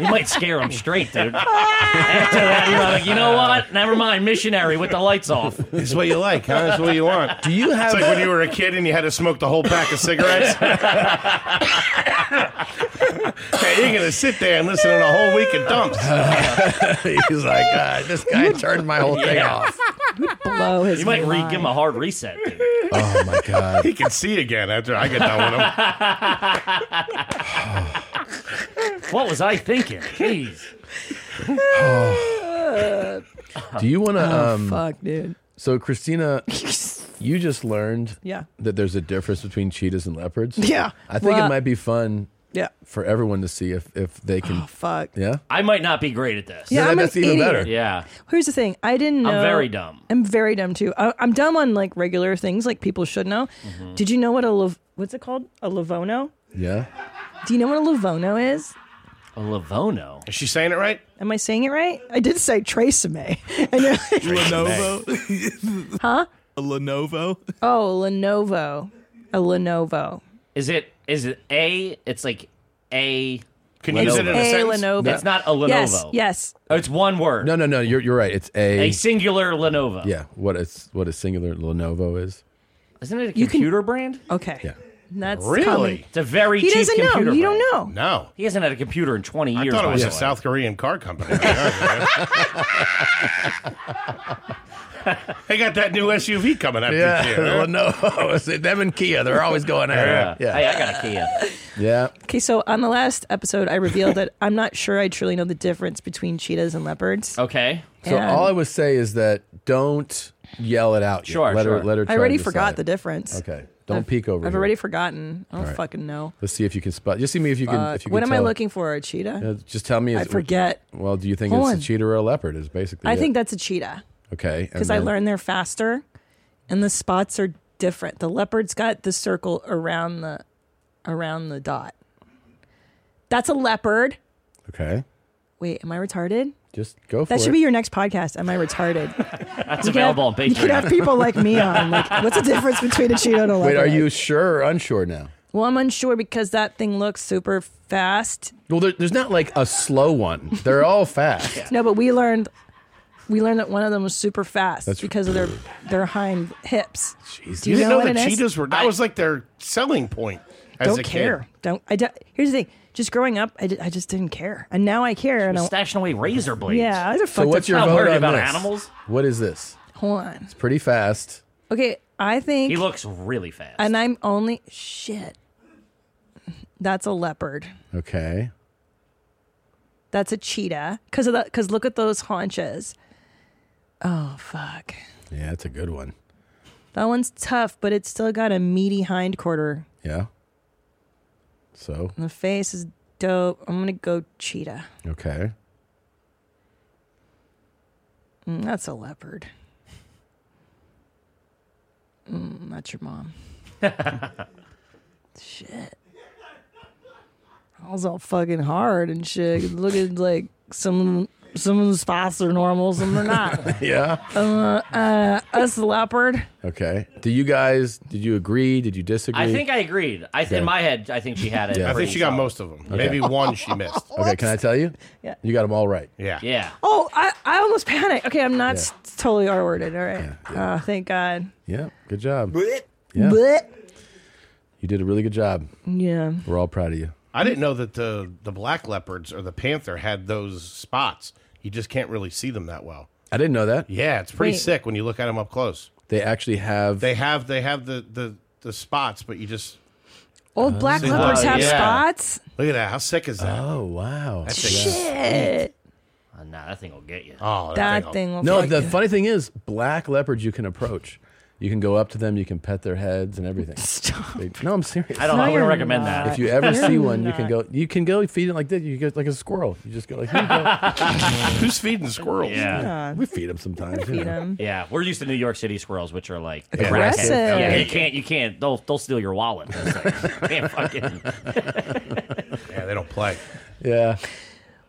[SPEAKER 14] You might scare him straight, dude. After that, you're like, you know what? Never mind. Missionary with the lights off.
[SPEAKER 4] It's what you like, huh? It's what you want. Do
[SPEAKER 2] you
[SPEAKER 4] have? It's like when you were a kid and you had to smoke the whole pack of cigarettes. Hey, you're gonna sit there and listen to the whole week of dumps.
[SPEAKER 2] He's like, uh, this guy turned my whole thing
[SPEAKER 14] Yeah.
[SPEAKER 2] off.
[SPEAKER 3] Blow his
[SPEAKER 14] you might re-
[SPEAKER 3] mind.
[SPEAKER 14] give him a hard reset. Dude.
[SPEAKER 2] Oh my god.
[SPEAKER 4] He can see again after I get done with him.
[SPEAKER 14] What was I thinking? Jeez.
[SPEAKER 3] Uh,
[SPEAKER 2] "Oh, Do you want to?
[SPEAKER 3] Oh,
[SPEAKER 2] um,
[SPEAKER 3] fuck, dude.
[SPEAKER 2] So, Christina, you just learned
[SPEAKER 3] Yeah.
[SPEAKER 2] that there's a difference between cheetahs and leopards.
[SPEAKER 3] Yeah.
[SPEAKER 2] I think
[SPEAKER 3] Well-
[SPEAKER 2] it might be fun.
[SPEAKER 3] Yeah.
[SPEAKER 2] For everyone to see if if they can.
[SPEAKER 3] fuck.
[SPEAKER 2] Yeah.
[SPEAKER 14] I might not be great at this.
[SPEAKER 3] Yeah,
[SPEAKER 2] No,
[SPEAKER 3] I'm
[SPEAKER 2] that's
[SPEAKER 3] an
[SPEAKER 2] even
[SPEAKER 3] idiot.
[SPEAKER 2] better.
[SPEAKER 14] Yeah.
[SPEAKER 3] Here's the thing. I didn't
[SPEAKER 14] I'm
[SPEAKER 3] know.
[SPEAKER 14] very dumb.
[SPEAKER 3] I'm very dumb too. I, I'm dumb on like regular things, like people should know.
[SPEAKER 14] Mm-hmm.
[SPEAKER 3] Did you know what a Liv- what's it called? A Livono?
[SPEAKER 2] Yeah.
[SPEAKER 3] Do you know what a Livono is?
[SPEAKER 14] A Livono.
[SPEAKER 4] Is she saying it right?
[SPEAKER 3] Am I saying it right? I did say Tresemme. And you're like,
[SPEAKER 15] Lenovo.
[SPEAKER 3] huh?
[SPEAKER 15] A Lenovo.
[SPEAKER 3] Oh, Lenovo. A Lenovo.
[SPEAKER 14] Is it? Is it a? It's like a.
[SPEAKER 4] Can
[SPEAKER 3] you use it in a A sentence? Lenovo.
[SPEAKER 14] It's not a Lenovo. Oh,
[SPEAKER 3] Yes, yes.
[SPEAKER 14] It's one word.
[SPEAKER 2] No, no, no. You're you're right. It's a.
[SPEAKER 14] A singular Lenovo.
[SPEAKER 2] yeah. What a what a singular Lenovo is.
[SPEAKER 14] Isn't it a computer brand?
[SPEAKER 3] Okay. Yeah. That's
[SPEAKER 14] Really?
[SPEAKER 3] coming.
[SPEAKER 14] It's a very
[SPEAKER 3] He
[SPEAKER 14] cheap
[SPEAKER 3] doesn't know.
[SPEAKER 14] computer
[SPEAKER 3] You don't know.
[SPEAKER 4] No.
[SPEAKER 14] Oh. He hasn't had a computer in 20
[SPEAKER 4] I
[SPEAKER 14] years.
[SPEAKER 4] thought it
[SPEAKER 14] by
[SPEAKER 4] was
[SPEAKER 14] the
[SPEAKER 4] a
[SPEAKER 14] way.
[SPEAKER 4] South Korean car company. they got that new SUV coming up
[SPEAKER 2] Yeah,
[SPEAKER 4] this year.
[SPEAKER 2] Lenovo. Them and Kia, they're always going at it. Yeah.
[SPEAKER 14] Hey, I got a Kia.
[SPEAKER 2] Yeah.
[SPEAKER 3] Okay, so on the last episode, I revealed that I'm not sure I truly know the difference between cheetahs and leopards.
[SPEAKER 14] Okay.
[SPEAKER 2] So
[SPEAKER 3] And-
[SPEAKER 2] all I would say is that don't yell it out. yet.
[SPEAKER 3] Sure,
[SPEAKER 2] Let her.
[SPEAKER 3] sure.
[SPEAKER 2] Let her.
[SPEAKER 3] I
[SPEAKER 2] Try to
[SPEAKER 3] already
[SPEAKER 2] decide.
[SPEAKER 3] forgot the difference.
[SPEAKER 2] Okay. Don't
[SPEAKER 3] I've-
[SPEAKER 2] peek over.
[SPEAKER 3] I've
[SPEAKER 2] here.
[SPEAKER 3] already forgotten. I don't
[SPEAKER 2] All right.
[SPEAKER 3] fucking know.
[SPEAKER 2] Let's see if you can spot. Just see me if you can.
[SPEAKER 3] Fuck.
[SPEAKER 2] if you
[SPEAKER 3] what
[SPEAKER 2] can
[SPEAKER 3] am I
[SPEAKER 2] tell.
[SPEAKER 3] looking for? A cheetah?
[SPEAKER 2] Uh, just tell me.
[SPEAKER 3] I
[SPEAKER 2] is-
[SPEAKER 3] forget.
[SPEAKER 2] Well, do you think
[SPEAKER 3] Hold
[SPEAKER 2] it's
[SPEAKER 3] on.
[SPEAKER 2] a cheetah or a leopard? Is basically.
[SPEAKER 3] I
[SPEAKER 2] it.
[SPEAKER 3] think that's a cheetah
[SPEAKER 2] Okay.
[SPEAKER 3] because
[SPEAKER 2] and
[SPEAKER 3] I
[SPEAKER 2] then-
[SPEAKER 3] learned they're faster, and the spots are different. The leopard's got the circle around the around the dot. That's a leopard.
[SPEAKER 2] Okay.
[SPEAKER 3] Wait, am I retarded?
[SPEAKER 2] Just go for
[SPEAKER 3] That
[SPEAKER 2] it.
[SPEAKER 3] should be your next podcast. Am I retarded?
[SPEAKER 14] That's
[SPEAKER 3] You could
[SPEAKER 14] available
[SPEAKER 3] have-
[SPEAKER 14] on
[SPEAKER 3] You could
[SPEAKER 14] Patreon.
[SPEAKER 3] have people like me on. Like, what's the difference between a cheetah and a leopard?
[SPEAKER 2] Wait, are you sure or unsure now?
[SPEAKER 3] Well, I'm unsure because that thing looks super fast.
[SPEAKER 2] Well, there, there's not like a slow one. They're all fast.
[SPEAKER 3] No, but we learned we learned that one of them was super fast
[SPEAKER 2] That's-
[SPEAKER 3] because of their their hind hips. Do
[SPEAKER 4] you,
[SPEAKER 3] you,
[SPEAKER 4] didn't
[SPEAKER 3] know,
[SPEAKER 4] know,
[SPEAKER 3] what
[SPEAKER 4] that
[SPEAKER 3] it is?
[SPEAKER 4] cheetahs were? That was like their selling point. As
[SPEAKER 3] don't
[SPEAKER 4] a kid.
[SPEAKER 3] care. Don't I? Don't, here's the thing. Just growing up, I, di- I just didn't care, and now I care. And I,
[SPEAKER 14] Stashing away razor blades.
[SPEAKER 3] Yeah, I just
[SPEAKER 2] So
[SPEAKER 3] fucked
[SPEAKER 2] what's
[SPEAKER 3] up.
[SPEAKER 2] your
[SPEAKER 14] I'm
[SPEAKER 2] vote
[SPEAKER 14] worried
[SPEAKER 2] on
[SPEAKER 14] about
[SPEAKER 2] this?
[SPEAKER 14] animals.
[SPEAKER 2] What is this?
[SPEAKER 3] hold on.
[SPEAKER 2] It's pretty fast.
[SPEAKER 3] Okay, I think,
[SPEAKER 14] He looks really fast.
[SPEAKER 3] and I'm only shit. That's a leopard.
[SPEAKER 2] Okay.
[SPEAKER 3] That's a cheetah. Cause of the, cause look at those haunches. Oh fuck,
[SPEAKER 2] Yeah, that's a good one.
[SPEAKER 3] that one's tough, but it's still got a meaty hind quarter.
[SPEAKER 2] Yeah. So
[SPEAKER 3] The face is dope. I'm gonna go cheetah.
[SPEAKER 2] okay.
[SPEAKER 3] Mm, that's a leopard. Mm, that's your mom. shit. I was all fucking hard and shit. Look at like some some of the spots are normal, some are not.
[SPEAKER 2] Yeah.
[SPEAKER 3] uh, uh, us leopard.
[SPEAKER 2] Okay. Do you guys? Did you agree? Did you disagree?
[SPEAKER 14] I think I agreed. I th-
[SPEAKER 2] Okay.
[SPEAKER 14] in my head, I think she had it. Uh,
[SPEAKER 2] Yeah. I think
[SPEAKER 14] pretty
[SPEAKER 2] she got
[SPEAKER 14] solid.
[SPEAKER 4] most of them. Maybe one she missed.
[SPEAKER 2] Okay. Can I tell you?
[SPEAKER 3] Yeah.
[SPEAKER 2] You got them all right.
[SPEAKER 4] Yeah.
[SPEAKER 14] Yeah.
[SPEAKER 3] Oh, I, I almost panicked. Okay, I'm not
[SPEAKER 2] Yeah.
[SPEAKER 3] s totally R worded. All right. Oh, thank God.
[SPEAKER 2] Yeah. Good job. Yeah.
[SPEAKER 3] But
[SPEAKER 2] You did a really good job.
[SPEAKER 3] yeah.
[SPEAKER 2] We're all proud of you.
[SPEAKER 4] I didn't know that the the black leopards or the panther had those spots. You just can't really see them that well.
[SPEAKER 2] I didn't know that.
[SPEAKER 4] Yeah, it's pretty
[SPEAKER 3] Wait.
[SPEAKER 4] sick when you look at them up close.
[SPEAKER 2] They actually have.
[SPEAKER 4] They have they have the the, the spots, but you just
[SPEAKER 3] Old black
[SPEAKER 4] see
[SPEAKER 3] leopards
[SPEAKER 4] that.
[SPEAKER 3] have
[SPEAKER 4] Yeah.
[SPEAKER 3] spots.
[SPEAKER 4] look at that. How sick is that?
[SPEAKER 2] oh wow.
[SPEAKER 4] That's
[SPEAKER 3] Shit.
[SPEAKER 14] Uh, nah, that thing will get you.
[SPEAKER 4] Oh,
[SPEAKER 3] That thing will
[SPEAKER 2] No,
[SPEAKER 3] fuck
[SPEAKER 2] the
[SPEAKER 3] you.
[SPEAKER 2] funny thing is, black leopards you can approach. You can go up to them. You can pet their heads and everything.
[SPEAKER 3] Stop.
[SPEAKER 2] They- no, I'm serious.
[SPEAKER 14] I don't. I
[SPEAKER 3] No,
[SPEAKER 14] wouldn't
[SPEAKER 3] you're
[SPEAKER 14] recommend
[SPEAKER 3] not.
[SPEAKER 14] that.
[SPEAKER 2] If you ever
[SPEAKER 3] You're
[SPEAKER 2] see one, you can go.
[SPEAKER 3] not.
[SPEAKER 2] You can go feed it like this. You go like a squirrel. You just go like. Here you go.
[SPEAKER 4] Who's feeding squirrels?
[SPEAKER 14] Yeah.
[SPEAKER 3] God.
[SPEAKER 2] we feed them sometimes. You
[SPEAKER 3] Feed
[SPEAKER 2] know.
[SPEAKER 3] 'em.
[SPEAKER 14] Yeah, we're used to New York City squirrels, which are like
[SPEAKER 2] Yeah.
[SPEAKER 14] crackheads.
[SPEAKER 3] Aggressive.
[SPEAKER 14] Yeah,
[SPEAKER 3] Okay.
[SPEAKER 14] you can't, you can't. They'll, they'll steal your wallet. Those things. Can't fucking-
[SPEAKER 4] Yeah, they don't play.
[SPEAKER 2] Yeah.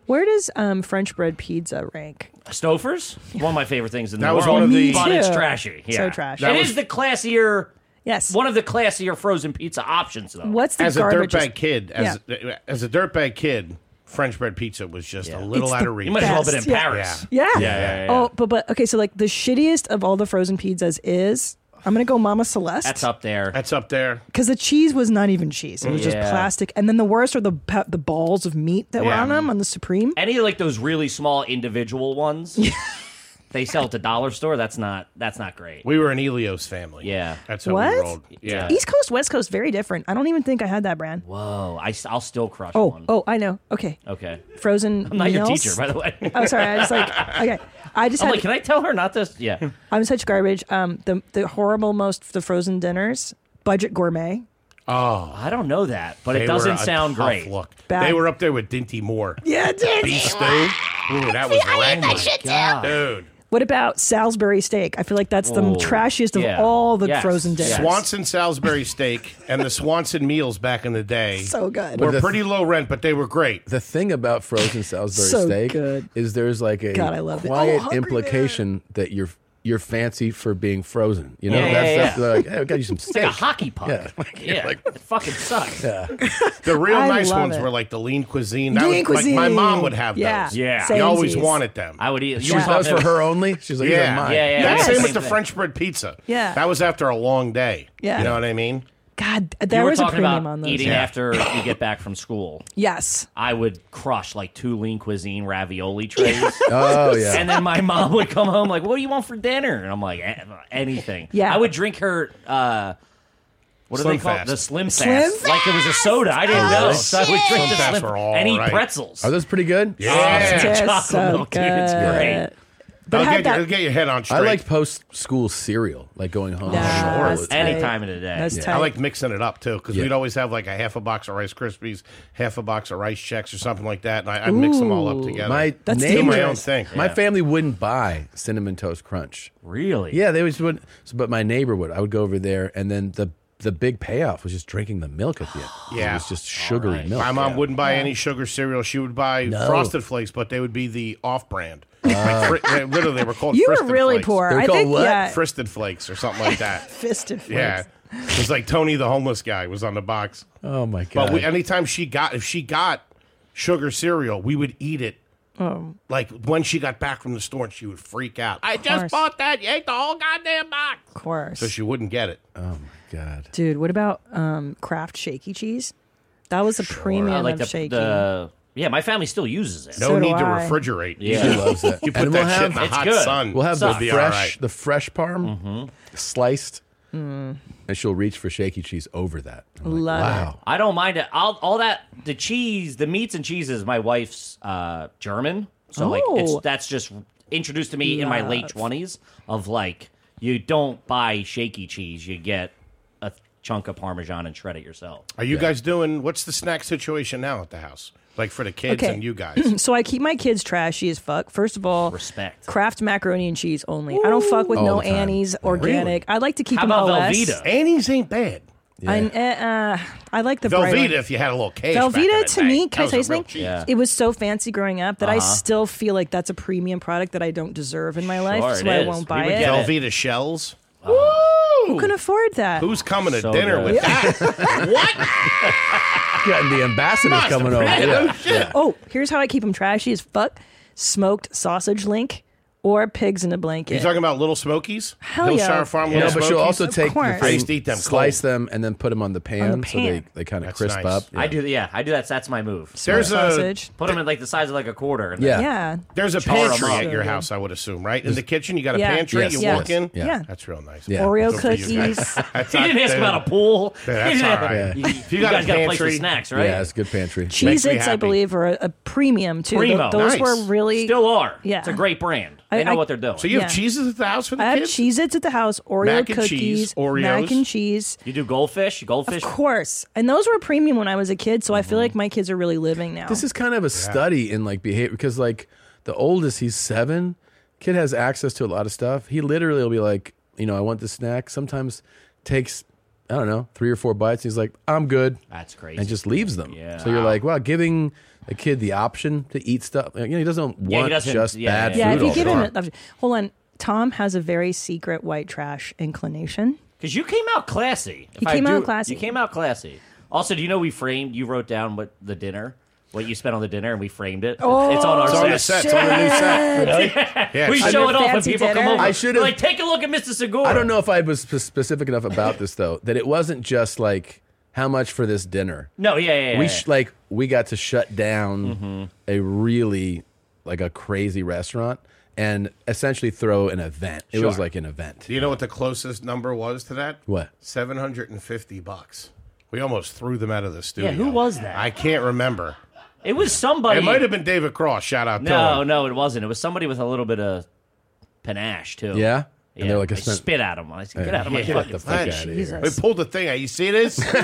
[SPEAKER 3] Where does um, French bread pizza rank?
[SPEAKER 14] Stofers, one of my favorite things in the
[SPEAKER 4] That was
[SPEAKER 14] world.
[SPEAKER 4] one of the- Me
[SPEAKER 14] but it's
[SPEAKER 4] too.
[SPEAKER 14] trashy. Yeah.
[SPEAKER 4] So trashy.
[SPEAKER 14] It
[SPEAKER 4] That
[SPEAKER 14] is
[SPEAKER 4] was-
[SPEAKER 14] the classier.
[SPEAKER 3] Yes.
[SPEAKER 14] One of the classier frozen pizza options, though.
[SPEAKER 3] What's the
[SPEAKER 4] as a
[SPEAKER 3] garbage-
[SPEAKER 4] dirtbag kid, as as a dirtbag kid, French bread pizza was just a little
[SPEAKER 3] It's
[SPEAKER 4] out
[SPEAKER 3] the
[SPEAKER 4] of reach.
[SPEAKER 14] You might as well have been in
[SPEAKER 3] best, yeah.
[SPEAKER 14] Paris.
[SPEAKER 3] Yeah.
[SPEAKER 4] yeah,
[SPEAKER 3] Oh, but but okay. So like the shittiest of all the frozen pizzas is I'm gonna go Mama Celeste
[SPEAKER 14] That's up there.
[SPEAKER 4] That's up there.
[SPEAKER 3] because the cheese was not even cheese; it was
[SPEAKER 14] Yeah.
[SPEAKER 3] just plastic. And then the worst are the pa- the balls of meat that were
[SPEAKER 14] Yeah.
[SPEAKER 3] on them on the supreme.
[SPEAKER 14] Any like those really small individual ones, they sell at the dollar store. That's not. That's not great.
[SPEAKER 4] We were an Elio's family.
[SPEAKER 14] Yeah.
[SPEAKER 4] That's how we
[SPEAKER 3] What?
[SPEAKER 4] rolled. Yeah.
[SPEAKER 3] East Coast, West Coast, very different. I don't even think I had that brand.
[SPEAKER 14] Whoa. I, will still crush
[SPEAKER 3] Oh,
[SPEAKER 14] one.
[SPEAKER 3] oh, I know. Okay,
[SPEAKER 14] Okay.
[SPEAKER 3] frozen.
[SPEAKER 14] I'm not your
[SPEAKER 3] meals.
[SPEAKER 14] teacher, by the way.
[SPEAKER 3] oh, sorry. I just like okay. I just
[SPEAKER 14] I'm
[SPEAKER 3] had
[SPEAKER 14] like, can I tell her not to? Yeah.
[SPEAKER 3] I'm such garbage. Um, the the horrible most the frozen dinners, budget gourmet.
[SPEAKER 4] Oh,
[SPEAKER 14] I don't know that, but
[SPEAKER 4] They
[SPEAKER 14] it
[SPEAKER 4] were
[SPEAKER 14] doesn't
[SPEAKER 4] a
[SPEAKER 14] sound
[SPEAKER 4] tough
[SPEAKER 14] great.
[SPEAKER 4] Look,
[SPEAKER 3] Bad.
[SPEAKER 4] they were up there with Dinty Moore.
[SPEAKER 3] Yeah, Dinty
[SPEAKER 4] Beef stew. Ooh, that was rank. dude.
[SPEAKER 3] What about Salisbury steak? I feel like that's the
[SPEAKER 4] Ooh,
[SPEAKER 3] trashiest of
[SPEAKER 4] yeah.
[SPEAKER 3] all the frozen dinners.
[SPEAKER 4] Swanson Salisbury steak and the Swanson meals back in the day.
[SPEAKER 3] So good.
[SPEAKER 4] Were
[SPEAKER 2] But the-
[SPEAKER 4] pretty low rent, but they were great.
[SPEAKER 2] The thing about frozen Salisbury
[SPEAKER 4] So
[SPEAKER 2] steak is there's like a
[SPEAKER 4] God, I love it.
[SPEAKER 2] quiet
[SPEAKER 4] Oh, hungry
[SPEAKER 2] implication that you're you're fancy for being frozen. You know,
[SPEAKER 4] Yeah,
[SPEAKER 2] that's,
[SPEAKER 4] yeah,
[SPEAKER 2] that's
[SPEAKER 4] yeah.
[SPEAKER 2] like, hey, I got you some
[SPEAKER 14] It's
[SPEAKER 2] steak.
[SPEAKER 14] like a hockey puck.
[SPEAKER 2] Yeah.
[SPEAKER 14] Yeah, it fucking sucks.
[SPEAKER 4] The real
[SPEAKER 14] I
[SPEAKER 4] nice
[SPEAKER 14] love
[SPEAKER 4] ones
[SPEAKER 14] it.
[SPEAKER 4] were like the lean cuisine. That
[SPEAKER 14] Lean
[SPEAKER 4] was, Like my
[SPEAKER 14] cuisine.
[SPEAKER 4] mom would have
[SPEAKER 14] Yeah.
[SPEAKER 4] those.
[SPEAKER 14] Yeah.
[SPEAKER 4] You always
[SPEAKER 14] Samesies.
[SPEAKER 4] wanted them.
[SPEAKER 14] I would eat-
[SPEAKER 2] She was those for her only. She's like,
[SPEAKER 4] yeah.
[SPEAKER 2] yeah, mine.
[SPEAKER 14] Yeah, yeah,
[SPEAKER 4] That
[SPEAKER 14] yeah.
[SPEAKER 4] same
[SPEAKER 14] Same
[SPEAKER 4] with the
[SPEAKER 14] thing.
[SPEAKER 4] French bread pizza.
[SPEAKER 3] Yeah.
[SPEAKER 4] That was after a long day.
[SPEAKER 3] Yeah.
[SPEAKER 4] You know what I mean?
[SPEAKER 3] God,
[SPEAKER 14] you
[SPEAKER 3] there
[SPEAKER 14] were
[SPEAKER 3] was a
[SPEAKER 14] talking
[SPEAKER 3] premium
[SPEAKER 14] about
[SPEAKER 3] on those.
[SPEAKER 14] eating
[SPEAKER 3] Yeah.
[SPEAKER 14] after you get back from school.
[SPEAKER 3] Yes.
[SPEAKER 14] I would crush like two lean cuisine ravioli trays.
[SPEAKER 2] Oh, yeah.
[SPEAKER 14] And then my mom would come home like, "What do you want for dinner?" And I'm like, "Eh, "Anything."
[SPEAKER 3] Yeah.
[SPEAKER 14] I would drink her. uh what
[SPEAKER 4] Slim
[SPEAKER 14] do they call
[SPEAKER 4] Fast.
[SPEAKER 14] it? The Slim Fast.
[SPEAKER 4] Slim
[SPEAKER 14] Like it was a soda. I didn't
[SPEAKER 2] Oh,
[SPEAKER 14] know. So I would drink the Slim and eat pretzels.
[SPEAKER 2] Are those pretty good?
[SPEAKER 14] Yeah. Oh, they're Chocolate so milk, dude, it's good. great. But
[SPEAKER 2] I'll
[SPEAKER 14] had
[SPEAKER 2] get you-
[SPEAKER 14] that-
[SPEAKER 2] it'll
[SPEAKER 4] your head on
[SPEAKER 2] I
[SPEAKER 4] straight.
[SPEAKER 2] like post school cereal, like going home.
[SPEAKER 4] Sure.
[SPEAKER 14] Any time of the day.
[SPEAKER 2] That's
[SPEAKER 4] I
[SPEAKER 2] tight.
[SPEAKER 4] like mixing it up too because
[SPEAKER 2] Yeah.
[SPEAKER 4] we'd always have like a half a box of Rice Krispies, half a box of Rice Chex, or something like that, and I, I mix them all up together.
[SPEAKER 2] My
[SPEAKER 4] do
[SPEAKER 2] neighbors-
[SPEAKER 4] my own thing.
[SPEAKER 2] My family wouldn't buy cinnamon toast crunch.
[SPEAKER 14] Really?
[SPEAKER 2] Yeah, they always would. So, but my neighbor would. I would go over there, and then the the big payoff was just drinking the milk at the end.
[SPEAKER 4] Yeah.
[SPEAKER 2] it was just sugary milk.
[SPEAKER 4] My mom wouldn't buy any sugar cereal. She would buy
[SPEAKER 2] No.
[SPEAKER 4] Frosted Flakes, but they would be the off-brand. Like, fri- they- literally, they were called.
[SPEAKER 3] You were
[SPEAKER 4] Fristed
[SPEAKER 3] really
[SPEAKER 4] Flakes.
[SPEAKER 3] poor. They were I called think- what? yeah.
[SPEAKER 4] Fristed Flakes or something like that.
[SPEAKER 3] Fisted flakes.
[SPEAKER 4] yeah, it was like Tony the homeless guy was on the box.
[SPEAKER 2] Oh my
[SPEAKER 4] But
[SPEAKER 2] god!
[SPEAKER 4] we, anytime she got, if she got sugar cereal, we would eat it.
[SPEAKER 3] Um,
[SPEAKER 4] Like when she got back from the store, and she would freak out. I
[SPEAKER 3] course.
[SPEAKER 4] just bought that. You ate the whole goddamn box.
[SPEAKER 3] Of course.
[SPEAKER 4] So she wouldn't get it.
[SPEAKER 2] Oh my god,
[SPEAKER 3] Dude, what about um Kraft shaky cheese? That was a premium
[SPEAKER 14] I like
[SPEAKER 3] of
[SPEAKER 14] the,
[SPEAKER 3] shaky.
[SPEAKER 14] the- yeah. My family still uses it.
[SPEAKER 4] No So do need to I. refrigerate.
[SPEAKER 14] Yeah,
[SPEAKER 4] He loves it.
[SPEAKER 14] You
[SPEAKER 4] put
[SPEAKER 2] and we'll
[SPEAKER 4] that shit
[SPEAKER 2] have,
[SPEAKER 4] in the It's hot good. sun.
[SPEAKER 2] We'll have the
[SPEAKER 4] It'll
[SPEAKER 2] fresh,
[SPEAKER 4] be all right.
[SPEAKER 2] the fresh parm sliced,
[SPEAKER 14] Mm.
[SPEAKER 2] and she'll reach for shaky cheese over that.
[SPEAKER 3] Love
[SPEAKER 2] wow.
[SPEAKER 14] I don't mind it. I'll, all that the cheese, the meats and cheeses. My wife's uh, German, so like it's
[SPEAKER 3] Oh.
[SPEAKER 14] that's just introduced to me in my late
[SPEAKER 3] Love.
[SPEAKER 14] twenties. Of like, you don't buy shaky cheese; you get a chunk of Parmesan and shred it yourself.
[SPEAKER 4] Are you guys doing? What's the snack situation now at the house? Like for the kids
[SPEAKER 3] Okay.
[SPEAKER 4] and you guys.
[SPEAKER 3] so I keep my kids trashy as fuck. First of all,
[SPEAKER 14] respect.
[SPEAKER 3] Kraft macaroni and cheese only. I don't fuck with
[SPEAKER 4] All
[SPEAKER 3] no
[SPEAKER 4] the time.
[SPEAKER 3] Annie's organic. I like to keep
[SPEAKER 4] How
[SPEAKER 3] them
[SPEAKER 4] about
[SPEAKER 3] OS.
[SPEAKER 4] Velveeta? Annie's ain't bad.
[SPEAKER 3] I, uh, uh, I like the bright
[SPEAKER 4] Velveeta,
[SPEAKER 3] one.
[SPEAKER 4] if you had a little cage. back in the
[SPEAKER 3] Velveeta to
[SPEAKER 4] day.
[SPEAKER 3] me, can I tell you
[SPEAKER 4] That was a real
[SPEAKER 3] something?
[SPEAKER 4] cheese.
[SPEAKER 3] It was so fancy growing up that I
[SPEAKER 4] Uh-huh.
[SPEAKER 3] still feel like that's a premium product that I don't deserve in my
[SPEAKER 4] Sure,
[SPEAKER 3] life, so
[SPEAKER 4] it
[SPEAKER 3] I
[SPEAKER 4] is.
[SPEAKER 3] won't
[SPEAKER 4] We
[SPEAKER 3] buy
[SPEAKER 4] would
[SPEAKER 3] it.
[SPEAKER 4] get Velveeta shells.
[SPEAKER 3] Who can afford
[SPEAKER 14] Uh,
[SPEAKER 3] that?
[SPEAKER 4] Who's coming to dinner with
[SPEAKER 3] Yeah.
[SPEAKER 4] that?
[SPEAKER 2] Getting the ambassadors
[SPEAKER 3] Nice,
[SPEAKER 2] coming over.
[SPEAKER 3] right?
[SPEAKER 2] Yeah. Yeah.
[SPEAKER 3] Oh, here's how I keep them trashy as fuck: smoked sausage link or pigs in a blanket.
[SPEAKER 4] You talking about Little Smokies?
[SPEAKER 3] Hell
[SPEAKER 4] Hillshire
[SPEAKER 3] yeah.
[SPEAKER 4] Farm
[SPEAKER 2] No,
[SPEAKER 4] Little
[SPEAKER 2] but she'll
[SPEAKER 4] Smokies?
[SPEAKER 2] also take the
[SPEAKER 14] course.
[SPEAKER 2] thing,
[SPEAKER 14] I used to eat them
[SPEAKER 2] slice them, and then put them on the pan, so they,
[SPEAKER 14] pan.
[SPEAKER 2] they kind of crisp up.
[SPEAKER 14] I do. Yeah, I do that. That's my move.
[SPEAKER 4] There's Smart a- sausage.
[SPEAKER 14] put them in like the size of like a quarter. and
[SPEAKER 4] Yeah.
[SPEAKER 14] then
[SPEAKER 4] Yeah. There's a
[SPEAKER 14] char 'em
[SPEAKER 4] pantry
[SPEAKER 14] up.
[SPEAKER 4] at your house, I would assume, right? In the kitchen, you got a
[SPEAKER 14] Yeah.
[SPEAKER 4] pantry.
[SPEAKER 14] Yes.
[SPEAKER 4] You
[SPEAKER 14] Yes.
[SPEAKER 4] walk in.
[SPEAKER 14] Yeah. Yeah.
[SPEAKER 4] that's real nice.
[SPEAKER 14] Yeah. Oreo
[SPEAKER 4] Good for you guys.
[SPEAKER 14] cookies.
[SPEAKER 4] That's
[SPEAKER 14] He
[SPEAKER 4] not-
[SPEAKER 14] didn't ask about a pool.
[SPEAKER 4] Yeah, that's all right.
[SPEAKER 2] Yeah.
[SPEAKER 4] If you, got a
[SPEAKER 14] gotta place for
[SPEAKER 4] pantry,
[SPEAKER 14] snacks, right?
[SPEAKER 2] Yeah, it's a good pantry.
[SPEAKER 3] Cheez-Its, I believe, are a, a premium too. Th-
[SPEAKER 14] Primo.
[SPEAKER 3] Those
[SPEAKER 14] Nice.
[SPEAKER 3] were really
[SPEAKER 14] still are.
[SPEAKER 3] Yeah.
[SPEAKER 14] it's a great brand.
[SPEAKER 3] I-
[SPEAKER 14] They know
[SPEAKER 3] I-
[SPEAKER 14] what they're doing.
[SPEAKER 3] So you have Yeah.
[SPEAKER 4] cheeses at the house for
[SPEAKER 3] I have Cheez-Its at the house, Oreo
[SPEAKER 14] Mac and
[SPEAKER 3] cookies,
[SPEAKER 14] cheese,
[SPEAKER 3] mac
[SPEAKER 14] Oreos.
[SPEAKER 3] and cheese.
[SPEAKER 14] You do goldfish. Goldfish.
[SPEAKER 3] Of course, and those were premium when I was a kid, so I feel like my kids are really living now.
[SPEAKER 2] This is kind of a study in like behavior because like the oldest, he's seven. Kid has access to a lot of stuff. He literally will be like, you know, I want this snack. Sometimes takes I don't know, three or four bites. He's like, I'm good.
[SPEAKER 14] That's crazy.
[SPEAKER 2] And just leaves them.
[SPEAKER 14] Yeah.
[SPEAKER 2] So you're like, well, giving a kid the option to eat stuff, you know, he doesn't
[SPEAKER 14] Yeah, he
[SPEAKER 2] want
[SPEAKER 14] doesn't-
[SPEAKER 2] just
[SPEAKER 14] yeah,
[SPEAKER 2] bad
[SPEAKER 3] Yeah,
[SPEAKER 2] food.
[SPEAKER 3] if you
[SPEAKER 2] all the
[SPEAKER 3] give him
[SPEAKER 2] time.
[SPEAKER 3] it, hold on. Tom has a very secret white trash inclination.
[SPEAKER 14] Because you came out classy. If
[SPEAKER 3] You
[SPEAKER 14] I
[SPEAKER 3] came
[SPEAKER 14] do-
[SPEAKER 3] out classy.
[SPEAKER 14] You came out classy. Also, do you know we framed? You wrote down what the dinner, what you spent on the dinner, and we framed it.
[SPEAKER 3] Oh,
[SPEAKER 14] it's on our
[SPEAKER 3] It's
[SPEAKER 14] set.
[SPEAKER 3] on the set. It's on the new set.
[SPEAKER 14] Really?
[SPEAKER 2] Yeah,
[SPEAKER 14] we
[SPEAKER 2] it's-
[SPEAKER 14] show it off when
[SPEAKER 2] Fancy
[SPEAKER 14] people come
[SPEAKER 2] dinner.
[SPEAKER 14] over.
[SPEAKER 2] I should've-
[SPEAKER 14] like take a look at Mr. Segura.
[SPEAKER 2] I don't know if I was spe- specific enough about this though that it wasn't just like how much for this dinner.
[SPEAKER 14] No, yeah, yeah, yeah,
[SPEAKER 2] we
[SPEAKER 14] yeah.
[SPEAKER 2] sh- like we got to shut down a really like a crazy restaurant and essentially throw an event. It was
[SPEAKER 4] Sure.
[SPEAKER 2] like an event.
[SPEAKER 4] Do you know what the closest number was to that?
[SPEAKER 2] What?
[SPEAKER 4] Seven hundred and fifty bucks. We almost threw them out of the studio.
[SPEAKER 14] Yeah, who was that?
[SPEAKER 4] I can't remember.
[SPEAKER 14] It was somebody.
[SPEAKER 4] It might have been David Cross. Shout out
[SPEAKER 14] No,
[SPEAKER 4] to him.
[SPEAKER 14] no, it wasn't. It was somebody with a little bit of panache too.
[SPEAKER 2] Yeah?
[SPEAKER 14] Yeah.
[SPEAKER 2] And they're like,
[SPEAKER 14] I
[SPEAKER 2] "I spent-"
[SPEAKER 14] spit at him. I said, "Get
[SPEAKER 2] Yeah.
[SPEAKER 14] out of my
[SPEAKER 2] Get
[SPEAKER 14] fucking
[SPEAKER 2] the fuck
[SPEAKER 14] face."
[SPEAKER 2] outta
[SPEAKER 4] here. We pulled the thing out. You see this? Go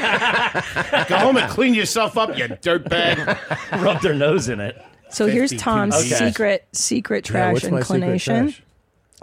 [SPEAKER 4] home and clean yourself up, you dirtbag.
[SPEAKER 14] Rub their nose in it.
[SPEAKER 3] So here's
[SPEAKER 4] 52
[SPEAKER 3] Tom's
[SPEAKER 4] Okay.
[SPEAKER 3] secret secret
[SPEAKER 4] Yeah,
[SPEAKER 3] trash
[SPEAKER 4] what's my secret
[SPEAKER 3] inclination,
[SPEAKER 4] trash?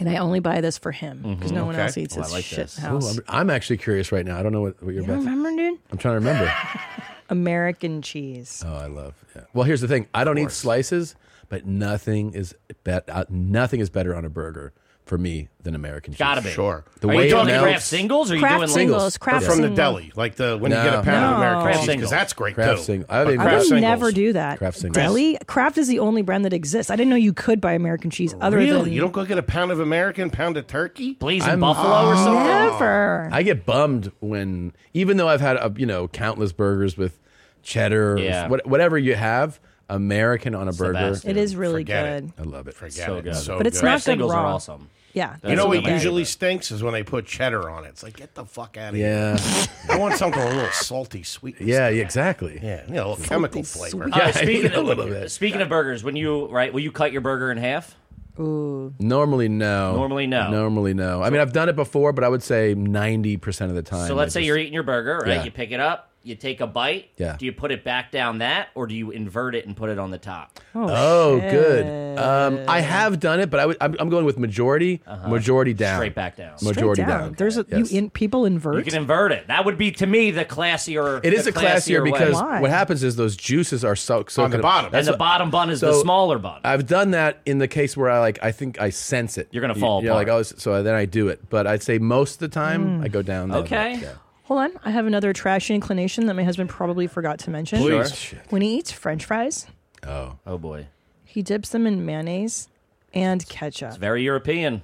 [SPEAKER 3] and I only buy this for him
[SPEAKER 14] Mm-hmm.
[SPEAKER 3] because no one
[SPEAKER 2] Okay.
[SPEAKER 3] else eats
[SPEAKER 2] Oh, I
[SPEAKER 3] his
[SPEAKER 2] like
[SPEAKER 3] shit
[SPEAKER 2] this.
[SPEAKER 3] house.
[SPEAKER 2] Ooh, I'm, I'm actually curious right now. I don't know what, what you're
[SPEAKER 3] you don't
[SPEAKER 2] about. to-
[SPEAKER 3] remember, dude?
[SPEAKER 2] I'm trying to remember.
[SPEAKER 3] American cheese.
[SPEAKER 2] Oh, I love. Yeah. Well, here's the thing. I don't eat slices, but nothing is bet. Uh, nothing is better on a burger for me than American cheese.
[SPEAKER 14] Gotta be. Sure.
[SPEAKER 2] The
[SPEAKER 14] Are
[SPEAKER 2] way
[SPEAKER 14] you
[SPEAKER 2] it
[SPEAKER 14] talking
[SPEAKER 2] melts-
[SPEAKER 14] craft singles? Or are you
[SPEAKER 3] Craft
[SPEAKER 14] doing
[SPEAKER 3] singles,
[SPEAKER 14] Like,
[SPEAKER 3] craft From the single. deli,
[SPEAKER 4] like the when you get a pound of American cheese, 'cause that's great,
[SPEAKER 2] Craft
[SPEAKER 4] too.
[SPEAKER 2] single.
[SPEAKER 4] But
[SPEAKER 2] I haven't even-
[SPEAKER 3] I
[SPEAKER 4] Kraft
[SPEAKER 3] would
[SPEAKER 4] singles.
[SPEAKER 3] never do that.
[SPEAKER 2] Kraft singles.
[SPEAKER 3] Deli Kraft is the only brand that exists. I didn't know you could buy American cheese other
[SPEAKER 4] really?
[SPEAKER 3] than
[SPEAKER 4] You don't go get a pound of American, pound of turkey,
[SPEAKER 14] blazing
[SPEAKER 2] I'm- Oh.
[SPEAKER 14] buffalo or something.
[SPEAKER 3] Never.
[SPEAKER 2] I get bummed when, even though I've had uh, you know countless burgers with cheddar, or
[SPEAKER 14] Yeah.
[SPEAKER 2] what, whatever you have, American on a burger.
[SPEAKER 3] best, dude. It is really Forget good.
[SPEAKER 2] I love it. Forget
[SPEAKER 14] So it. good. So
[SPEAKER 3] But it's good. not
[SPEAKER 14] Kraft
[SPEAKER 3] good
[SPEAKER 14] singles are
[SPEAKER 3] raw.
[SPEAKER 14] awesome.
[SPEAKER 3] Yeah.
[SPEAKER 4] you know
[SPEAKER 14] That's
[SPEAKER 4] what
[SPEAKER 14] what I
[SPEAKER 4] usually stinks is when they put cheddar on it. It's like get the fuck out of
[SPEAKER 2] Yeah.
[SPEAKER 4] here. I want something a little salty, sweet.
[SPEAKER 2] Yeah, yeah, exactly.
[SPEAKER 4] Yeah, you know, a little chemical flavor.
[SPEAKER 14] Uh, speaking of, speaking of burgers, when you right, will you cut your burger in half?
[SPEAKER 3] Ooh.
[SPEAKER 2] Normally no.
[SPEAKER 14] Normally, no.
[SPEAKER 2] Normally no. I mean, I've done it before, but I would say ninety percent of the time.
[SPEAKER 14] So
[SPEAKER 2] I
[SPEAKER 14] let's say
[SPEAKER 2] just-
[SPEAKER 14] you're eating your burger, right?
[SPEAKER 2] Yeah.
[SPEAKER 14] You pick it up, you take a bite.
[SPEAKER 2] Yeah.
[SPEAKER 14] Do you put it back down that, or do you invert it and put it on the top?
[SPEAKER 2] Oh, good. Um, I have done it, but I would, I'm, I'm going with majority, majority down,
[SPEAKER 14] Uh-huh. Straight back down. Straight
[SPEAKER 2] majority down.
[SPEAKER 3] There's a you in people
[SPEAKER 14] You
[SPEAKER 3] invert.
[SPEAKER 14] can invert it. That would be to me the classier.
[SPEAKER 2] It is
[SPEAKER 14] the
[SPEAKER 2] a classier
[SPEAKER 14] way.
[SPEAKER 2] because what happens is those juices are so soaking
[SPEAKER 14] the
[SPEAKER 2] up-
[SPEAKER 14] bottom.
[SPEAKER 2] That's
[SPEAKER 14] And the
[SPEAKER 2] what-
[SPEAKER 14] bottom bun is the smaller bun.
[SPEAKER 2] I've done that in the case where I like I think I sense it. You're
[SPEAKER 14] gonna fall
[SPEAKER 2] You're like oh, so then I do it. But I'd say most of the
[SPEAKER 3] Hmm.
[SPEAKER 2] time I go down. the other
[SPEAKER 14] Okay.
[SPEAKER 2] way. Yeah.
[SPEAKER 3] Hold on, I have another trashy inclination that my husband probably forgot to mention.
[SPEAKER 2] Please. Sure.
[SPEAKER 3] When he eats French fries,
[SPEAKER 2] Oh.
[SPEAKER 14] Oh boy.
[SPEAKER 3] he dips them in mayonnaise and ketchup.
[SPEAKER 14] It's very European.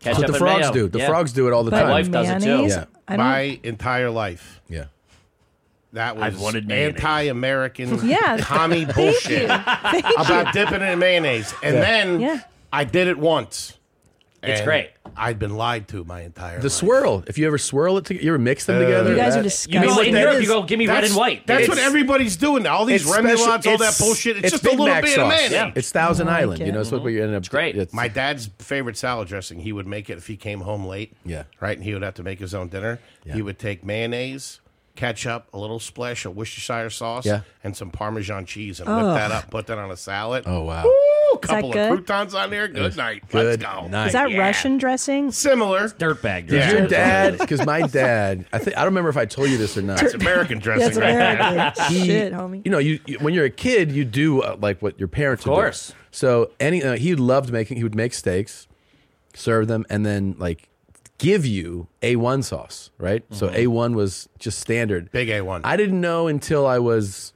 [SPEAKER 14] Ketchup
[SPEAKER 2] That's what the
[SPEAKER 14] and
[SPEAKER 2] frogs
[SPEAKER 14] mayo.
[SPEAKER 2] do. The
[SPEAKER 14] Yeah.
[SPEAKER 2] frogs do it all the
[SPEAKER 3] But
[SPEAKER 2] time.
[SPEAKER 14] My wife does it too.
[SPEAKER 3] mayonnaise? Yeah. I don't-
[SPEAKER 4] My entire life.
[SPEAKER 2] Yeah.
[SPEAKER 4] That
[SPEAKER 14] I've
[SPEAKER 4] was
[SPEAKER 14] wanted mayonnaise.
[SPEAKER 4] anti-American,
[SPEAKER 3] Yeah.
[SPEAKER 4] commie
[SPEAKER 3] Thank
[SPEAKER 4] bullshit
[SPEAKER 3] you. Thank you.
[SPEAKER 4] about dipping it in mayonnaise, and
[SPEAKER 2] Yeah.
[SPEAKER 4] then
[SPEAKER 3] Yeah.
[SPEAKER 4] I did it once.
[SPEAKER 14] It's
[SPEAKER 4] and
[SPEAKER 14] great.
[SPEAKER 4] I'd been lied to my entire.
[SPEAKER 2] The swirl. If you ever swirl it together, you ever mix
[SPEAKER 4] Uh,
[SPEAKER 2] them together.
[SPEAKER 3] You guys are
[SPEAKER 2] that-
[SPEAKER 3] disgusting.
[SPEAKER 14] You go in
[SPEAKER 2] that
[SPEAKER 14] Europe,
[SPEAKER 2] is-
[SPEAKER 14] you go give me red
[SPEAKER 4] That's-
[SPEAKER 14] and white.
[SPEAKER 4] That's what
[SPEAKER 14] It's-
[SPEAKER 4] everybody's doing now. All these
[SPEAKER 2] it's special-
[SPEAKER 4] remoulades, all that
[SPEAKER 2] it's-
[SPEAKER 4] bullshit. It's, just a
[SPEAKER 2] Big
[SPEAKER 4] little
[SPEAKER 2] Mac
[SPEAKER 4] bit of
[SPEAKER 2] sauce.
[SPEAKER 4] mayonnaise.
[SPEAKER 2] It's Thousand
[SPEAKER 3] like
[SPEAKER 2] Island.
[SPEAKER 3] it.
[SPEAKER 2] You know, it's what you end up. It's
[SPEAKER 14] great.
[SPEAKER 4] My dad's favorite salad dressing, he would make it if he came home late.
[SPEAKER 2] Yeah.
[SPEAKER 4] Right? And he would have to make his own dinner. He would take mayonnaise, ketchup, a little splash of Worcestershire sauce,
[SPEAKER 2] Yeah.
[SPEAKER 4] and some Parmesan cheese and whip
[SPEAKER 3] Ugh.
[SPEAKER 4] that up, put that on a salad.
[SPEAKER 2] Oh wow.
[SPEAKER 4] Ooh,
[SPEAKER 3] Is that
[SPEAKER 4] couple
[SPEAKER 3] good?
[SPEAKER 4] of croutons on there. Good night. Let's
[SPEAKER 2] Good
[SPEAKER 4] go.
[SPEAKER 2] night.
[SPEAKER 3] Is that
[SPEAKER 4] Yeah.
[SPEAKER 3] Russian dressing?
[SPEAKER 4] Similar.
[SPEAKER 14] Dirtbag.
[SPEAKER 2] Did
[SPEAKER 4] Yeah.
[SPEAKER 2] your
[SPEAKER 4] That's
[SPEAKER 2] dad? Because my dad, I think I don't remember if I told you this or not.
[SPEAKER 4] That's American dressing
[SPEAKER 3] That's
[SPEAKER 4] right
[SPEAKER 3] American.
[SPEAKER 2] He-
[SPEAKER 3] Shit, homie.
[SPEAKER 2] You know, you, you- when you're a kid, you do uh, like what your parents
[SPEAKER 14] Of
[SPEAKER 2] would do.
[SPEAKER 14] course.
[SPEAKER 2] So any uh, he loved making. He would make steaks, serve them, and then like give you a one sauce. Right. So
[SPEAKER 14] Mm-hmm.
[SPEAKER 2] a one was just standard.
[SPEAKER 4] Big A1.
[SPEAKER 2] I didn't know until I was,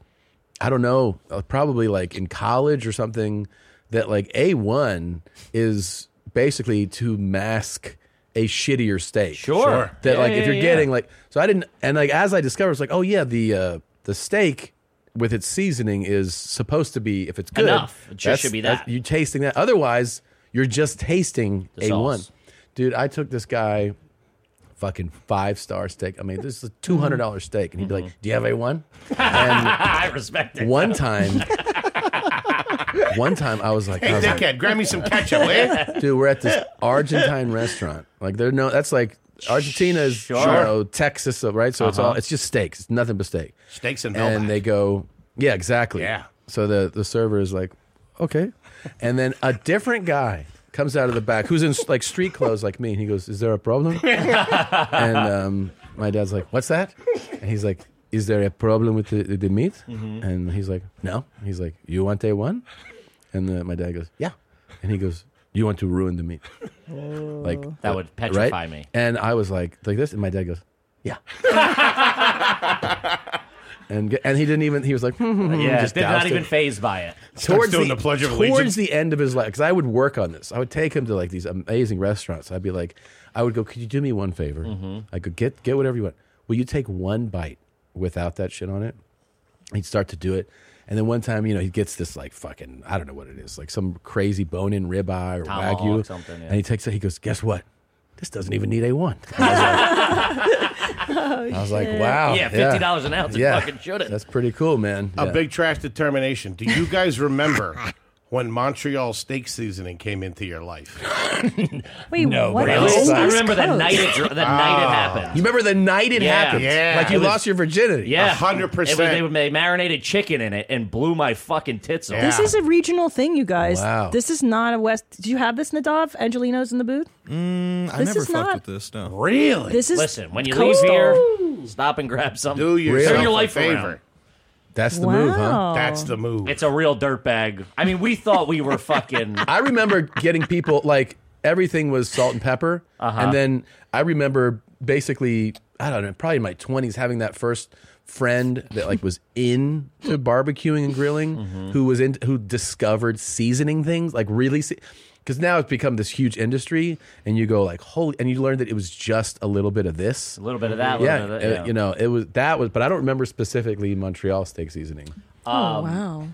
[SPEAKER 2] I don't know, uh, probably like in college or something, that like A1 is basically to mask a shittier steak.
[SPEAKER 14] Sure. Sure.
[SPEAKER 2] That like
[SPEAKER 14] Yeah,
[SPEAKER 2] if
[SPEAKER 14] yeah,
[SPEAKER 2] you're
[SPEAKER 14] yeah.
[SPEAKER 2] getting like, so I didn't, and like as I discovered, it's like, oh yeah, the, uh, the steak with its seasoning is supposed to be, if it's good,
[SPEAKER 14] Enough. It just
[SPEAKER 2] that's-
[SPEAKER 14] should be
[SPEAKER 2] that's-
[SPEAKER 14] that.
[SPEAKER 2] You're tasting that. Otherwise, you're just tasting
[SPEAKER 14] The
[SPEAKER 2] A1.
[SPEAKER 14] sauce.
[SPEAKER 2] Dude, I took this guy fucking five star steak. I mean, this is a two hundred dollar
[SPEAKER 14] Mm-hmm.
[SPEAKER 2] steak, and he'd be like, "Do you have a one?" And
[SPEAKER 14] I respect it.
[SPEAKER 2] one time, one time, I was like,
[SPEAKER 4] Hey,
[SPEAKER 2] I was like,
[SPEAKER 4] dickhead, grab me some ketchup, will ya?
[SPEAKER 2] "Dude, we're at this Argentine restaurant. Like, they're no, that's like Argentina is you
[SPEAKER 14] Sure.
[SPEAKER 2] know, Texas, right? So it's all it's just steaks. It's nothing but steak.
[SPEAKER 4] Uh-huh. Steaks and
[SPEAKER 2] And
[SPEAKER 4] velvet.
[SPEAKER 2] they go, yeah, exactly.
[SPEAKER 4] Yeah.
[SPEAKER 2] So the the server is like, okay, and then a different guy comes out of the back who's in like street clothes like me, and he goes, "Is there a problem?" and um, my dad's like, "What's that?" And he's like, "Is there a problem with the, the meat?"
[SPEAKER 14] Mm-hmm.
[SPEAKER 16] Mhm.
[SPEAKER 2] And he's like, "No." He's like, "You want A1?" And uh, my dad goes, "Yeah." And he goes, "You want to ruin the meat?" Like
[SPEAKER 14] That would petrify me.
[SPEAKER 2] And I was like, like this, and my dad goes, "Yeah." and and he didn't even. He was like, hmm, hmm, hmm,
[SPEAKER 14] yeah,
[SPEAKER 2] just
[SPEAKER 14] they're
[SPEAKER 2] doused
[SPEAKER 14] not
[SPEAKER 2] it
[SPEAKER 14] even phased by it.
[SPEAKER 2] towards the, towards the end of his life, because I would work on this. I would take him to like these amazing restaurants. I'd be like, I would go, could you do me one favor? I could get get whatever you want. Will you take one bite without that shit on it? He'd start to do it. And then one time, you know, he gets this like fucking, I don't know what it is, like some crazy bone in ribeye or
[SPEAKER 14] Tomahawk,
[SPEAKER 2] wagyu.
[SPEAKER 14] something, yeah.
[SPEAKER 2] And he takes it, he goes, guess what? This doesn't even need A1.
[SPEAKER 3] Oh,
[SPEAKER 2] I was like, wow.
[SPEAKER 4] Yeah, $50 an ounce, it
[SPEAKER 2] Yeah.
[SPEAKER 4] fucking shouldn't.
[SPEAKER 2] That's pretty cool, man.
[SPEAKER 4] A
[SPEAKER 2] Yeah.
[SPEAKER 4] big trash determination. Do you guys remember when Montreal steak seasoning came into your life?
[SPEAKER 3] Wait, what?
[SPEAKER 4] but I
[SPEAKER 3] Really?
[SPEAKER 4] was-
[SPEAKER 3] I remember the
[SPEAKER 4] Coast.
[SPEAKER 3] night it dr- the night it
[SPEAKER 4] Ah.
[SPEAKER 14] happened.
[SPEAKER 2] You remember the night it
[SPEAKER 14] Yeah.
[SPEAKER 2] happened?
[SPEAKER 14] Yeah.
[SPEAKER 2] Like you
[SPEAKER 14] It was-
[SPEAKER 2] lost your virginity.
[SPEAKER 14] Yeah, It was-
[SPEAKER 2] 100%.
[SPEAKER 14] They would make marinated chicken in it and blew my fucking tits off.
[SPEAKER 3] This is a regional thing, you guys.
[SPEAKER 14] Wow.
[SPEAKER 3] This is not a West. Did you have this, Nadav? Angelino's in the booth?
[SPEAKER 14] Mm,
[SPEAKER 3] I This never is fucked not- with
[SPEAKER 14] this stuff.
[SPEAKER 3] Really? This is
[SPEAKER 14] Listen, when you
[SPEAKER 3] coastal.
[SPEAKER 14] leave here, stop and grab something. Do
[SPEAKER 4] yourself
[SPEAKER 14] Turn your
[SPEAKER 4] a
[SPEAKER 14] life
[SPEAKER 4] favor.
[SPEAKER 14] around.
[SPEAKER 2] That's
[SPEAKER 4] the move, huh? Wow. That's the move.
[SPEAKER 14] It's a real dirtbag. I mean, we thought we were fucking.
[SPEAKER 2] I remember getting people like everything was salt and pepper,
[SPEAKER 14] Uh-huh.
[SPEAKER 2] and then I remember basically I don't know, probably in my twenties, having that first friend that like was into barbecuing and grilling,
[SPEAKER 14] Mm-hmm.
[SPEAKER 2] who was in who discovered seasoning things like really. Se- because now it's become this huge industry, and you go like, holy! And you learn that it was just a little bit of this, a
[SPEAKER 14] little bit of that, a little
[SPEAKER 2] yeah,
[SPEAKER 14] bit of that,
[SPEAKER 2] uh,
[SPEAKER 14] yeah.
[SPEAKER 2] You know, it was that was, but I don't remember specifically Montreal steak seasoning.
[SPEAKER 14] Um,
[SPEAKER 3] Oh, wow.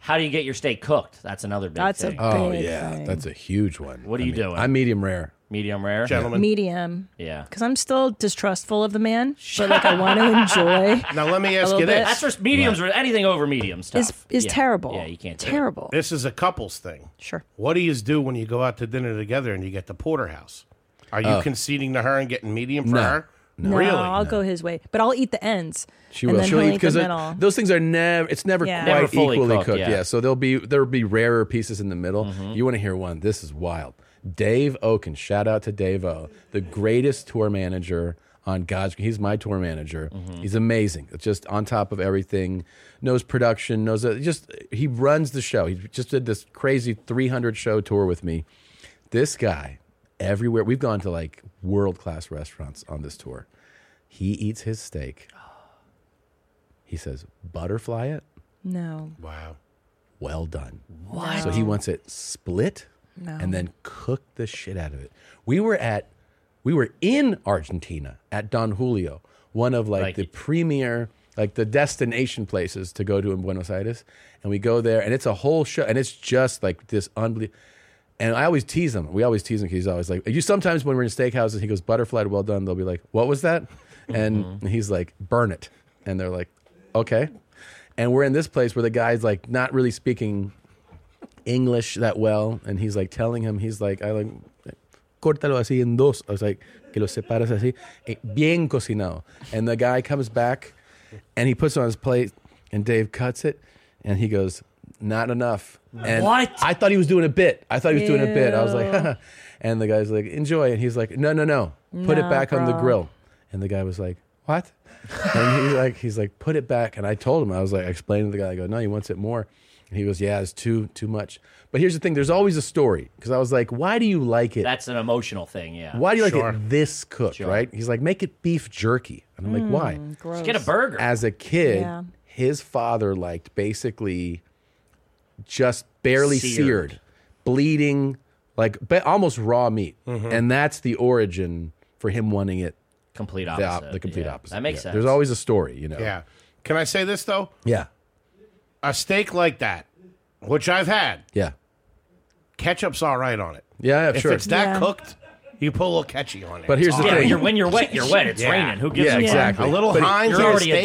[SPEAKER 14] How do you get your steak cooked? That's another big
[SPEAKER 3] That's a
[SPEAKER 14] thing.
[SPEAKER 2] Oh yeah, that's a huge one. What
[SPEAKER 14] are you
[SPEAKER 2] I mean,
[SPEAKER 14] doing?
[SPEAKER 2] I'm medium rare.
[SPEAKER 14] Medium rare,
[SPEAKER 4] Gentlemen.
[SPEAKER 3] Medium.
[SPEAKER 14] Yeah.
[SPEAKER 3] Because I'm still distrustful of the man, but like I want to enjoy.
[SPEAKER 4] Now let me
[SPEAKER 3] a
[SPEAKER 4] ask
[SPEAKER 3] little
[SPEAKER 4] you this.
[SPEAKER 3] bit.
[SPEAKER 14] That's for mediums or anything over medium stuff.
[SPEAKER 3] Is- is
[SPEAKER 14] Yeah.
[SPEAKER 3] terrible.
[SPEAKER 14] Yeah, you can't. do it.
[SPEAKER 3] Terrible.
[SPEAKER 4] This is a couples thing.
[SPEAKER 3] Sure.
[SPEAKER 4] What do you do when you go out to dinner together and you get the porterhouse? Are you
[SPEAKER 2] Oh.
[SPEAKER 4] conceding to her and getting medium for
[SPEAKER 2] No.
[SPEAKER 4] her?
[SPEAKER 3] No,
[SPEAKER 4] Really?
[SPEAKER 3] I'll go his way, but I'll eat the ends.
[SPEAKER 2] She
[SPEAKER 3] and
[SPEAKER 2] will.
[SPEAKER 3] Then
[SPEAKER 2] She'll
[SPEAKER 3] he'll
[SPEAKER 2] eat
[SPEAKER 3] the
[SPEAKER 2] because
[SPEAKER 3] middle.
[SPEAKER 2] those things are never. It's never
[SPEAKER 3] Yeah.
[SPEAKER 2] quite
[SPEAKER 3] Never
[SPEAKER 14] fully
[SPEAKER 2] equally
[SPEAKER 14] cooked,
[SPEAKER 2] cooked.
[SPEAKER 14] yeah. Mm-hmm.
[SPEAKER 2] yeah. So there'll be there'll be rarer pieces in the middle. You want to hear one? This is wild. Dave Oaken. Shout out to Dave O, the greatest tour manager on God's. He's my tour manager.
[SPEAKER 14] Mm-hmm.
[SPEAKER 2] He's amazing. Just on top of everything. Knows production. Knows uh, just he runs the show. He just did this crazy 300 show tour with me. This guy, everywhere we've gone to like world class restaurants on this tour. He eats his steak. He says, butterfly it.
[SPEAKER 3] No.
[SPEAKER 4] Wow.
[SPEAKER 2] Well done.
[SPEAKER 3] What?
[SPEAKER 2] So he wants it split
[SPEAKER 3] No.
[SPEAKER 2] and then cook the shit out of it. We were at, we were in Argentina at Don Julio, one of like, the premier, like the destination places to go to in Buenos Aires. And we go there and it's a whole show and it's just like this unbelievable. And I always tease him. We always tease him 'cause he's always like, you sometimes when we're in steakhouses, he goes, butterfly, well done. They'll be like, what was that? And he's like, burn it. And they're like, okay. And we're in this place where the guy's like not really speaking English that well. And he's like telling him, he's like, I like, córtalo así en dos. I was like, que lo separas así. eh, Bien cocinado. And the guy comes back and he puts it on his plate and Dave cuts it and he goes, not enough. And
[SPEAKER 14] What?
[SPEAKER 2] I thought he was doing a bit. I thought he was doing a bit. I was
[SPEAKER 14] Ew.
[SPEAKER 2] like, and the guy's like, enjoy. And he's like, no, no, no. Put
[SPEAKER 14] Nah,
[SPEAKER 2] it back on the
[SPEAKER 14] bro.
[SPEAKER 2] grill. And the guy was like, what? and he's like, he's like, put it back. And I told him, I was like, I explained to the guy, I go, no, he wants it more. And he goes, yeah, it's too, too much. But here's the thing. There's always a story. Cause I was like, why do you like it?
[SPEAKER 14] That's an emotional thing. Yeah.
[SPEAKER 2] why do you like it this cooked, right? He's like, make it beef jerky. And
[SPEAKER 14] Hmm,
[SPEAKER 2] I'm like, why?
[SPEAKER 3] Mm,
[SPEAKER 14] Just get a burger.
[SPEAKER 2] As a kid,
[SPEAKER 14] Yeah.
[SPEAKER 2] his father liked basically just barely
[SPEAKER 14] Seared.
[SPEAKER 2] seared, bleeding, like ba- almost raw meat.
[SPEAKER 14] Mm-hmm.
[SPEAKER 2] And that's the origin for him wanting it
[SPEAKER 14] complete
[SPEAKER 2] The, op-
[SPEAKER 14] opposite,
[SPEAKER 2] the complete
[SPEAKER 14] yeah.
[SPEAKER 2] opposite.
[SPEAKER 14] That makes
[SPEAKER 2] yeah.
[SPEAKER 14] sense.
[SPEAKER 2] There's always a story, you know?
[SPEAKER 4] Yeah. Can I say this though?
[SPEAKER 2] Yeah.
[SPEAKER 4] A steak like that, which I've had,
[SPEAKER 2] Yeah.
[SPEAKER 4] ketchup's all right on it.
[SPEAKER 2] Yeah,
[SPEAKER 4] if
[SPEAKER 2] sure.
[SPEAKER 4] it's that
[SPEAKER 2] Yeah.
[SPEAKER 4] cooked, you put a little ketchy on it.
[SPEAKER 2] But here's
[SPEAKER 4] It's
[SPEAKER 2] the
[SPEAKER 4] all
[SPEAKER 2] thing.
[SPEAKER 4] right.
[SPEAKER 2] Yeah. yeah, exactly.
[SPEAKER 4] A little
[SPEAKER 2] But
[SPEAKER 4] Heinz.
[SPEAKER 2] here's-
[SPEAKER 4] on steak.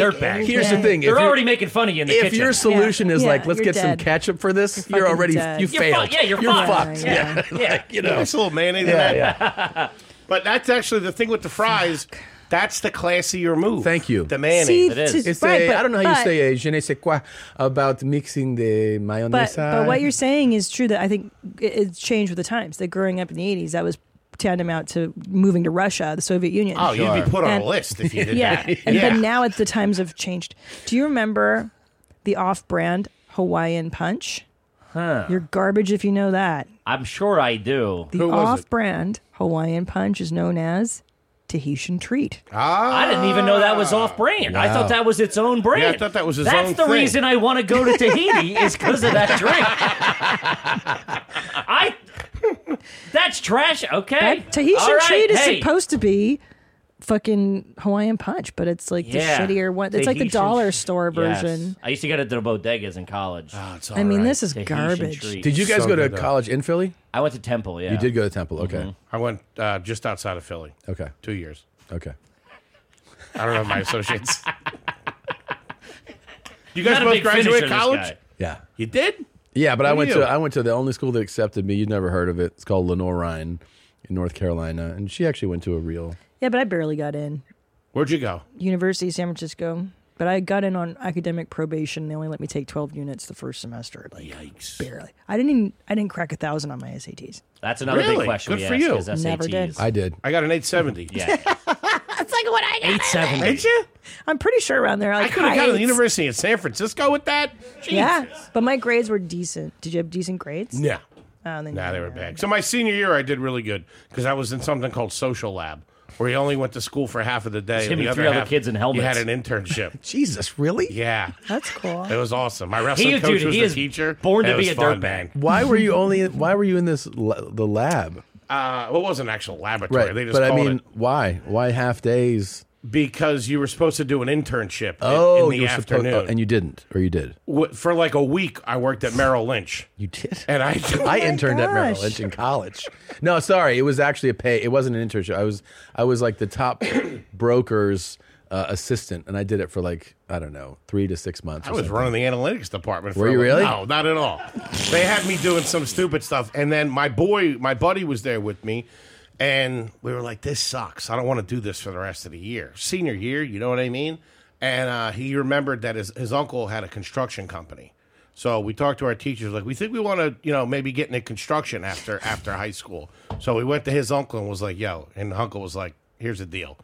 [SPEAKER 2] Here's the thing. if
[SPEAKER 14] They're
[SPEAKER 2] you-
[SPEAKER 14] already making fun of you in the
[SPEAKER 2] if
[SPEAKER 14] kitchen.
[SPEAKER 2] your solution is
[SPEAKER 14] Yeah,
[SPEAKER 2] like, let's
[SPEAKER 14] you're
[SPEAKER 2] get some
[SPEAKER 14] dead.
[SPEAKER 2] ketchup for this, you're, already you
[SPEAKER 14] You're
[SPEAKER 2] failed.
[SPEAKER 14] fucked. Yeah, you're fucked.
[SPEAKER 2] fucked.
[SPEAKER 14] Yeah.
[SPEAKER 2] Yeah,
[SPEAKER 14] Yeah.
[SPEAKER 2] Like, you know,
[SPEAKER 4] Nice little mayonnaise.
[SPEAKER 2] Yeah,
[SPEAKER 4] in that. but that's actually the thing with the fries. That's the classier move. Thank
[SPEAKER 2] you.
[SPEAKER 4] The mayonnaise.
[SPEAKER 3] See, It is. to-
[SPEAKER 2] It's
[SPEAKER 3] right,
[SPEAKER 2] a,
[SPEAKER 3] but-
[SPEAKER 2] I don't know how
[SPEAKER 3] but-
[SPEAKER 2] you say a je ne sais quoi about mixing the mayonnaise.
[SPEAKER 3] But, but what you're saying is true that I think it- it's changed with the times. That growing up in the 80s, that was tandem out to moving to Russia, the Soviet Union.
[SPEAKER 4] Oh, you'd be put on a list if you did
[SPEAKER 3] yeah,
[SPEAKER 4] that.
[SPEAKER 3] And,
[SPEAKER 4] Yeah.
[SPEAKER 3] But now it's the times have changed. Do you remember the off-brand Hawaiian Punch?
[SPEAKER 14] Huh.
[SPEAKER 3] You're garbage if you know that.
[SPEAKER 14] I'm sure I do.
[SPEAKER 3] The off-brand Hawaiian Punch is known as Tahitian Treat.
[SPEAKER 2] Ah.
[SPEAKER 14] I didn't even know that was off brand. I thought that was its own brand.
[SPEAKER 3] Yeah, I thought that was its
[SPEAKER 14] That's
[SPEAKER 3] own
[SPEAKER 14] the
[SPEAKER 3] thing.
[SPEAKER 14] reason I want to go to Tahiti is because of that drink. I. That's trash. Okay.
[SPEAKER 3] That Tahitian
[SPEAKER 14] All right,
[SPEAKER 3] treat is
[SPEAKER 14] hey.
[SPEAKER 3] supposed to be fucking Hawaiian punch, but it's like the
[SPEAKER 14] Yeah.
[SPEAKER 3] shittier one. It's like the
[SPEAKER 14] Tahitian
[SPEAKER 3] dollar
[SPEAKER 14] tr-
[SPEAKER 3] store
[SPEAKER 14] Yes.
[SPEAKER 3] version.
[SPEAKER 14] I used to get it to the bodegas in college.
[SPEAKER 3] I mean, this is garbage.
[SPEAKER 2] Ah, Did you guys go to college in Philly?
[SPEAKER 14] I went to Temple. Yeah,
[SPEAKER 2] You did go to Temple. Okay.
[SPEAKER 4] I went uh, just outside of Philly.
[SPEAKER 2] Okay.
[SPEAKER 4] Two years.
[SPEAKER 2] Okay.
[SPEAKER 4] I don't know my associates. you
[SPEAKER 14] Not
[SPEAKER 4] guys
[SPEAKER 14] a
[SPEAKER 4] both
[SPEAKER 14] big finisher,
[SPEAKER 4] graduated
[SPEAKER 14] this
[SPEAKER 4] college?
[SPEAKER 14] guy.
[SPEAKER 2] Yeah.
[SPEAKER 4] You did?
[SPEAKER 2] Yeah, but I
[SPEAKER 4] Who
[SPEAKER 2] went
[SPEAKER 4] you?
[SPEAKER 2] to I went to the only school that accepted me. You'd never heard of it. It's called Lenore Ryan in North Carolina, and she actually went to a real.
[SPEAKER 3] Yeah, but I barely got in.
[SPEAKER 4] Where'd you go?
[SPEAKER 3] University of San Francisco. But I got in on academic probation. They only let me take twelve units the first semester. Like
[SPEAKER 4] Yikes!
[SPEAKER 3] Barely. I didn't. Even, I didn't crack a thousand on my SATs.
[SPEAKER 14] That's another big
[SPEAKER 4] Really?
[SPEAKER 14] question.
[SPEAKER 4] Good
[SPEAKER 14] we
[SPEAKER 4] for
[SPEAKER 14] ask
[SPEAKER 4] you.
[SPEAKER 14] is SATs.
[SPEAKER 3] Never did.
[SPEAKER 2] I did.
[SPEAKER 4] I got an 870.
[SPEAKER 14] Yeah.
[SPEAKER 3] That's like what I got.
[SPEAKER 14] Eight seventy. Did
[SPEAKER 4] you?
[SPEAKER 3] I'm pretty sure around there.
[SPEAKER 4] I
[SPEAKER 3] Like
[SPEAKER 4] could have gone to
[SPEAKER 3] heights.
[SPEAKER 4] the University of San Francisco with that.
[SPEAKER 3] Yeah, but my grades were decent. Did you have decent grades?
[SPEAKER 4] Yeah.
[SPEAKER 3] Oh, then
[SPEAKER 4] Nah, they were bad. So my senior year, I did really good because I was in something called social lab, where you only went to school for half of the day. and
[SPEAKER 14] Just give me
[SPEAKER 4] the
[SPEAKER 14] three other
[SPEAKER 4] half,
[SPEAKER 14] kids in
[SPEAKER 4] You
[SPEAKER 14] helmets.
[SPEAKER 4] had an internship.
[SPEAKER 2] Jesus, really?
[SPEAKER 4] Yeah,
[SPEAKER 3] that's cool.
[SPEAKER 4] it was awesome. My wrestling
[SPEAKER 14] He is-
[SPEAKER 4] coach
[SPEAKER 14] dude,
[SPEAKER 4] was
[SPEAKER 14] he
[SPEAKER 4] the
[SPEAKER 14] is
[SPEAKER 4] teacher.
[SPEAKER 14] born to
[SPEAKER 4] and it
[SPEAKER 14] be
[SPEAKER 4] was
[SPEAKER 14] a
[SPEAKER 4] fun,
[SPEAKER 14] dirtbag.
[SPEAKER 4] man.
[SPEAKER 2] Why were you only? Why were you in this la- the lab?
[SPEAKER 4] Uh, well, it wasn't an actual laboratory.
[SPEAKER 2] Right,
[SPEAKER 4] They just
[SPEAKER 2] but I
[SPEAKER 4] called
[SPEAKER 2] mean,
[SPEAKER 4] it
[SPEAKER 2] why? Why half days?
[SPEAKER 4] because you were supposed to do an internship. in-
[SPEAKER 2] Oh,
[SPEAKER 4] in
[SPEAKER 2] you
[SPEAKER 4] the
[SPEAKER 2] were supposed-
[SPEAKER 4] afternoon.
[SPEAKER 2] oh, and you didn't, or you did.
[SPEAKER 4] Wh- for like a week, I worked at Merrill Lynch.
[SPEAKER 2] You did,
[SPEAKER 4] and I
[SPEAKER 2] I interned at Merrill Lynch in college. No, sorry, it was actually a pay. It wasn't an internship. I was I was like the top broker's uh, assistant, and I did it for like I don't know three to six months.
[SPEAKER 4] I
[SPEAKER 2] or
[SPEAKER 4] was
[SPEAKER 2] something.
[SPEAKER 4] running the analytics department.
[SPEAKER 2] Were
[SPEAKER 4] for a
[SPEAKER 2] you
[SPEAKER 4] li-
[SPEAKER 2] really?
[SPEAKER 4] No, not at all. they had me doing some stupid stuff, and then my boy, my buddy, was there with me, and we were like, "This sucks. I don't want to do this for the rest of the year, senior year. You know what I mean?" And uh, he remembered that his his uncle had a construction company, so we talked to our teachers like, "We think we want to, you know, maybe get into construction after after high school." So we went to his uncle and was like, "Yo," and the uncle was like, "Here's the deal."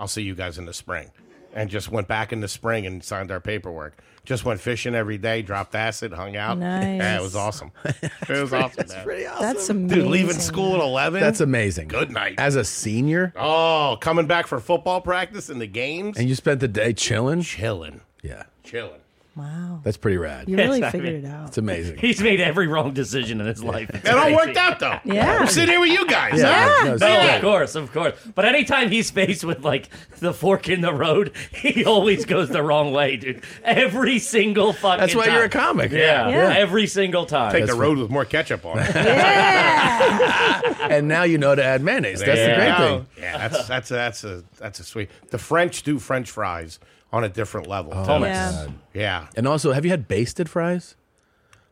[SPEAKER 4] I'll see you guys in the spring. And just went back in the spring and signed our paperwork. Just went fishing every day, dropped acid, hung out.
[SPEAKER 3] Nice.
[SPEAKER 4] Yeah, it was awesome. It was awesome. man.
[SPEAKER 3] That's amazing.
[SPEAKER 4] Dude, leaving school at 11?
[SPEAKER 2] That's amazing.
[SPEAKER 4] Good night.
[SPEAKER 2] As a senior,
[SPEAKER 4] oh, coming back for football practice and the games?
[SPEAKER 2] and you spent the day chilling,
[SPEAKER 4] chilling.
[SPEAKER 2] Yeah,
[SPEAKER 4] Chilling.
[SPEAKER 3] Wow.
[SPEAKER 2] that's pretty rad.
[SPEAKER 3] Oh. You really figured it out.
[SPEAKER 2] It's amazing.
[SPEAKER 14] He's made every wrong decision in his life. It
[SPEAKER 4] It all worked out, though.
[SPEAKER 3] Yeah.
[SPEAKER 4] I'm sitting here with you guys.
[SPEAKER 14] Yeah.
[SPEAKER 4] huh?
[SPEAKER 14] No, of course, of course. But anytime he's faced with like the fork in the road, he always goes the wrong way, dude. Every single fucking.
[SPEAKER 2] That's why you're a
[SPEAKER 14] time.
[SPEAKER 2] comic.
[SPEAKER 14] Yeah.
[SPEAKER 2] Yeah.
[SPEAKER 14] every single time.
[SPEAKER 4] Take the road with more ketchup on it.
[SPEAKER 2] and now you know to add mayonnaise. That's
[SPEAKER 4] yeah.
[SPEAKER 2] the great thing.
[SPEAKER 4] Yeah, that's that's that's a that's a sweet. The French do French fries on a different level.
[SPEAKER 2] Oh,
[SPEAKER 4] Thomas.
[SPEAKER 2] Yeah. God.
[SPEAKER 4] yeah.
[SPEAKER 2] And also, have you had basted fries?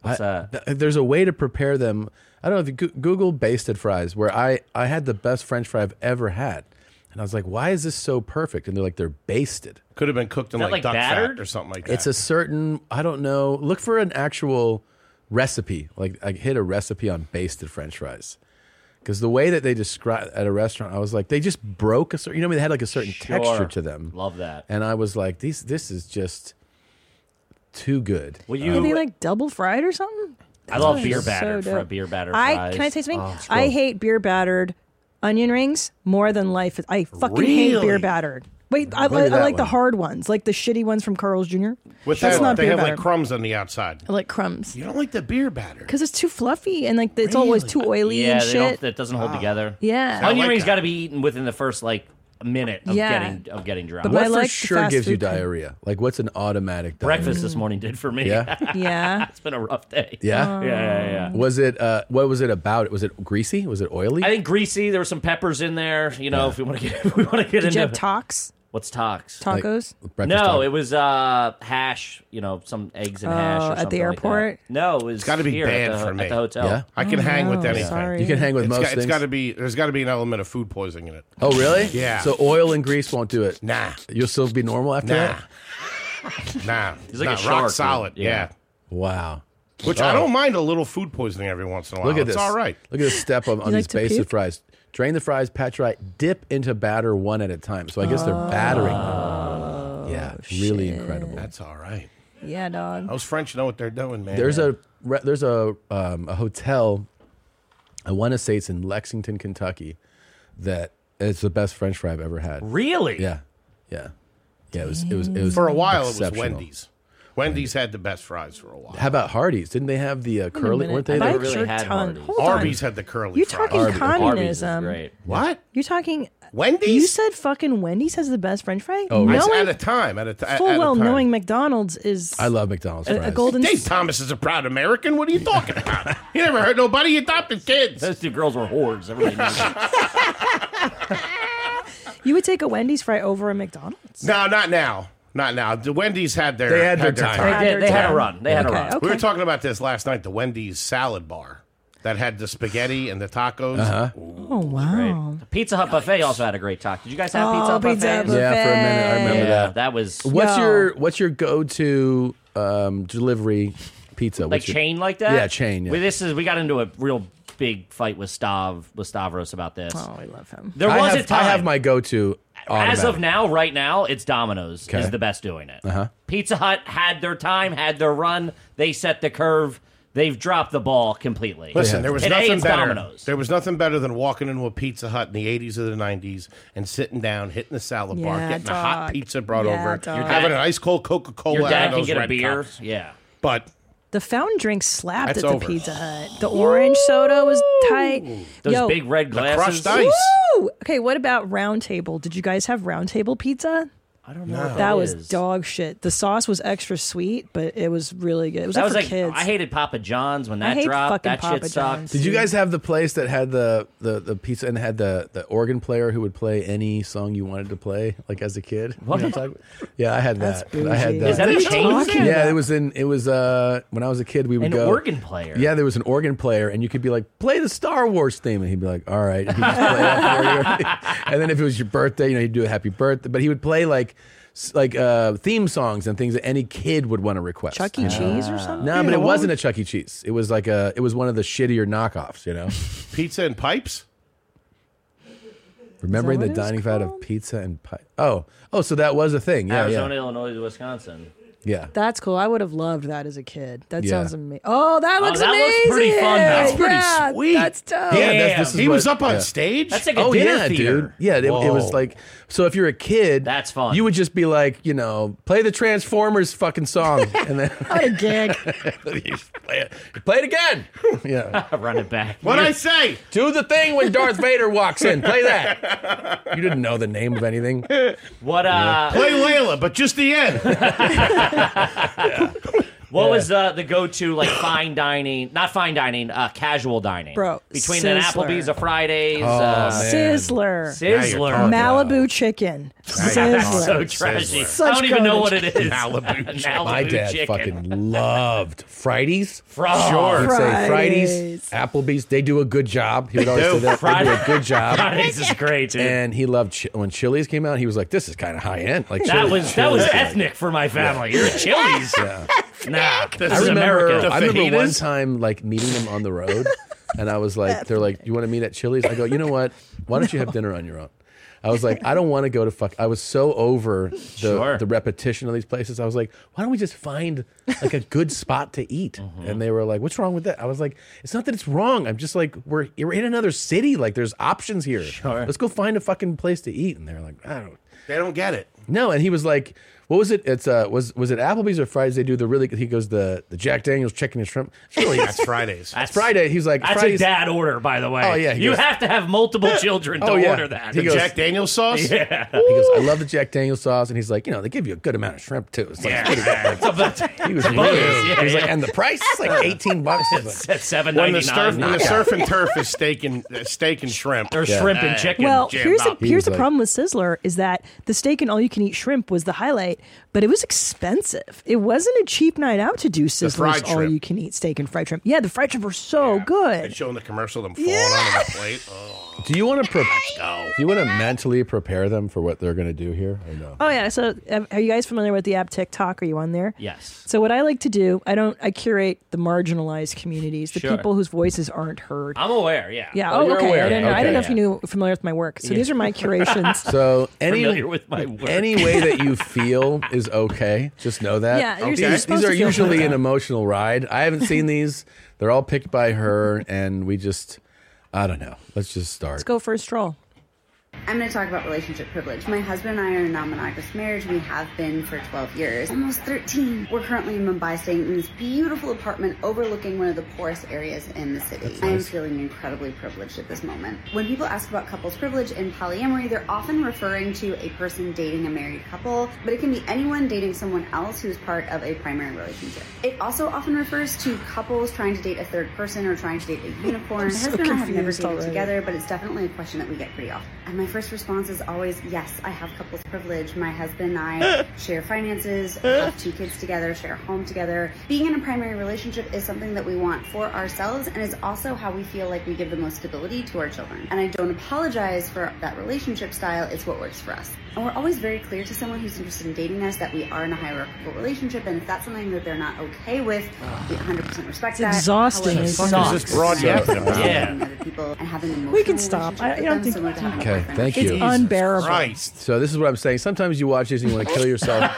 [SPEAKER 2] What's that? there's a way to prepare them. I don't know if you go- Google basted fries, where I, I had the best French fry I've ever had. And I was like, why is this so perfect? And they're like, they're basted.
[SPEAKER 4] Could have been cooked in
[SPEAKER 14] Is that
[SPEAKER 4] like,
[SPEAKER 14] like
[SPEAKER 4] duck
[SPEAKER 14] battered?
[SPEAKER 4] fat or something like that.
[SPEAKER 2] It's a certain, I don't know, look for an actual recipe. Like, I hit a recipe on basted French fries. Because the way that they describe at a restaurant, I was like, they just broke a certain, you know, what I mean? they had like a certain
[SPEAKER 14] Sure.
[SPEAKER 2] texture to them.
[SPEAKER 14] Love that.
[SPEAKER 2] And I was like, these, this is just too good. Uh,
[SPEAKER 14] Will
[SPEAKER 3] Are they
[SPEAKER 14] you? Uh,
[SPEAKER 3] like double fried or something?
[SPEAKER 14] I love
[SPEAKER 3] That's
[SPEAKER 14] beer
[SPEAKER 3] so
[SPEAKER 14] battered
[SPEAKER 3] dope.
[SPEAKER 14] for beer batter.
[SPEAKER 3] I
[SPEAKER 14] fries.
[SPEAKER 3] can I say something?
[SPEAKER 14] Oh, it's
[SPEAKER 3] I
[SPEAKER 14] cool.
[SPEAKER 3] hate beer battered onion rings more than life. I fucking hate beer
[SPEAKER 4] Really?
[SPEAKER 3] battered. Wait, I, I,
[SPEAKER 4] Maybe
[SPEAKER 3] I
[SPEAKER 4] that
[SPEAKER 3] like the
[SPEAKER 4] one.
[SPEAKER 3] hard ones, like the shitty ones from Carl's Jr.
[SPEAKER 4] With
[SPEAKER 3] That's
[SPEAKER 4] that,
[SPEAKER 3] not
[SPEAKER 4] they
[SPEAKER 3] beer
[SPEAKER 4] have
[SPEAKER 3] batter.
[SPEAKER 4] like crumbs on the outside.
[SPEAKER 3] I like crumbs
[SPEAKER 4] You don't like the beer batter.
[SPEAKER 3] because it's too fluffy and like it's always too oily
[SPEAKER 14] Yeah,
[SPEAKER 3] and
[SPEAKER 14] they don't,
[SPEAKER 3] shit.
[SPEAKER 14] that doesn't hold together.
[SPEAKER 3] Yeah. I
[SPEAKER 14] onion
[SPEAKER 3] like
[SPEAKER 14] rings
[SPEAKER 3] that.
[SPEAKER 14] got to be eaten within the first like minute of
[SPEAKER 3] Yeah.
[SPEAKER 14] getting of getting dry.
[SPEAKER 2] But what for sure gives you diarrhea? Like, what's an automatic diarrhea?
[SPEAKER 14] Breakfast this morning did for me.
[SPEAKER 2] Yeah?
[SPEAKER 3] Yeah. Oh.
[SPEAKER 14] it's been a rough day.
[SPEAKER 2] Yeah?
[SPEAKER 14] yeah, yeah. yeah.
[SPEAKER 2] Was it, uh, what was it about? Was it greasy? Was it oily?
[SPEAKER 14] I think greasy. There were some peppers in there. You know, if we want to get, if we want to get
[SPEAKER 3] Did
[SPEAKER 14] into
[SPEAKER 3] you have talks?
[SPEAKER 14] what's tax
[SPEAKER 3] Like Tacos?
[SPEAKER 14] no,
[SPEAKER 2] breakfast taco?
[SPEAKER 14] it was uh, hash. You know, some eggs and hash
[SPEAKER 3] Oh,
[SPEAKER 14] or
[SPEAKER 3] at the
[SPEAKER 14] something like that.
[SPEAKER 3] airport?
[SPEAKER 14] no, it was
[SPEAKER 4] It's got to be
[SPEAKER 14] here
[SPEAKER 4] bad
[SPEAKER 14] at the,
[SPEAKER 4] for me.
[SPEAKER 14] at the hotel.
[SPEAKER 4] I can
[SPEAKER 3] Oh,
[SPEAKER 4] hang with
[SPEAKER 3] no,
[SPEAKER 4] anything.
[SPEAKER 3] sorry.
[SPEAKER 2] You can hang with
[SPEAKER 4] It's
[SPEAKER 2] most
[SPEAKER 4] got, It's
[SPEAKER 2] things.
[SPEAKER 4] got to be. There's got to be an element of food poisoning in it.
[SPEAKER 2] Oh, really?
[SPEAKER 4] Yeah.
[SPEAKER 2] So oil and grease won't do it.
[SPEAKER 4] Nah.
[SPEAKER 2] You'll still be normal after
[SPEAKER 4] nah,
[SPEAKER 2] that?
[SPEAKER 4] nah.
[SPEAKER 14] He's like a
[SPEAKER 4] nah,
[SPEAKER 14] shark,
[SPEAKER 4] rock
[SPEAKER 14] dude.
[SPEAKER 4] solid.
[SPEAKER 14] Yeah.
[SPEAKER 4] Yeah.
[SPEAKER 2] Wow. Oh.
[SPEAKER 4] Which I don't mind a little food poisoning every once in a while.
[SPEAKER 2] Look at
[SPEAKER 4] it's
[SPEAKER 2] this.
[SPEAKER 4] all right.
[SPEAKER 2] Look at the step on, on
[SPEAKER 3] You like
[SPEAKER 2] these
[SPEAKER 3] to
[SPEAKER 2] basted
[SPEAKER 3] puke?
[SPEAKER 2] fries. Drain the fries, pat dry, dip into batter one at a time. So I guess they're battering.
[SPEAKER 3] Oh,
[SPEAKER 2] them. yeah, it's really incredible.
[SPEAKER 4] That's all right.
[SPEAKER 3] Yeah, dog.
[SPEAKER 4] Those French know what they're doing, man.
[SPEAKER 2] There's a re- there's a um, a hotel. I want to say it's in Lexington, Kentucky, that it's the best French fry I've ever had.
[SPEAKER 14] Really?
[SPEAKER 2] Yeah, yeah, yeah. It was it was it was
[SPEAKER 4] for a while. It was
[SPEAKER 2] exceptional.
[SPEAKER 4] Wendy's. Wendy's had the best fries for a while.
[SPEAKER 2] How about Hardee's? Didn't they have the uh, curly?
[SPEAKER 3] minute.
[SPEAKER 2] Weren't they?
[SPEAKER 3] Bite
[SPEAKER 2] the-
[SPEAKER 3] your tongue. Hold on.
[SPEAKER 4] Arby's had the curly.
[SPEAKER 3] You're
[SPEAKER 4] fries.
[SPEAKER 3] talking communism.
[SPEAKER 4] What?
[SPEAKER 3] You're talking
[SPEAKER 4] Wendy's?
[SPEAKER 3] You said fucking Wendy's has the best French fry.
[SPEAKER 4] Oh,
[SPEAKER 3] knowing,
[SPEAKER 4] at a time. At a ti- at a time.
[SPEAKER 3] full well knowing McDonald's is
[SPEAKER 2] I love McDonald's
[SPEAKER 3] A- a
[SPEAKER 2] fries.
[SPEAKER 3] golden-
[SPEAKER 4] Dave Thomas is a proud American. What are you talking about? He never heard nobody adopted kids.
[SPEAKER 14] Those two girls were whores. Everybody knows. that.
[SPEAKER 3] you would take a Wendy's fry over a McDonald's.
[SPEAKER 4] No, not now. Not now. The Wendy's had their
[SPEAKER 2] They had their time.
[SPEAKER 14] They did. They had a run. They had a
[SPEAKER 3] Okay,
[SPEAKER 14] run.
[SPEAKER 4] We were
[SPEAKER 3] okay.
[SPEAKER 4] talking about this last night. The Wendy's salad bar that had the spaghetti and the tacos.
[SPEAKER 2] Uh-huh.
[SPEAKER 3] Oh wow.
[SPEAKER 14] Pizza Hut buffet also had a great talk. Did you guys have
[SPEAKER 3] Oh,
[SPEAKER 14] Pizza Hut
[SPEAKER 3] Pizza Hut
[SPEAKER 14] buffet?
[SPEAKER 3] buffet.
[SPEAKER 2] Yeah, for a minute I remember
[SPEAKER 14] Yeah,
[SPEAKER 2] that.
[SPEAKER 14] That was
[SPEAKER 2] What's
[SPEAKER 3] Yo.
[SPEAKER 2] your what's your go to um, delivery pizza?
[SPEAKER 14] like
[SPEAKER 2] What's your-
[SPEAKER 14] chain like that.
[SPEAKER 2] Yeah, chain. Yeah.
[SPEAKER 14] We, this is we got into a real big fight with Stav with Stavros about this.
[SPEAKER 3] Oh, I love him.
[SPEAKER 14] There
[SPEAKER 2] I
[SPEAKER 14] was
[SPEAKER 2] have,
[SPEAKER 14] a time.
[SPEAKER 2] I have my go to.
[SPEAKER 14] As of now, right now, it's Domino's
[SPEAKER 2] Okay.
[SPEAKER 14] is the best doing it.
[SPEAKER 2] Uh huh.
[SPEAKER 14] Pizza Hut had their time, had their run. They set the curve. They've dropped the ball completely.
[SPEAKER 4] Listen, there was
[SPEAKER 14] Today
[SPEAKER 4] nothing
[SPEAKER 14] it's
[SPEAKER 4] better.
[SPEAKER 14] Domino's.
[SPEAKER 4] There was nothing better than walking into a Pizza Hut in the '80s or the '90s and sitting down, hitting the salad bar,
[SPEAKER 3] Yeah,
[SPEAKER 4] getting a hot
[SPEAKER 3] dog.
[SPEAKER 4] pizza brought
[SPEAKER 3] Yeah,
[SPEAKER 4] over,
[SPEAKER 3] dog. Your
[SPEAKER 4] having
[SPEAKER 14] dad-
[SPEAKER 4] an ice cold Coca Cola.
[SPEAKER 14] Your dad
[SPEAKER 4] out of
[SPEAKER 14] can
[SPEAKER 4] those
[SPEAKER 14] get a
[SPEAKER 4] red
[SPEAKER 14] beer.
[SPEAKER 4] cups.
[SPEAKER 14] Yeah.
[SPEAKER 4] But
[SPEAKER 3] The fountain drink slapped
[SPEAKER 4] That's
[SPEAKER 3] at the
[SPEAKER 4] over.
[SPEAKER 3] Pizza Hut. The orange soda was tight.
[SPEAKER 14] Those
[SPEAKER 3] Yo,
[SPEAKER 14] big red
[SPEAKER 4] the
[SPEAKER 14] glasses.
[SPEAKER 4] crushed ice.
[SPEAKER 3] Woo! Okay, what about round table? Did you guys have round table pizza?
[SPEAKER 14] I don't know.
[SPEAKER 4] No.
[SPEAKER 14] what
[SPEAKER 3] That was
[SPEAKER 14] is.
[SPEAKER 3] dog shit. The sauce was extra sweet, but it was really good. It was,
[SPEAKER 14] That
[SPEAKER 3] like
[SPEAKER 14] was
[SPEAKER 3] for kids.
[SPEAKER 14] like I hated Papa John's when
[SPEAKER 3] I
[SPEAKER 14] that
[SPEAKER 3] hate
[SPEAKER 14] dropped.
[SPEAKER 3] fucking
[SPEAKER 14] That
[SPEAKER 3] Papa
[SPEAKER 14] shit sucked.
[SPEAKER 3] John's.
[SPEAKER 2] Did you guys have the place that had the, the, the pizza and had the, the organ player who would play any song you wanted to play, like as a kid? You know What? I'm talking about? yeah, I had
[SPEAKER 3] That's
[SPEAKER 2] that. I had
[SPEAKER 3] bougie.
[SPEAKER 2] that.
[SPEAKER 14] Is that a chain?
[SPEAKER 3] talking
[SPEAKER 2] yeah,
[SPEAKER 3] about?
[SPEAKER 2] it was in it was uh when I was a kid we would
[SPEAKER 14] An
[SPEAKER 2] go
[SPEAKER 14] organ player.
[SPEAKER 2] Yeah, there was an organ player, and you could be like, play the Star Wars theme, and he'd be like, all right. And, he'd just play that for you. and then if it was your birthday, you know, he'd do a happy birthday, but he would play like s- like uh, theme songs and things that any kid would want to request.
[SPEAKER 3] Chuck E. Cheese or something?
[SPEAKER 2] no, but it wasn't a Chuck E. Cheese. It was like a it was one of the shittier knockoffs. You know,
[SPEAKER 4] pizza and pipes.
[SPEAKER 2] remembering the
[SPEAKER 3] what it was
[SPEAKER 2] dining fad of pizza and pie. Oh, oh, so that was a thing. Yeah,
[SPEAKER 14] Arizona, Illinois, Wisconsin.
[SPEAKER 2] yeah, yeah.
[SPEAKER 3] That's cool. I would have loved that as a kid. That
[SPEAKER 2] Yeah.
[SPEAKER 3] sounds amazing. Oh, that looks
[SPEAKER 14] that
[SPEAKER 3] amazing.
[SPEAKER 14] looks pretty fun, though.
[SPEAKER 4] That's pretty
[SPEAKER 3] Yeah,
[SPEAKER 4] sweet.
[SPEAKER 3] That's dope.
[SPEAKER 2] Yeah, that's- this is
[SPEAKER 4] He
[SPEAKER 2] what-
[SPEAKER 4] was up on
[SPEAKER 2] yeah.
[SPEAKER 4] stage.
[SPEAKER 14] That's like a dinner theater.
[SPEAKER 2] dude. Yeah, it, it was
[SPEAKER 4] Whoa.
[SPEAKER 2] like so. If you're a kid,
[SPEAKER 14] That's fun.
[SPEAKER 2] You would just be like, you know, play the Transformers fucking song, and then
[SPEAKER 3] What a gig.
[SPEAKER 2] you just play it, You play it again. yeah,
[SPEAKER 14] Run it back.
[SPEAKER 4] what I say.
[SPEAKER 2] do the thing when Darth Vader walks in. Play that. You didn't know the name of anything.
[SPEAKER 14] What uh?
[SPEAKER 4] Play Layla, but just the end.
[SPEAKER 14] What was uh, the the go to like fine dining? Not fine dining. Uh, casual dining.
[SPEAKER 3] Bro,
[SPEAKER 14] between
[SPEAKER 3] Sizzler.
[SPEAKER 14] an Applebee's, a Fridays. uh,
[SPEAKER 2] Oh, man.
[SPEAKER 3] Sizzler.
[SPEAKER 14] Sizzler.
[SPEAKER 3] Malibu chicken.
[SPEAKER 14] That's
[SPEAKER 3] Sizzler.
[SPEAKER 14] so trashy.
[SPEAKER 3] Sizzler.
[SPEAKER 14] I don't even know what it
[SPEAKER 3] Such
[SPEAKER 14] is.
[SPEAKER 4] Malibu
[SPEAKER 14] An
[SPEAKER 4] chicken.
[SPEAKER 2] My
[SPEAKER 14] Malibu
[SPEAKER 2] dad
[SPEAKER 14] chicken.
[SPEAKER 2] fucking loved Fridays.
[SPEAKER 14] Fro-
[SPEAKER 2] He would say
[SPEAKER 3] Fridays.
[SPEAKER 2] Fridays, Applebee's. They do a good job. He would always say
[SPEAKER 4] do.
[SPEAKER 2] that. They do a good job.
[SPEAKER 14] Fridays is great, dude.
[SPEAKER 2] And he loved chi- when Chili's came out. He was like, "This is kind of high end." Like
[SPEAKER 14] that
[SPEAKER 2] Chili's-
[SPEAKER 14] was that was
[SPEAKER 2] Chili's, like-
[SPEAKER 14] ethnic for my family. You're a Chili's. Nah, this
[SPEAKER 2] I
[SPEAKER 14] is
[SPEAKER 2] remember.
[SPEAKER 14] America.
[SPEAKER 2] I remember one
[SPEAKER 4] fajitas?
[SPEAKER 2] time like meeting him on the road, and I was like, "They're like, you want to meet at Chili's?" I go, "You know what? Why don't you have dinner on your own?" I was like, "I don't want to go to fuck." I was so over the
[SPEAKER 14] Sure.
[SPEAKER 2] the repetition of these places. I was like, "Why don't we just find like a good spot to eat?"
[SPEAKER 14] Mm-hmm.
[SPEAKER 2] And they were like, "What's wrong with that?" I was like, "It's not that it's wrong. I'm just like we're we're in another city. Like there's options here. Sure. Let's go find a fucking place to eat." And they're like, "I don't."
[SPEAKER 4] they don't get it.
[SPEAKER 2] No, and he was like, "What was it? It's uh, was was it Applebee's or Fridays? They do the really." He goes the the Jack Daniels chicken and shrimp. It's really
[SPEAKER 4] That's Fridays.
[SPEAKER 2] it's Friday. He's like
[SPEAKER 14] That's
[SPEAKER 2] Fridays.
[SPEAKER 14] a dad order, by the way.
[SPEAKER 2] Oh, yeah, he
[SPEAKER 14] you
[SPEAKER 2] goes-
[SPEAKER 14] have to have multiple children to
[SPEAKER 2] Oh, yeah.
[SPEAKER 14] order that.
[SPEAKER 2] He goes-
[SPEAKER 4] Jack Daniel's sauce.
[SPEAKER 2] He goes, I love the Jack Daniels sauce, and he's like, you know, they give you a good amount of shrimp too. It's like, it's pretty good. Like, he was really,
[SPEAKER 14] Yeah,
[SPEAKER 2] he was like,
[SPEAKER 14] yeah.
[SPEAKER 2] and the price is like eighteen bucks. He's like,
[SPEAKER 14] at seven
[SPEAKER 4] When the,
[SPEAKER 14] ninety
[SPEAKER 4] surf, when
[SPEAKER 14] nine.
[SPEAKER 4] the surf and turf is steak and uh, steak and shrimp.
[SPEAKER 14] Or shrimp and
[SPEAKER 4] Uh,
[SPEAKER 14] chicken.
[SPEAKER 3] Well,
[SPEAKER 4] Jam
[SPEAKER 3] here's the
[SPEAKER 4] up.
[SPEAKER 3] here's
[SPEAKER 2] He's
[SPEAKER 3] the
[SPEAKER 2] like-
[SPEAKER 3] problem with Sizzler is that the steak and all you can eat shrimp was the highlight, but it was expensive. It wasn't a cheap night out to do
[SPEAKER 4] fried
[SPEAKER 3] Sizzler's all
[SPEAKER 4] shrimp.
[SPEAKER 3] you can eat steak and fried shrimp. Yeah, the fried shrimp were so
[SPEAKER 4] And
[SPEAKER 3] good.
[SPEAKER 4] showing the commercial, them falling onto the plate. Oh.
[SPEAKER 2] Do you want to pre- Do you want to mentally prepare them for what they're going to do here? Or no?
[SPEAKER 3] Oh yeah. So uh, are you guys familiar with the app TikTok? Are you on there?
[SPEAKER 14] Yes.
[SPEAKER 3] So what I like to do, I don't, I curate the marginalized communities, the
[SPEAKER 14] Sure.
[SPEAKER 3] people whose voices aren't heard.
[SPEAKER 14] I'm aware. Yeah.
[SPEAKER 3] Yeah. Oh,
[SPEAKER 14] You're
[SPEAKER 3] okay.
[SPEAKER 14] aware,
[SPEAKER 3] I didn't know.
[SPEAKER 14] yeah.
[SPEAKER 3] I didn't know
[SPEAKER 14] Okay.
[SPEAKER 3] if you knew familiar with my work. So
[SPEAKER 14] Yeah.
[SPEAKER 3] these are my curations.
[SPEAKER 2] So any
[SPEAKER 14] Familiar with my work.
[SPEAKER 2] any way that you feel is okay. Just know that.
[SPEAKER 3] Yeah, you're- you're
[SPEAKER 2] These,
[SPEAKER 3] supposed
[SPEAKER 2] these are
[SPEAKER 3] to feel
[SPEAKER 2] usually
[SPEAKER 3] like
[SPEAKER 2] an
[SPEAKER 3] that.
[SPEAKER 2] emotional ride. I haven't seen these. They're all picked by her, and we just, I don't know. Let's just start.
[SPEAKER 3] Let's go for a stroll.
[SPEAKER 16] I'm going to talk about relationship privilege. My husband and I are in a non monogamous marriage. We have been for 12 years, almost 13. We're currently in Mumbai, staying in this beautiful apartment overlooking one of the poorest areas in the city. I am
[SPEAKER 17] nice.
[SPEAKER 16] feeling incredibly privileged at this moment. When people ask about couples privilege in polyamory, they're often referring to a person dating a married couple, but it can be anyone dating someone else who's part of a primary relationship. It also often refers to couples trying to date a third person or trying to date a unicorn.
[SPEAKER 3] I'm
[SPEAKER 16] My
[SPEAKER 3] so
[SPEAKER 16] husband and I have never
[SPEAKER 3] confused
[SPEAKER 16] dated
[SPEAKER 3] already.
[SPEAKER 16] together, but it's definitely a question that we get pretty often. And my first response is always, yes, I have couples privilege. My husband and I share finances, have two kids together, share a home together. Being in a primary relationship is something that we want for ourselves, and it's also how we feel like we give the most stability to our children. And I don't apologize for that relationship style. It's what works for us. And we're always very clear to someone who's interested in dating us that we are in a hierarchical relationship, and if that's something that they're not okay with, we 100% respect
[SPEAKER 3] It's
[SPEAKER 16] that.
[SPEAKER 3] exhausting.
[SPEAKER 16] However,
[SPEAKER 3] It sucks. We can stop. I, I don't think.
[SPEAKER 2] Okay, thank you.
[SPEAKER 3] It's unbearable.
[SPEAKER 2] So this is what I'm saying. Sometimes you watch this and you want to kill yourself.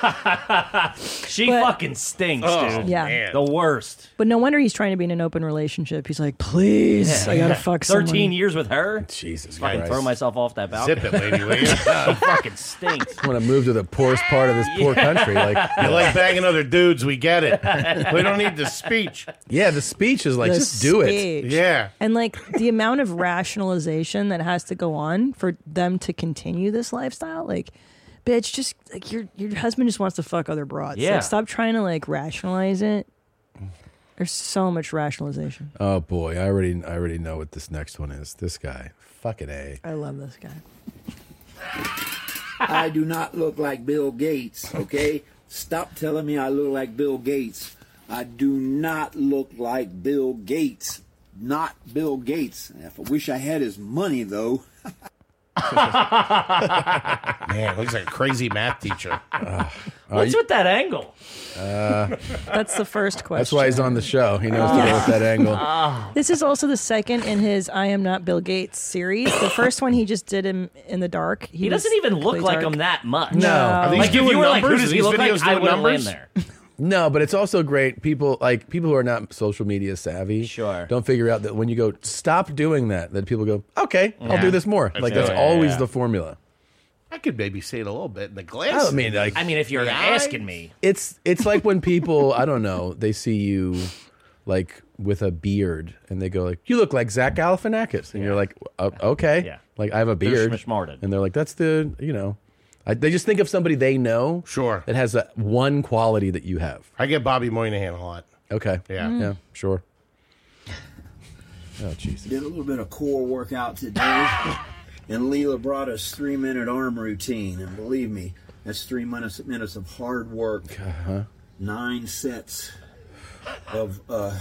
[SPEAKER 14] She fucking stinks,
[SPEAKER 2] Oh,
[SPEAKER 14] dude.
[SPEAKER 3] Yeah. man.
[SPEAKER 14] The worst.
[SPEAKER 3] But no wonder he's trying to be in an open relationship. He's like, please,
[SPEAKER 14] Yeah.
[SPEAKER 3] I gotta
[SPEAKER 14] Yeah.
[SPEAKER 3] fuck someone.
[SPEAKER 14] 13 years with her? Jesus Fucking
[SPEAKER 2] Christ.
[SPEAKER 14] throw myself off that balcony.
[SPEAKER 2] Zip it, lady, will you?
[SPEAKER 14] she fucking stinks.
[SPEAKER 2] I want to move to the poorest part of this poor country. Like
[SPEAKER 4] you like banging other dudes, we get it. we don't need the speech.
[SPEAKER 2] Yeah, the speech is like
[SPEAKER 3] The
[SPEAKER 2] just do it.
[SPEAKER 3] speech. And like the amount of rationalization that has to go on for them to continue this lifestyle, like, bitch, just like your your husband just wants to fuck other broads.
[SPEAKER 2] Yeah.
[SPEAKER 3] Like, stop trying to like rationalize it. There's so much rationalization.
[SPEAKER 2] Oh boy, I already I already know what this next one is. This guy, fucking a.
[SPEAKER 3] I love this guy.
[SPEAKER 18] I do not look like Bill Gates, okay? Stop telling me I look like Bill Gates. I do not look like Bill Gates. Not Bill Gates. If I wish I had his money, though.
[SPEAKER 4] Man, looks like a crazy math teacher.
[SPEAKER 14] What's with that angle?
[SPEAKER 2] Uh,
[SPEAKER 3] That's the first question.
[SPEAKER 2] that's why he's on the show. He knows to go with that angle.
[SPEAKER 3] This is also the second in his "I Am Not Bill Gates" series. The first one he just did him in the dark.
[SPEAKER 14] He, doesn't
[SPEAKER 3] was
[SPEAKER 14] even look
[SPEAKER 3] completely
[SPEAKER 14] like
[SPEAKER 3] dark.
[SPEAKER 14] him that much.
[SPEAKER 3] No. Are these
[SPEAKER 14] Like, if
[SPEAKER 3] doing
[SPEAKER 14] you were like, who
[SPEAKER 3] numbers?
[SPEAKER 14] does he
[SPEAKER 3] These
[SPEAKER 14] look
[SPEAKER 3] videos
[SPEAKER 14] like? I
[SPEAKER 3] doing
[SPEAKER 14] would have
[SPEAKER 3] numbers?
[SPEAKER 14] land there.
[SPEAKER 2] No, but it's also great. People like people who are not social media savvy. Sure, don't figure out that when you go stop doing that, that people go, okay, I'll
[SPEAKER 4] Yeah.
[SPEAKER 2] do this more.
[SPEAKER 4] Let's
[SPEAKER 2] Like
[SPEAKER 4] do
[SPEAKER 2] that's
[SPEAKER 4] it.
[SPEAKER 2] always
[SPEAKER 4] Yeah.
[SPEAKER 2] the formula.
[SPEAKER 4] I could maybe say it a little bit in the glass.
[SPEAKER 2] Oh, I mean, like- I mean,
[SPEAKER 14] if you're
[SPEAKER 4] The
[SPEAKER 14] asking
[SPEAKER 4] eyes.
[SPEAKER 14] me.
[SPEAKER 2] It's it's like when people I don't know they see you like with a beard and they go like you look like Zach Galifianakis and you're like "O- okay yeah like I have a
[SPEAKER 14] They're
[SPEAKER 2] beard and they're like that's the you know I, they just think of somebody they know sure that has that one quality that you have
[SPEAKER 4] I get Bobby Moynihan a lot.
[SPEAKER 2] okay
[SPEAKER 4] Yeah.
[SPEAKER 2] yeah sure oh jeez
[SPEAKER 18] Did a little bit of core workout today, and Leela brought us three minute arm routine. And believe me, that's three minutes minutes of hard work,
[SPEAKER 2] uh-huh.
[SPEAKER 18] nine sets of uh,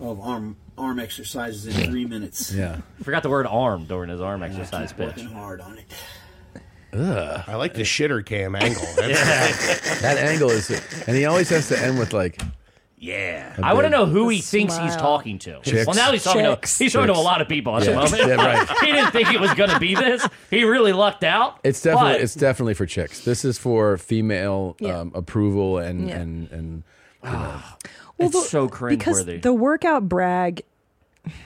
[SPEAKER 18] of arm arm exercises in three minutes.
[SPEAKER 14] Forgot the word arm during his arm exercise pitch.
[SPEAKER 18] Working hard on it.
[SPEAKER 2] Ugh.
[SPEAKER 4] I like the shitter cam angle. That's-
[SPEAKER 2] that angle is and he always has to end with like
[SPEAKER 4] Yeah.
[SPEAKER 2] A
[SPEAKER 14] I want to
[SPEAKER 2] big-
[SPEAKER 14] know who he
[SPEAKER 2] The
[SPEAKER 14] thinks he's
[SPEAKER 2] smile.
[SPEAKER 14] talking to.
[SPEAKER 2] Chicks.
[SPEAKER 14] Well, now he's talking
[SPEAKER 2] Chicks.
[SPEAKER 14] to he's talking to a
[SPEAKER 2] Chicks.
[SPEAKER 14] lot of people at
[SPEAKER 2] Yeah.
[SPEAKER 14] the moment.
[SPEAKER 2] Yeah, right.
[SPEAKER 14] he didn't think it was going to be this. He really lucked out.
[SPEAKER 2] It's definitely
[SPEAKER 14] but-
[SPEAKER 2] it's definitely for chicks. This is for female
[SPEAKER 14] Yeah. Ah.
[SPEAKER 2] um, approval and
[SPEAKER 3] Yeah.
[SPEAKER 2] and and. You know.
[SPEAKER 14] It's so
[SPEAKER 3] because
[SPEAKER 14] cringeworthy.
[SPEAKER 3] the workout brag.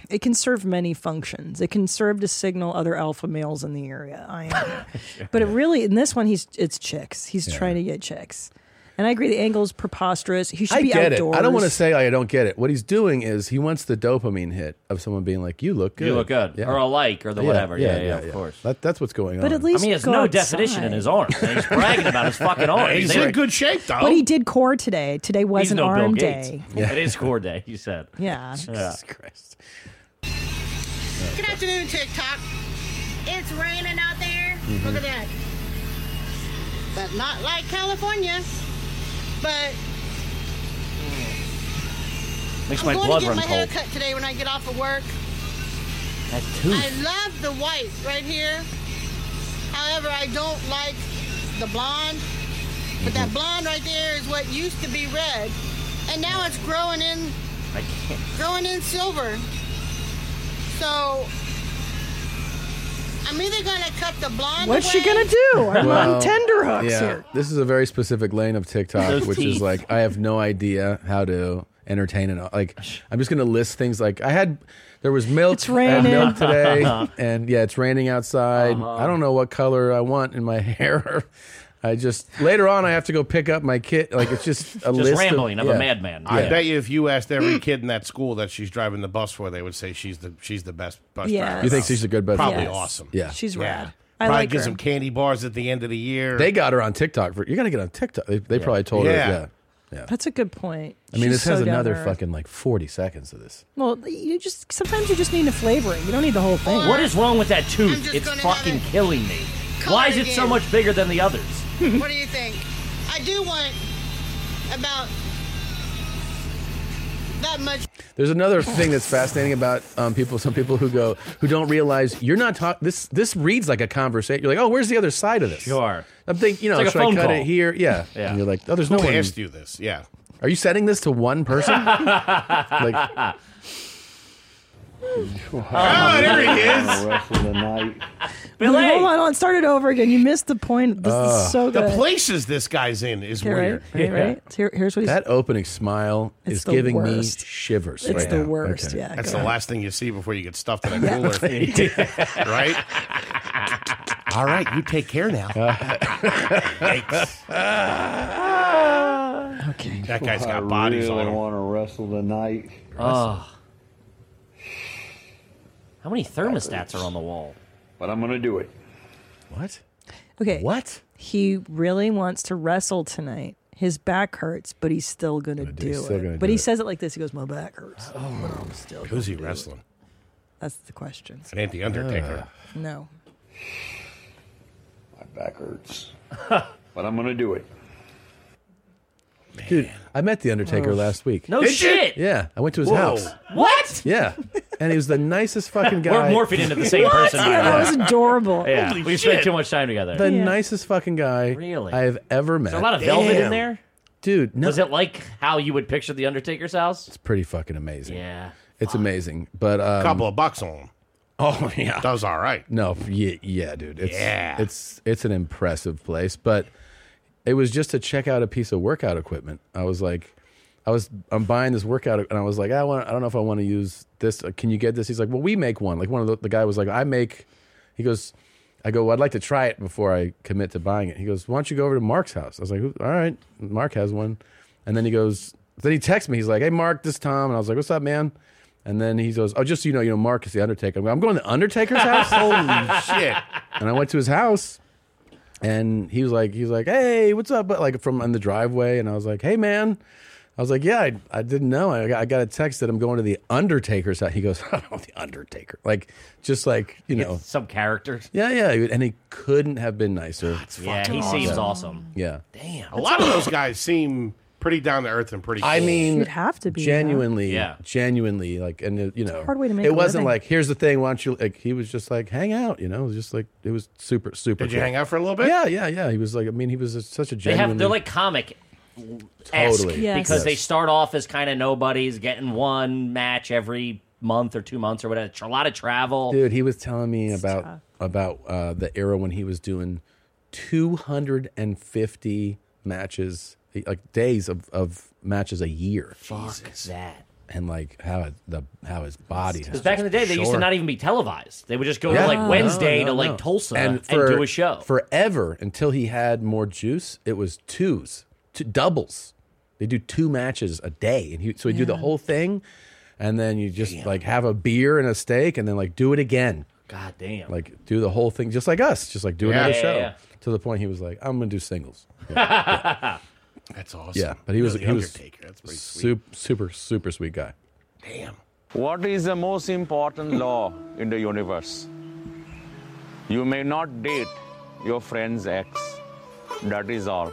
[SPEAKER 3] It can serve many functions. It can serve to signal other alpha males in the area. I am, but it really in this one he's it's chicks. He's trying to get chicks, and I agree the angle's preposterous. He should
[SPEAKER 2] I
[SPEAKER 3] be
[SPEAKER 2] get
[SPEAKER 3] outdoors.
[SPEAKER 2] it. I don't want to say I don't get it. What he's doing is he wants the dopamine hit of someone being like, "You look good,
[SPEAKER 14] You look good,
[SPEAKER 2] Yeah.
[SPEAKER 14] or a like, or the whatever. Yeah, yeah, of course.
[SPEAKER 2] That, that's what's going
[SPEAKER 3] But
[SPEAKER 2] on.
[SPEAKER 3] at least
[SPEAKER 14] I mean, he has
[SPEAKER 3] go
[SPEAKER 14] no
[SPEAKER 3] outside.
[SPEAKER 14] definition in his arm. and he's bragging about his fucking arm.
[SPEAKER 4] He's in good shape, though.
[SPEAKER 3] But he did core today. Today was
[SPEAKER 14] He's
[SPEAKER 3] an
[SPEAKER 14] no
[SPEAKER 3] arm
[SPEAKER 14] Bill Gates.
[SPEAKER 3] day.
[SPEAKER 14] It is core day. You said.
[SPEAKER 3] Yeah.
[SPEAKER 14] Yeah.
[SPEAKER 3] Jesus
[SPEAKER 2] Christ.
[SPEAKER 19] Good afternoon, TikTok. It's raining out there.
[SPEAKER 2] Mhm.
[SPEAKER 3] Mm-hmm.
[SPEAKER 19] Look at that. But not like California. But
[SPEAKER 14] Makes
[SPEAKER 19] I'm
[SPEAKER 14] my
[SPEAKER 19] going
[SPEAKER 14] blood
[SPEAKER 19] to get
[SPEAKER 14] run
[SPEAKER 19] my hair
[SPEAKER 14] cold.
[SPEAKER 19] cut today when I get off of work.
[SPEAKER 14] That
[SPEAKER 19] I love the white right here. However, I don't like the blonde. But
[SPEAKER 3] Mm-hmm.
[SPEAKER 19] that blonde right there is what used to be red, and now it's growing in,
[SPEAKER 14] I can't.
[SPEAKER 19] growing in silver. So I'm either gonna cut the blonde.
[SPEAKER 3] What's she
[SPEAKER 19] away-
[SPEAKER 3] gonna do? I'm on tender hooks
[SPEAKER 2] yeah,
[SPEAKER 3] here.
[SPEAKER 2] This is a very specific lane of TikTok,
[SPEAKER 3] Those
[SPEAKER 2] which is
[SPEAKER 3] teeth.
[SPEAKER 2] like I have no idea how to entertain and like I'm just gonna list things like I had there was milk it's
[SPEAKER 3] raining.
[SPEAKER 2] milk today and yeah it's raining outside
[SPEAKER 17] Uh-huh.
[SPEAKER 2] I don't know what color I want in my hair I just later on I have to go pick up my kit like it's just a Mm. list of, yeah.
[SPEAKER 4] I
[SPEAKER 2] Yeah.
[SPEAKER 4] bet you if you asked every kid in that school that she's driving the bus for, they would say she's the she's the best bus
[SPEAKER 2] Yes.
[SPEAKER 4] driver.
[SPEAKER 2] You think she's a good bus
[SPEAKER 4] Probably
[SPEAKER 2] driver?
[SPEAKER 4] awesome.
[SPEAKER 2] Yeah. She's
[SPEAKER 3] rad. I
[SPEAKER 4] Probably
[SPEAKER 3] like
[SPEAKER 4] gives
[SPEAKER 3] her.
[SPEAKER 4] them candy bars at the end of the year.
[SPEAKER 2] they got her on TikTok for you gotta get on TikTok they, they probably told
[SPEAKER 4] Yeah.
[SPEAKER 2] her yeah
[SPEAKER 3] That's a good point.
[SPEAKER 2] I mean
[SPEAKER 3] She's
[SPEAKER 2] this has
[SPEAKER 3] so down
[SPEAKER 2] another
[SPEAKER 3] to earth.
[SPEAKER 2] fucking like 40 seconds of this
[SPEAKER 3] Well, you just sometimes you just need a flavoring. You don't need the whole thing.
[SPEAKER 14] What is wrong with that tooth? It's fucking killing me. Why is it so
[SPEAKER 19] again.
[SPEAKER 14] much bigger than the others?
[SPEAKER 19] what do you think? I do want about that much.
[SPEAKER 2] There's another thing that's fascinating about um, people. Some people who go who don't realize you're not talking. This this reads like a conversation. You're like, oh, where's the other side of this? Sure. I'm thinking, you know,
[SPEAKER 4] It's like a
[SPEAKER 2] should I
[SPEAKER 4] phone
[SPEAKER 2] cut
[SPEAKER 4] call.
[SPEAKER 2] it here? Yeah.
[SPEAKER 4] Yeah.
[SPEAKER 2] And you're like, oh, there's no
[SPEAKER 4] Who
[SPEAKER 2] one.
[SPEAKER 4] asked you this? Yeah.
[SPEAKER 2] Are you sending this to one person? like,
[SPEAKER 4] Oh, there he is.
[SPEAKER 3] Billy, hold on, hold on, start it over again. You missed the point. This is so good.
[SPEAKER 4] The places this guy's in is
[SPEAKER 3] Okay,
[SPEAKER 4] weird.
[SPEAKER 3] right? Right, right? Here- here's what he's.
[SPEAKER 2] that opening smile
[SPEAKER 3] It's
[SPEAKER 2] is
[SPEAKER 3] the
[SPEAKER 2] giving
[SPEAKER 3] worst.
[SPEAKER 2] me shivers.
[SPEAKER 3] It's
[SPEAKER 2] right
[SPEAKER 3] the
[SPEAKER 2] now.
[SPEAKER 3] worst, yeah,
[SPEAKER 4] That's
[SPEAKER 3] go
[SPEAKER 4] the
[SPEAKER 3] on.
[SPEAKER 4] last thing you see before you get stuffed in a
[SPEAKER 3] Yeah.
[SPEAKER 4] cooler. right? All right, you take care now.
[SPEAKER 3] okay.
[SPEAKER 4] That guy's got bodies
[SPEAKER 20] I
[SPEAKER 4] on
[SPEAKER 20] really
[SPEAKER 4] him. Ah.
[SPEAKER 20] want to wrestle tonight.
[SPEAKER 14] Oh. How many thermostats are on the wall?
[SPEAKER 20] But I'm going to do it.
[SPEAKER 2] What?
[SPEAKER 3] Okay.
[SPEAKER 2] What?
[SPEAKER 3] He really wants to wrestle tonight. His back hurts, but he's still going to do
[SPEAKER 2] he's still gonna
[SPEAKER 3] it. But
[SPEAKER 2] do
[SPEAKER 3] he
[SPEAKER 2] it. Oh,
[SPEAKER 3] says it like this. He goes, "My back hurts." but I'm still gonna
[SPEAKER 4] Who's he
[SPEAKER 3] do it."
[SPEAKER 4] wrestling?
[SPEAKER 3] That's the question. Ah.
[SPEAKER 4] It ain't the Undertaker.
[SPEAKER 3] No.
[SPEAKER 20] My back hurts. but I'm going to do it.
[SPEAKER 2] Dude, I met the Undertaker
[SPEAKER 20] Oh.
[SPEAKER 2] last week.
[SPEAKER 20] No Did you? shit!
[SPEAKER 2] Yeah, I went to his
[SPEAKER 20] Whoa.
[SPEAKER 2] house.
[SPEAKER 14] What?
[SPEAKER 2] Yeah, and he was the nicest fucking guy.
[SPEAKER 14] We're morphing into the same What? person
[SPEAKER 3] Yeah, that was adorable.
[SPEAKER 14] Yeah, we spent too much time together.
[SPEAKER 2] The nicest fucking guy
[SPEAKER 14] Really?
[SPEAKER 2] I have ever met.
[SPEAKER 14] Is there a lot of velvet in there?
[SPEAKER 2] dude. No,
[SPEAKER 14] Was it like how you would picture the Undertaker's house?
[SPEAKER 2] it's pretty fucking amazing.
[SPEAKER 14] Yeah,
[SPEAKER 2] it's amazing. But
[SPEAKER 4] A
[SPEAKER 2] um,
[SPEAKER 4] couple of bucks on him.
[SPEAKER 2] Oh yeah,
[SPEAKER 4] that was all right.
[SPEAKER 2] No, yeah, yeah, dude. It's,
[SPEAKER 4] Yeah.
[SPEAKER 2] it's it's an impressive place, but it was just to check out a piece of workout equipment. I was like, I was I'm buying this workout, and I was like, I want, I don't know if I want to use this. Uh, Can you get this? He's like, Well, we make one. Like one of the, the guy was like, I make. He goes, I go, well, I'd like to try it before I commit to buying it. He goes, Why don't you go over to Mark's house? I was like, "Who- All right, Mark has one, and then he goes, then he texts me. He's like, Hey, Mark, this is Tom, and I was like, What's up, man? And then he goes, Oh, just so you know, you know, Mark is the Undertaker. I'm going, "I'm going to the Undertaker's house.
[SPEAKER 4] Holy shit!
[SPEAKER 2] And I went to his house, and he was like, he was like, hey, what's up? But like from in the driveway, and I was like, hey, man. I was like, yeah, I, I didn't know. I got, I got a text that I'm going to the Undertaker's house. He goes, oh, the Undertaker. Like, just like, you know.
[SPEAKER 14] some characters.
[SPEAKER 2] Yeah, yeah. And he couldn't have been nicer.
[SPEAKER 14] Yeah, he
[SPEAKER 4] fucking
[SPEAKER 14] seems
[SPEAKER 4] awesome.
[SPEAKER 14] awesome.
[SPEAKER 2] Yeah.
[SPEAKER 14] Damn.
[SPEAKER 4] A lot of those guys seem pretty down to earth and pretty.
[SPEAKER 2] I
[SPEAKER 4] cool.
[SPEAKER 2] mean,
[SPEAKER 4] yeah.
[SPEAKER 2] genuinely, genuinely, like, and it, you know,
[SPEAKER 4] hard way to make
[SPEAKER 2] it
[SPEAKER 4] a
[SPEAKER 2] wasn't
[SPEAKER 4] living.
[SPEAKER 2] like, here's the thing, why don't you? Like, he was just like, hang out, you know, it was just like, it was super, super.
[SPEAKER 4] Did you
[SPEAKER 2] cool.
[SPEAKER 4] hang out for a little bit?
[SPEAKER 2] Yeah, yeah, yeah. He was like, I mean, he was a, such a
[SPEAKER 14] They
[SPEAKER 2] genuine.
[SPEAKER 14] have. They're like comic. Esque,
[SPEAKER 2] Totally. Yes.
[SPEAKER 14] Because they start off as kind of nobodies, getting one match every month or two months or whatever. A lot of travel.
[SPEAKER 2] dude. He was telling me about about uh, the era when he was doing 250 matches, like days of, of matches a year.
[SPEAKER 14] Fuck that.
[SPEAKER 2] And like how it- the how his body.
[SPEAKER 14] Because back in the day, they used to
[SPEAKER 2] Sure.
[SPEAKER 14] not even be televised. They would just go
[SPEAKER 2] Yeah.
[SPEAKER 14] to like
[SPEAKER 2] No,
[SPEAKER 14] Wednesday
[SPEAKER 2] no,
[SPEAKER 14] to like
[SPEAKER 2] no.
[SPEAKER 14] Tulsa and,
[SPEAKER 2] and, for-
[SPEAKER 14] do a show.
[SPEAKER 2] forever until he had more juice. It was twos, two, doubles. They do two matches a day, and he so he would do the
[SPEAKER 14] Yeah.
[SPEAKER 2] whole thing, and then you just like have a beer and a steak, and then like do it again.
[SPEAKER 14] God damn.
[SPEAKER 2] Like do the whole thing, just like us, just like do
[SPEAKER 14] Yeah.
[SPEAKER 2] another
[SPEAKER 14] Yeah, yeah,
[SPEAKER 2] show.
[SPEAKER 14] yeah.
[SPEAKER 2] To the point he was like, I'm gonna do singles.
[SPEAKER 4] That's awesome.
[SPEAKER 2] Yeah, but he was
[SPEAKER 4] No, the
[SPEAKER 2] he was
[SPEAKER 4] Undertaker. That's pretty sweet.
[SPEAKER 2] super, super super sweet guy.
[SPEAKER 21] What is the most important law in the universe? You may not date your friend's ex. That is all.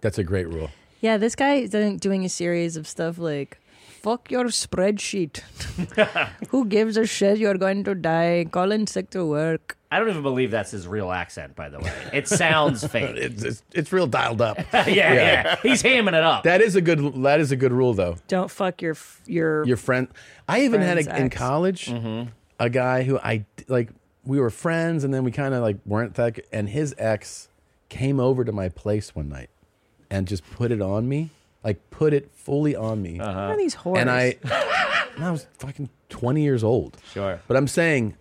[SPEAKER 2] That's a great rule.
[SPEAKER 3] Yeah, this guy is doing, doing a series of stuff like fuck your spreadsheet. Who gives a shit? You're going to die. Call in sick to work.
[SPEAKER 14] I don't even believe that's his real accent, by the way. It sounds fake.
[SPEAKER 2] it's, it's, it's real dialed up.
[SPEAKER 14] yeah, yeah, He's hamming it up.
[SPEAKER 2] That is a good. That is a good rule, though.
[SPEAKER 3] Don't fuck your f- your
[SPEAKER 2] Your friend. I even had
[SPEAKER 3] friend's
[SPEAKER 2] a, in
[SPEAKER 3] ex.
[SPEAKER 2] college
[SPEAKER 14] Mm-hmm.
[SPEAKER 2] a guy who I like. We were friends, and then we kind of like weren't that. And his ex came over to my place one night and just put it on me, like put it fully on me. Uh-huh.
[SPEAKER 3] What are these whores?
[SPEAKER 2] And I, and I was fucking twenty years old.
[SPEAKER 14] Sure.
[SPEAKER 2] But I'm saying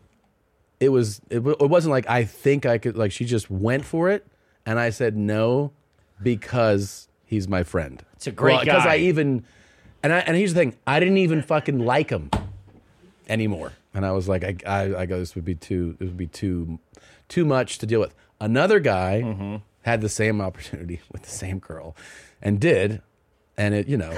[SPEAKER 2] it was it, w- it wasn't like I think I could like she just went for it and I said no because he's my friend. It's
[SPEAKER 14] a great
[SPEAKER 2] Because
[SPEAKER 14] guy.
[SPEAKER 2] I even and I and here's the thing I didn't even fucking like him anymore and I was like I I, I go this would be too it would be too too much to deal with. Another guy
[SPEAKER 14] Mm-hmm.
[SPEAKER 2] had the same opportunity with the same girl and did and it you know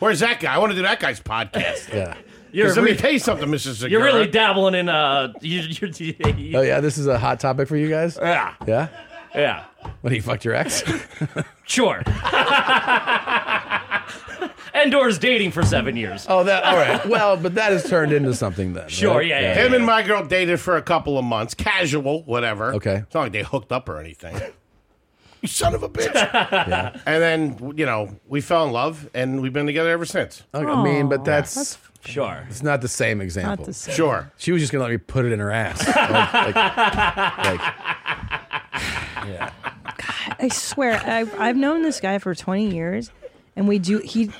[SPEAKER 4] Where's that guy? I want to do that guy's podcast.
[SPEAKER 2] yeah.
[SPEAKER 4] You're let me
[SPEAKER 2] re-
[SPEAKER 4] tell you something, Mrs. Segura.
[SPEAKER 14] You're really dabbling in uh. You, you're, E.
[SPEAKER 2] Oh yeah, this is a hot topic for you guys.
[SPEAKER 14] Yeah.
[SPEAKER 2] Yeah.
[SPEAKER 14] Yeah.
[SPEAKER 2] When he fucked your ex.
[SPEAKER 14] Sure. Endor's dating for seven years.
[SPEAKER 2] Oh, that all right. Well, but that has turned into something then.
[SPEAKER 14] Sure,
[SPEAKER 2] right?
[SPEAKER 14] yeah, yeah,
[SPEAKER 4] Him and my girl dated for a couple of months, casual, whatever.
[SPEAKER 2] Okay.
[SPEAKER 4] It's not like they hooked up or anything. you son of a bitch. And then, you know, we fell in love and we've been together ever since.
[SPEAKER 2] Okay, I mean, but that's,
[SPEAKER 14] sure.
[SPEAKER 2] It's not the same example.
[SPEAKER 4] Not the same. Sure.
[SPEAKER 2] She was just gonna let me put it in her ass. Like- like-
[SPEAKER 3] Oh,
[SPEAKER 2] like- yeah.
[SPEAKER 3] I swear, I've, I've known this guy for 20 years, and we do. He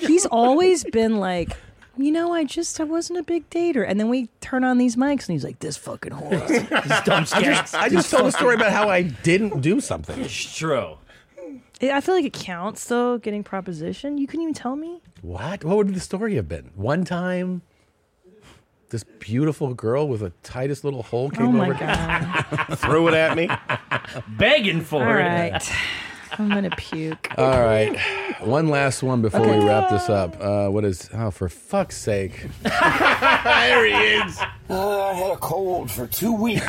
[SPEAKER 3] he's always been like, you know, I just I wasn't a big dater, and then we turn on these mics, and he's like, this fucking whore.
[SPEAKER 2] I just, I just told a story about how I didn't do something.
[SPEAKER 14] It's true.
[SPEAKER 3] I I feel like it counts though. Getting proposition, you couldn't even tell me.
[SPEAKER 2] What? What would the story have been? One time, this beautiful girl with a tightest little hole came
[SPEAKER 3] my
[SPEAKER 2] over,
[SPEAKER 4] threw it at me,
[SPEAKER 14] begging for
[SPEAKER 3] All
[SPEAKER 14] it.
[SPEAKER 3] right, I'm gonna puke.
[SPEAKER 2] All right. One last one before we wrap this up. Uh, what is, oh, for fuck's sake.
[SPEAKER 4] there he is.
[SPEAKER 18] Oh, I had a cold for two weeks.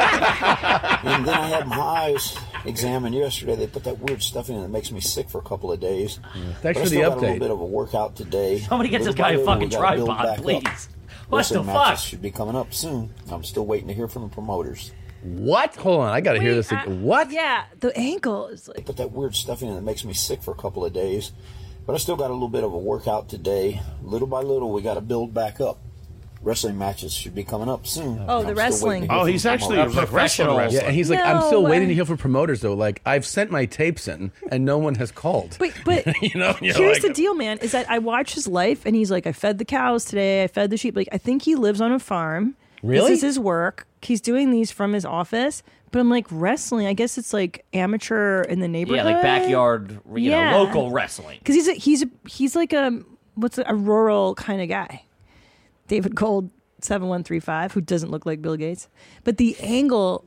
[SPEAKER 18] and then I had my eyes examined yesterday. They put that weird stuff in that makes me sick for a couple of days.
[SPEAKER 2] Thanks
[SPEAKER 18] But I
[SPEAKER 2] for the
[SPEAKER 18] still Got a
[SPEAKER 2] update.
[SPEAKER 18] little bit of a workout today.
[SPEAKER 14] Somebody get
[SPEAKER 18] Little
[SPEAKER 14] this guy a
[SPEAKER 18] by little,
[SPEAKER 14] fucking
[SPEAKER 18] we gotta build
[SPEAKER 14] tripod,
[SPEAKER 18] back up.
[SPEAKER 14] please. What
[SPEAKER 18] Wrestling
[SPEAKER 14] the
[SPEAKER 18] matches
[SPEAKER 14] fuck?
[SPEAKER 18] Should be coming up soon. I'm still waiting to hear from the promoters.
[SPEAKER 2] What? Hold on. I got to hear this. again. what?
[SPEAKER 3] Yeah, the ankle is like.
[SPEAKER 18] They put that weird stuff in that makes me sick for a couple of days. But I still got a little bit of a workout today. Little by little, we got to build back up. Wrestling matches should be coming up soon.
[SPEAKER 3] Oh, the
[SPEAKER 18] I'm still waiting to
[SPEAKER 3] wrestling.
[SPEAKER 18] hear
[SPEAKER 4] Oh,
[SPEAKER 18] from
[SPEAKER 4] he's
[SPEAKER 18] the
[SPEAKER 4] actually
[SPEAKER 18] promoters.
[SPEAKER 4] a professional wrestler.
[SPEAKER 2] Yeah, and he's like, I'm still
[SPEAKER 3] No um,
[SPEAKER 2] waiting
[SPEAKER 3] way.
[SPEAKER 2] to hear from promoters though. Like, I've sent my tapes in, and no one has called.
[SPEAKER 3] But but
[SPEAKER 2] you know, you're
[SPEAKER 3] here's
[SPEAKER 2] like-
[SPEAKER 3] the deal, man. Is that I watch his life, and he's like, I fed the cows today. I fed the sheep. Like I think he lives on a farm.
[SPEAKER 2] Really?
[SPEAKER 3] This is his work. He's doing these from his office. But I'm like wrestling. I guess it's like amateur in the neighborhood.
[SPEAKER 14] Yeah, like backyard, you
[SPEAKER 3] Yeah.
[SPEAKER 14] know, local wrestling.
[SPEAKER 3] Because he's a, he's a, he's like a what's it, a rural kind of guy. David Gold seven one three five, who doesn't look like Bill Gates, but the angle.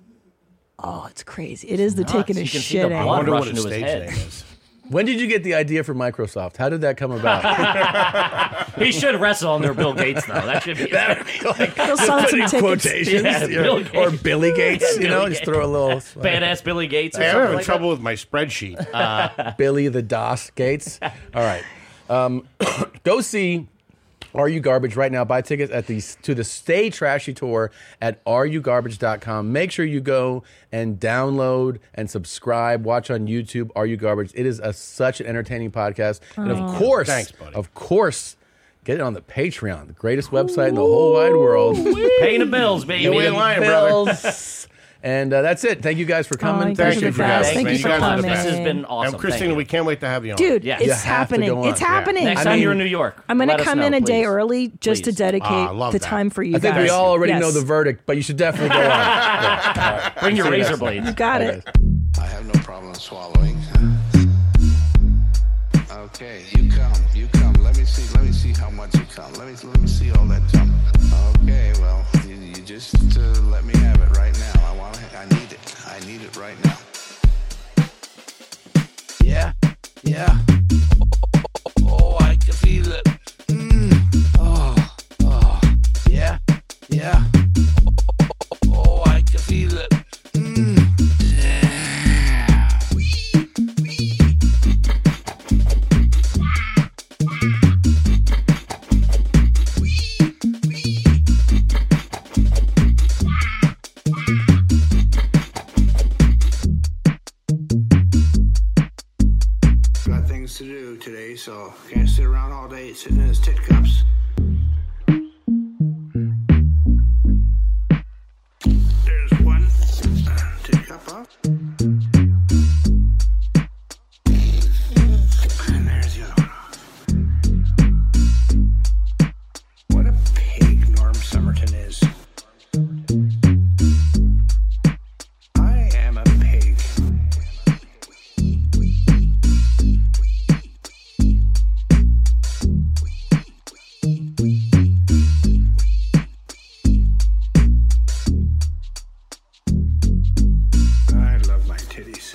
[SPEAKER 3] Oh, it's crazy! It is the taking a
[SPEAKER 14] You can see
[SPEAKER 3] shit
[SPEAKER 14] the
[SPEAKER 3] angle.
[SPEAKER 14] blood
[SPEAKER 4] wonder what
[SPEAKER 14] rushing
[SPEAKER 4] his
[SPEAKER 14] to his
[SPEAKER 4] stage
[SPEAKER 14] head.
[SPEAKER 4] name is.
[SPEAKER 2] When did you get the idea for Microsoft? How did that come about?
[SPEAKER 14] He should wrestle under Bill Gates, though. That should be.
[SPEAKER 3] He'll sell some
[SPEAKER 2] Putting
[SPEAKER 3] tickets.
[SPEAKER 2] quotations
[SPEAKER 14] Yeah,
[SPEAKER 2] you
[SPEAKER 14] Bill
[SPEAKER 2] know, or Billy Gates, you
[SPEAKER 14] Billy
[SPEAKER 2] know, just
[SPEAKER 14] Gates.
[SPEAKER 2] throw a little
[SPEAKER 14] Badass Billy Gates. Or
[SPEAKER 4] Hey, I'm
[SPEAKER 14] something
[SPEAKER 4] having
[SPEAKER 14] like that.
[SPEAKER 4] trouble with my spreadsheet. Uh,
[SPEAKER 2] Billy
[SPEAKER 3] Oh,
[SPEAKER 2] the DOS Gates. All right. Um, go see Are You Garbage right now. Buy tickets at the to the Stay Trashy tour at areyougarbage.com. Make sure you go and download and subscribe. Watch on YouTube Are You Garbage. It is a, such an entertaining podcast. And of course,
[SPEAKER 4] Thanks, buddy.
[SPEAKER 2] of course, get it on the Patreon, the greatest website in the whole wide world.
[SPEAKER 14] Paying the bills, baby.
[SPEAKER 4] You ain't lying, brother.
[SPEAKER 2] Bills. And uh, that's it. Thank you guys for coming.
[SPEAKER 3] you
[SPEAKER 4] Thank
[SPEAKER 3] guys
[SPEAKER 4] you
[SPEAKER 3] are
[SPEAKER 4] for
[SPEAKER 3] the best.
[SPEAKER 4] having
[SPEAKER 3] Thank
[SPEAKER 4] us,
[SPEAKER 3] you
[SPEAKER 4] man.
[SPEAKER 3] for
[SPEAKER 4] You guys are the
[SPEAKER 3] coming.
[SPEAKER 4] best.
[SPEAKER 14] This has been awesome.
[SPEAKER 4] and Christina,
[SPEAKER 14] Thank
[SPEAKER 4] we
[SPEAKER 14] you.
[SPEAKER 4] can't wait to have you on.
[SPEAKER 3] Dude,
[SPEAKER 14] Yes. You
[SPEAKER 3] it's
[SPEAKER 2] have to go
[SPEAKER 3] happening.
[SPEAKER 2] on.
[SPEAKER 3] It's
[SPEAKER 2] Yeah.
[SPEAKER 3] happening.
[SPEAKER 14] Next time
[SPEAKER 2] mean-
[SPEAKER 14] you're in New York,
[SPEAKER 3] I'm going to
[SPEAKER 14] let us
[SPEAKER 3] come
[SPEAKER 14] know,
[SPEAKER 3] in a day
[SPEAKER 14] please.
[SPEAKER 3] early just to
[SPEAKER 14] Please.
[SPEAKER 3] dedicate
[SPEAKER 4] Ah, I love
[SPEAKER 3] the
[SPEAKER 4] that.
[SPEAKER 3] time for you
[SPEAKER 2] I think
[SPEAKER 3] guys.
[SPEAKER 2] we all already
[SPEAKER 3] Yes.
[SPEAKER 2] know the verdict, but you should definitely go on. Yeah. All right.
[SPEAKER 14] Bring your
[SPEAKER 2] See you
[SPEAKER 14] razor
[SPEAKER 2] next time.
[SPEAKER 14] blades.
[SPEAKER 3] You got
[SPEAKER 2] Bye,
[SPEAKER 3] it.
[SPEAKER 2] guys.
[SPEAKER 8] I have no problem swallowing. Okay, you come, you come. Let me see, let me see how much you come. Let me, let me see all that come. Okay, well, you, you just uh, let me have it right now. I want, to I need it, I need it right now. Yeah, yeah. Oh, I can feel it. Mm. Oh, oh, yeah, yeah. Oh, I can feel it. so can't sit around all day sitting in his tit cups. There's one uh, tit cup up. And there's the other one off. What a pig Norm Summerton is. I am a pig. I love my titties.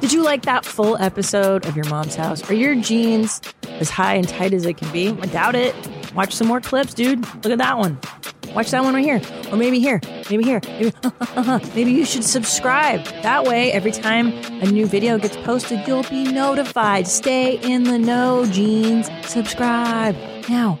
[SPEAKER 3] Did you like that full episode of Your Mom's House? Are your jeans as high and tight as they can be? I doubt it. Watch some more clips, dude. Look at that one. Watch that one right here. Or maybe here. Maybe here. Maybe, maybe you should subscribe. That way, every time a new video gets posted, you'll be notified. Stay in the know, jeans. Subscribe now.